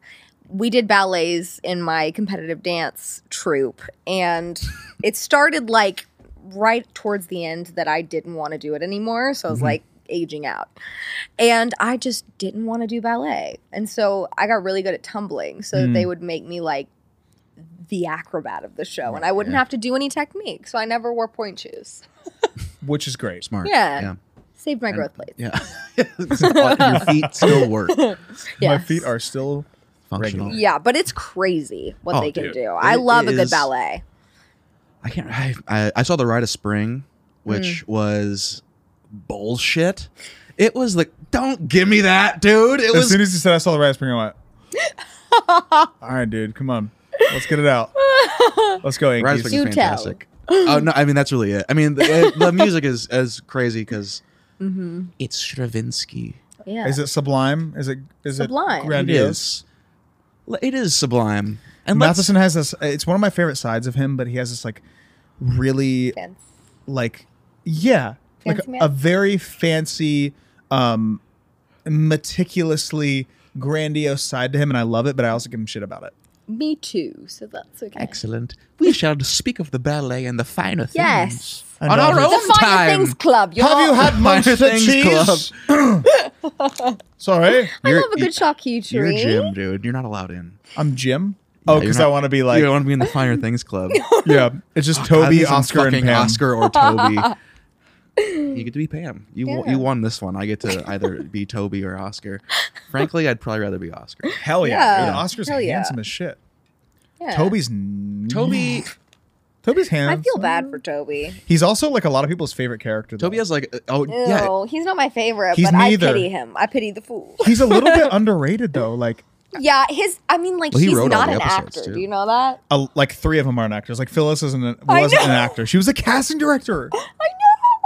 S4: We did ballets in my competitive dance troupe, and it started like right towards the end that I didn't want to do it anymore. So I
S3: Mm-hmm.
S4: was like aging out, and I just didn't want to do ballet. And so I got really good at tumbling, so that
S3: Mm.
S4: they would make me like the acrobat of the show, and I wouldn't have to do any technique. So I never wore point shoes.
S2: Which is great.
S3: Smart.
S4: Yeah.
S3: Yeah.
S4: Saved my growth plates.
S3: Yeah. uh, Your feet still work.
S2: My
S4: Yes.
S2: feet are still
S3: Functional.
S2: Regular.
S4: Yeah, but it's crazy what
S3: Oh,
S4: they can
S3: dude.
S4: do. I
S3: It
S4: love a good
S3: is-
S4: ballet.
S3: I can't. I, I, I saw the Rite of Spring,
S4: Mm.
S3: which was bullshit. It was like, don't give me that, dude. It
S2: As
S3: was.
S2: soon as you said I saw the Rat Spring, I went, all right, dude, come on. Let's get it out. Let's go,
S3: Rite of
S2: Yankees.
S3: Spring
S4: You
S3: is
S4: tell.
S3: fantastic. oh no, I mean that's really it. I mean the, the music is as crazy because
S4: Mm-hmm.
S3: it's Stravinsky.
S4: Yeah.
S2: Is it sublime? Is it is
S4: Sublime.
S2: it
S4: It
S3: It
S2: grandiose?
S3: is. It is sublime. And let's-
S2: Matheson has this. It's one of my favorite sides of him, but he has this like really
S4: Fence.
S2: like yeah, like
S4: Fancy man?
S2: a very fancy, um, meticulously grandiose side to him, and I love it. But I also give him shit about it.
S4: Me too. So that's okay.
S5: Excellent. We shall speak of the ballet and the finer things.
S4: Yes.
S5: On our
S2: Another-
S5: own
S4: The Finer
S5: time.
S4: Things Club. You're
S2: Have
S4: all-
S2: you had monster
S3: Things
S2: cheese? Sorry,
S4: I
S3: You're-
S4: love a
S3: you-
S4: good charcuterie.
S3: You're a e- gym, dude. You're not allowed in.
S2: I'm Jim. Oh,
S3: you're
S2: because
S3: not-
S2: I want to be like
S3: you don't want to be in the Finer Things Club.
S2: yeah. It's just
S3: God,
S2: Toby,
S3: these are
S2: Oscar, and
S3: fucking uh,
S2: Pam.
S3: Oscar or Toby. you get to be Pam. You w-
S4: Yeah.
S3: you won this one. I get to either be Toby or Oscar. Frankly, I'd probably rather be Oscar.
S2: Hell yeah,
S4: Yeah.
S2: dude. Oscar's
S4: Hell yeah.
S2: handsome as shit.
S4: Yeah.
S2: Toby's
S5: Toby
S2: Toby's
S4: I
S2: handsome.
S4: feel bad for Toby.
S2: He's also like a lot of people's favorite character. though.
S3: Toby has like uh, oh
S4: Ew,
S3: yeah.
S4: he's not my favorite,
S2: He's
S4: but
S2: neither.
S4: I pity him. I pity the fool.
S2: He's a little bit underrated though. Like
S4: yeah, his. I mean, like
S3: Well, he
S4: he's
S3: wrote all
S4: not
S3: the
S4: an
S3: episodes,
S4: actor.
S3: too.
S4: Do you know that?
S2: a, like three of them aren't actors. Like Phyllis isn't a,
S4: I
S2: wasn't an
S4: know.
S2: actor. She was a casting director.
S4: I know.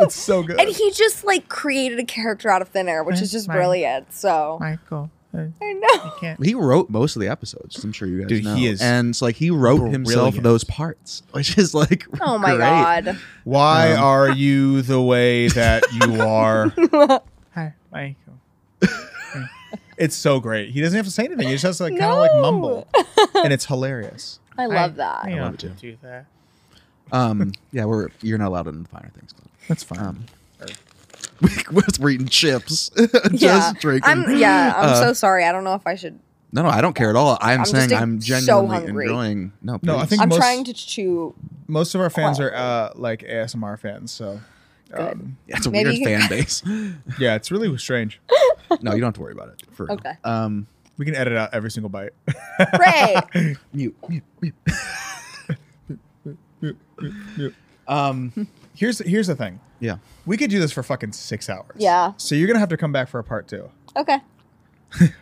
S2: It's so good.
S4: and he just like created a character out of thin air, which is just brilliant. So
S2: Michael.
S4: I know.
S3: He wrote most of the episodes. I'm sure you guys
S2: Dude,
S3: know.
S2: he is
S3: and it's like he wrote himself
S2: brilliant.
S3: those parts, which is like
S4: Oh my
S3: great.
S4: god.
S2: Why are you the way that you are? Hi, Michael. it's so great. He doesn't have to say anything. He just has to like, kind of like
S4: No.
S2: mumble, and it's hilarious.
S4: I love that.
S3: I love it too. Um, yeah, we're you're not allowed in the Finer Things Club.
S2: That's fine.
S3: Um, we're, we're eating chips, just
S4: Yeah.
S3: drinking. Uh,
S4: I'm yeah, I'm so sorry. I don't know if I should
S3: No, no, I don't care at all. I'm,
S4: I'm just
S3: saying
S4: en-
S3: I'm
S4: so
S3: genuinely
S4: hungry.
S3: enjoying. No,
S2: No, I
S3: please.
S2: think
S4: I'm
S2: most,
S4: trying to chew
S2: most of our fans are uh, like ASMR fans. So um,
S4: good.
S3: that's a
S4: maybe
S3: weird
S4: you can-
S3: fan base. no,
S2: yeah, it's really strange.
S3: you don't have to worry about it. For real.
S4: Okay.
S3: Um,
S2: We can edit out every single bite.
S4: Great.
S3: mute, mute, mute. Um,
S2: Here's here's the thing.
S3: yeah.
S2: We could do this for fucking six hours.
S4: Yeah.
S2: So you're gonna have to come back for a part two.
S4: Okay.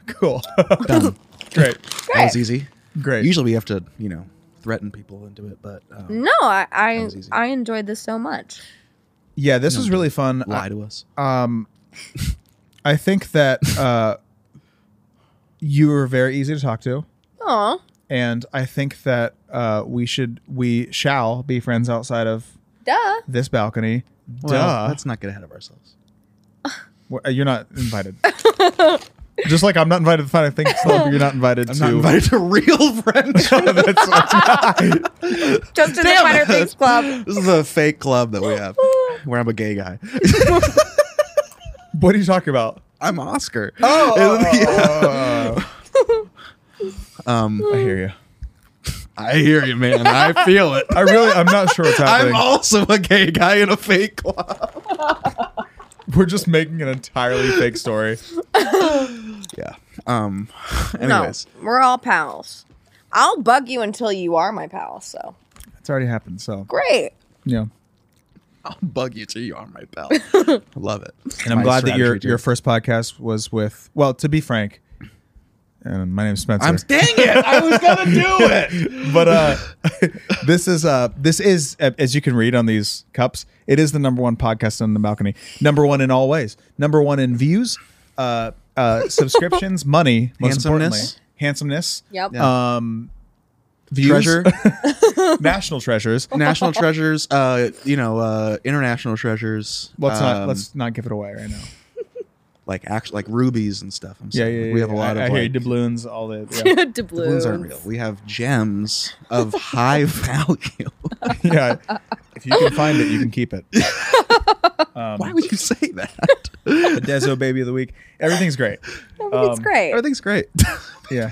S2: Cool.
S3: Done.
S2: great.
S3: That
S4: Great.
S3: was easy.
S2: Great.
S3: Usually we have to, you know, threaten people into it, but um,
S4: No, I I,
S3: was easy.
S4: I enjoyed this so much.
S2: yeah, this was really fun.
S3: lie to us.
S2: Um, I think that uh, you were very easy to talk to,
S4: Oh,
S2: and I think that uh, we should we shall be friends outside of
S4: duh.
S2: this balcony.
S3: Well,
S2: Duh,
S3: let's not get ahead of ourselves.
S2: Well, uh, you're not invited. Just like I'm not invited to Final Things Club, you're not invited
S3: I'm
S2: to.
S3: not invited to real friends.
S2: That's- that's-
S4: Just in the Spider Things Club.
S3: this is a fake club that we have, where I'm a gay guy.
S2: what are you talking about?
S3: I'm Oscar. Oh,
S2: um, I hear you.
S3: I hear you, man. I feel it.
S2: I really, I'm not sure what's happening.
S3: I'm also a gay guy in a fake club.
S2: We're just making an entirely fake story.
S3: Yeah. Um.
S4: No,
S3: Anyways,
S4: we're all pals. I'll bug you until you are my pal. So
S2: It's already happened, so
S4: great.
S2: yeah.
S3: I'll bug you till you are my pal. I love it.
S2: And I'm glad that your your first podcast was with. Well, to be frank, and my name's Spencer.
S3: I'm dang it! I was gonna do it.
S2: but uh, this is uh, this is uh, as you can read on these cups. It is the number one podcast on the balcony. Number one in all ways. Number one in views, uh, uh, subscriptions, money, most importantly,
S3: Handsomeness.
S2: handsomeness,
S4: Yep.
S2: um, views,
S3: Treasure,
S2: national treasures.
S3: national treasures. Uh, you know, uh, international treasures.
S2: Let's not
S3: um,
S2: let's not give it away right now.
S3: like actually like rubies and stuff. I'm saying. We have a lot
S2: I, I
S3: of
S2: hear you,
S3: like,
S2: doubloons, all the yeah.
S4: Doubloons.
S3: doubloons aren't real. We have gems of high value.
S2: yeah. If you can find it, you can keep it. Uh, Um,
S3: Why would you say that?
S2: the Dezo baby of the week. Everything's great.
S4: Everything's
S2: Um,
S4: great.
S3: Everything's great.
S2: Yeah.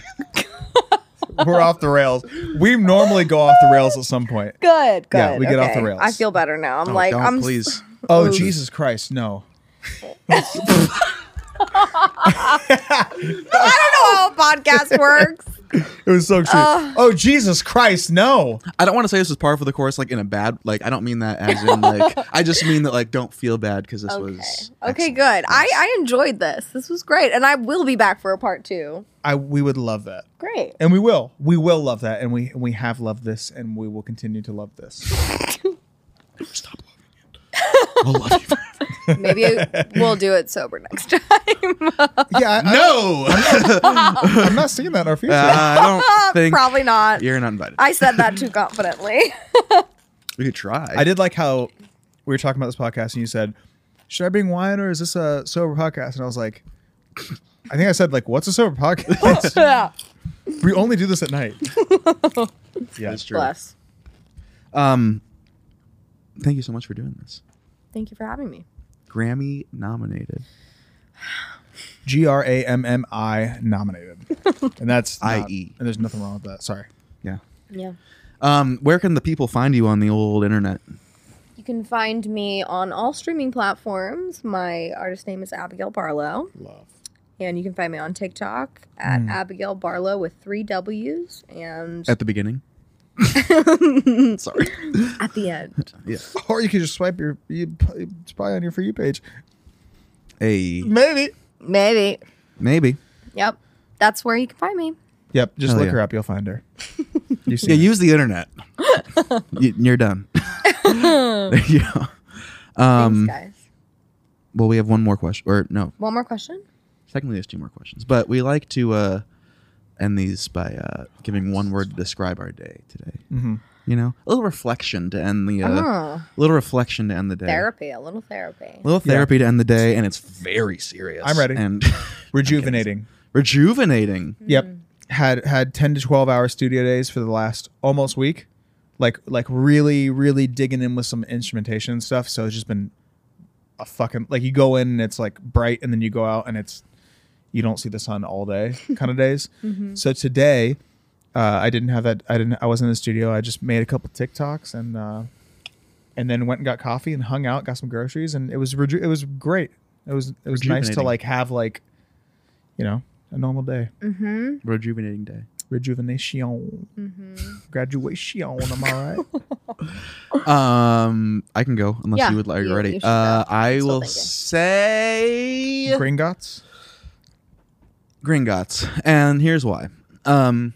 S2: We're off the rails. We normally go off the rails at some point.
S4: good. Good.
S2: Yeah, we get off the
S4: okay.
S2: rails.
S4: I feel better now. I'm
S3: Oh,
S4: like,
S3: don't,
S4: I'm
S3: please.
S2: Oh, Jesus Christ, no.
S4: I don't know how a podcast works.
S2: It was so extreme. oh, Jesus Christ, no.
S3: I don't want to say this was par for the course, like in a bad, like I don't mean that as in like I just mean that like don't feel bad because this
S4: Okay.
S3: was
S4: Okay.
S3: excellent.
S4: Good. I I enjoyed this. This was great, and I will be back for a part two.
S2: I we would love that.
S4: Great.
S2: And we will. We will love that. And we and we have loved this and we will continue to love this.
S3: Stop loving it. We'll love you. forever.
S4: Maybe we'll do it sober next time.
S2: Yeah, I,
S3: no,
S2: I, am not seeing that in our future.
S3: I don't think
S4: Uh, Probably not.
S3: you're not invited.
S4: I said that too confidently.
S3: we could try.
S2: I did like how we were talking about this podcast and you said, Should I bring wine or is this a sober podcast? And I was like, I think I said like, what's a sober podcast?
S4: yeah.
S2: we only do this at night. Yeah.
S3: That's true.
S4: Bless.
S3: Um, thank you so much for doing this.
S4: Thank you for having me.
S3: Grammy nominated.
S2: G R A M M I nominated, and that's not-
S3: IE.
S2: And there's nothing wrong with that. Sorry.
S3: Yeah.
S4: Yeah.
S3: Um, where can the people find you on the old internet?
S4: You can find me on all streaming platforms. My artist name is Abigail Barlow.
S6: Love.
S4: And you can find me on TikTok at Abigail Barlow with three W's and
S3: Hmm. At the beginning. Sorry.
S4: at the end.
S3: Yeah.
S2: Or you could just swipe your. You, it's probably on your for you page.
S3: Hey.
S2: Maybe.
S4: Maybe.
S3: Maybe.
S4: Yep. That's where you can find me.
S2: Yep. Just
S3: Hell
S2: look
S3: yeah.
S2: her up. You'll find her. You see.
S3: Yeah,
S2: her.
S3: use the internet. you, you're done. yeah. Um,
S4: Thanks, guys.
S3: well, we have one more question, or no,
S4: One more question?
S3: technically there's two more questions, but we like to uh, end these by uh, giving one word to describe our day today.
S2: Mhm.
S3: You know, a little reflection to end the, uh,
S4: Oh.
S3: little reflection to end the day,
S4: Therapy, a little therapy.
S3: little
S2: Yeah.
S3: therapy to end the day, and it's very serious.
S2: I'm ready.
S3: and
S2: Rejuvenating.
S3: rejuvenating.
S2: Mm-hmm. Yep. Had had 10 to 12 hour studio days for the last almost week. Like like really really digging in with some instrumentation and stuff, so it's just been a fucking like you go in and it's like bright and then you go out and it's you don't see the sun all day kind of days. So today uh, I didn't have that I didn't I wasn't in the studio. I just made a couple TikToks and uh and then went and got coffee and hung out, got some groceries and it was reju- it was great. It was it was nice to
S3: Rejuvenating.
S2: like have like you know, a normal day
S4: Mm-hmm.
S3: Rejuvenating day.
S2: rejuvenation,
S3: Mm-hmm.
S2: graduation. Am I right?
S3: Um, I can go unless
S4: Yeah,
S3: you would like
S4: you-
S3: already.
S4: you should go.
S3: Uh, I
S4: Still
S3: will
S4: thinking.
S3: say
S2: Gringotts.
S3: Gringotts, and here's why. Um,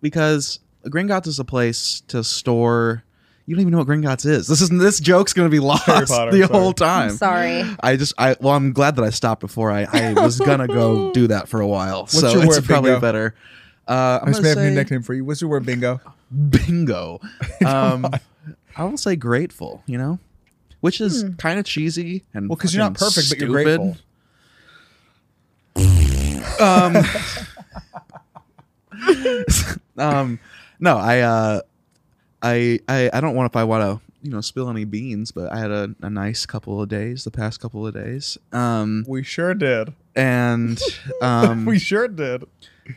S3: because Gringotts is a place to store. You don't even know what Gringotts is. This is this joke's gonna be lost
S2: Potter,
S3: the
S2: sorry.
S3: whole time.
S4: I'm sorry.
S3: I just I well I'm glad that I stopped before I, I was gonna go do that for a while. so
S2: your
S3: it's
S2: word,
S3: probably
S2: bingo?
S3: better. Uh, I'm
S2: I just may
S3: gonna
S2: have a
S3: say
S2: new nickname for you. What's your word, bingo?
S3: bingo. Um, I will say grateful. You know, which is kind of cheesy and
S2: Well, because you're not
S3: fucking
S2: perfect, but you're
S3: stupid.
S2: grateful.
S3: um no i uh i i, I don't want if i want to you know spill any beans but i had a, a nice couple of days the past couple of days um
S2: We sure did.
S3: and um
S2: we sure did.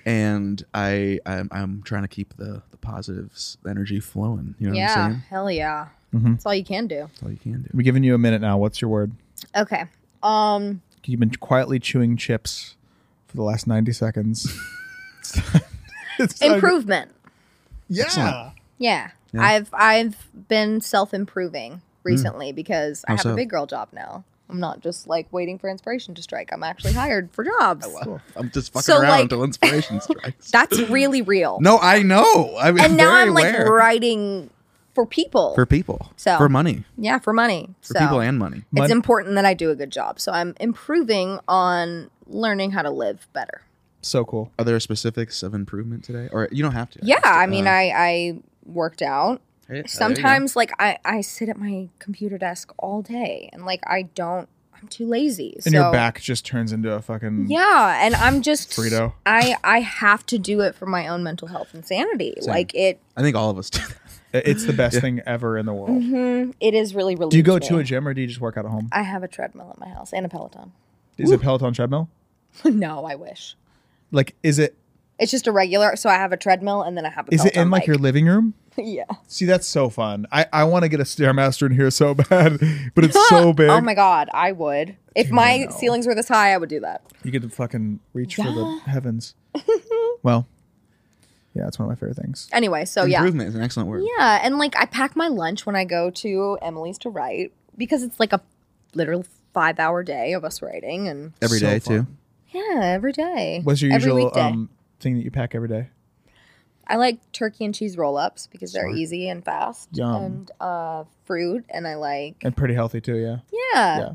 S3: and i I'm, I'm trying to keep the the positives the energy flowing you know what i'm
S4: yeah.
S3: saying Mm-hmm.
S4: Hell yeah.
S2: Mhm.
S4: That's all you can do.
S3: that's all you can do
S2: We're giving you a minute now. What's your word?
S4: Okay. Um,
S2: You've been quietly chewing chips for the last 90 seconds. It's time-
S4: improvement.
S2: Yeah.
S3: Excellent.
S4: Yeah.
S3: Yeah. Mm.
S4: I've I've been self improving recently because I
S3: How
S4: have
S3: so?
S4: a big girl job now. I'm not just like waiting for inspiration to strike. I'm actually hired for
S3: Oh,
S4: jobs.
S3: i'm just fucking
S4: So,
S3: around
S4: like-
S3: until inspiration strikes
S4: That's really real.
S3: no i know i mean
S4: and now
S3: very
S4: I'm like
S3: aware.
S4: writing for people.
S3: for people
S4: So-
S3: for money
S4: yeah, for money.
S3: for
S4: so
S3: people and money
S4: it's
S2: Mon-
S4: important that I do a good job. So I'm improving on learning how to live better.
S2: So cool.
S3: are there specifics of improvement today or you don't have to
S4: Yeah, I mean,
S3: Uh,
S4: I I worked out.
S3: hey, there you go.
S4: Sometimes, like I I sit at my computer desk all day, and like I don't. I'm too lazy.
S2: And
S4: so
S2: your back just turns into a fucking.
S4: Yeah, and I'm just
S2: Frito.
S4: I I have to do it for my own mental health and sanity. Like it,
S3: I think all of us do.
S2: I- It's the best thing ever in the world.
S3: Mm-hmm.
S4: mhm, it is really really.
S2: Do you go to a gym or do you just work out at home?
S4: I have a treadmill at my house and a Peloton.
S2: Is it Peloton treadmill?
S4: no, I wish.
S2: Like, is it
S4: It's just a regular. So I have a treadmill and then I have a.
S2: is it in like your living room?
S4: your? yeah.
S2: See, that's so fun. I, I want to get a stairmaster in here so bad, but it's so big.
S4: Oh my god, I would. If my ceilings were this high, I would do that.
S2: You get to fucking reach for the heavens. well, yeah, it's one of my favorite things.
S4: Anyway, so Oh, yeah,
S3: Improvement is an excellent word.
S4: yeah, and like I pack my lunch when I go to Emily's to write because it's like a literal five hour day of us writing and
S3: Every day
S2: So fun.
S3: too.
S4: yeah, every day.
S2: What's your
S4: every
S2: usual
S4: weekday.
S2: um, thing that you pack every day?
S4: I like turkey and cheese roll ups because they're easy and fast.
S2: Yum.
S4: And uh, fruit. And I like,
S2: And pretty healthy too, yeah.
S4: yeah.
S2: Yeah.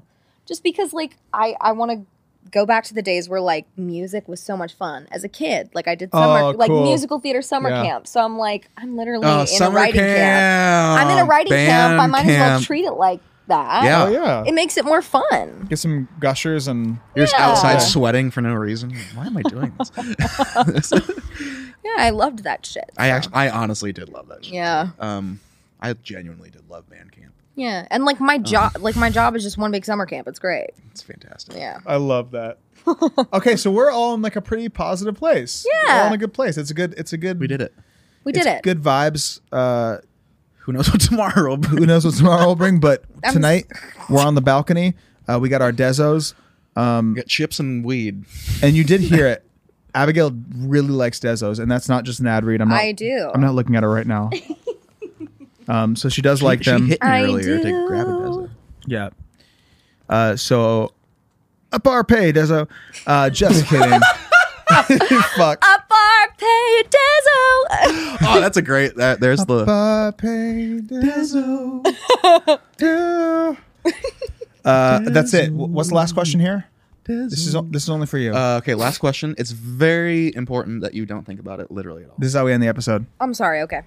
S4: Just because, like, I, I want to go back to the days where, like, music was so much fun as a kid. Like, I did summer,
S2: Oh,
S4: like,
S2: cool.
S4: musical theater summer
S2: Yeah.
S4: camp. So I'm like, I'm literally
S3: Oh,
S4: in a writing camp. I'm in a writing camp. I might as well treat it like that.
S3: Um, Yeah.
S2: Oh yeah.
S4: It makes it more fun.
S2: Get some gushers and
S3: You're just
S4: Yeah.
S3: outside sweating for no reason. Why am I doing this?
S4: Yeah, I loved that shit.
S3: I actually, I honestly did love that. shit.
S4: Yeah.
S3: Um, I genuinely did love band camp.
S4: Yeah. And like my job like my job is just one big summer camp. It's great.
S3: It's fantastic.
S4: Yeah.
S2: I love that. okay, so we're all in like a pretty positive place.
S4: Yeah.
S2: We're all in a good place. It's a good it's a good
S3: We did it.
S4: We did
S2: it's
S4: it.
S2: Good vibes. Uh
S3: Who knows what tomorrow? will bring.
S2: who knows what tomorrow will bring, but
S4: I'm-
S2: tonight we're on the balcony. Uh, we got our Dezos.
S3: We got chips and weed.
S2: And you did hear it. Abigail really likes Dezos, and that's not just an ad read. I'm not,
S4: I do.
S2: I'm not looking at it right now. um, so she does like
S3: she
S2: them.
S3: hit me
S4: I
S3: earlier
S4: do.
S3: to grab a dozen.
S2: Yeah. Uh, so up our pay, Dezo. Uh, just kidding. Fuck.
S4: Up our pay Dezzo.
S3: Oh, that's a great. That, there's the.
S2: Up pay, Dezo. Yeah. Uh, that's it. Wh- What's the last question here? This is o- this is only for you.
S3: Uh, okay, last question. It's very important that you don't think about it literally at all.
S2: this is how we end the episode.
S4: I'm sorry, okay.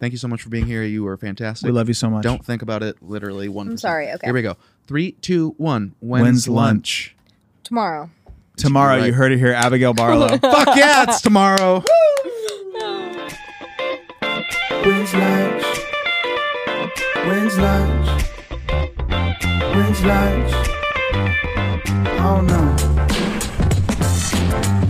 S3: Thank you so much for being here. You were fantastic.
S2: We love you so much.
S3: Don't think about it literally one.
S4: sorry, okay.
S3: Here we go. Three, two, one. When's,
S2: When's lunch?
S3: lunch?
S4: Tomorrow.
S2: Tomorrow,
S3: Right.
S2: you heard it here, Abigail Barlow.
S3: Fuck yeah, it's tomorrow.
S1: When's lunch? When's lunch? When's lunch? I don't know.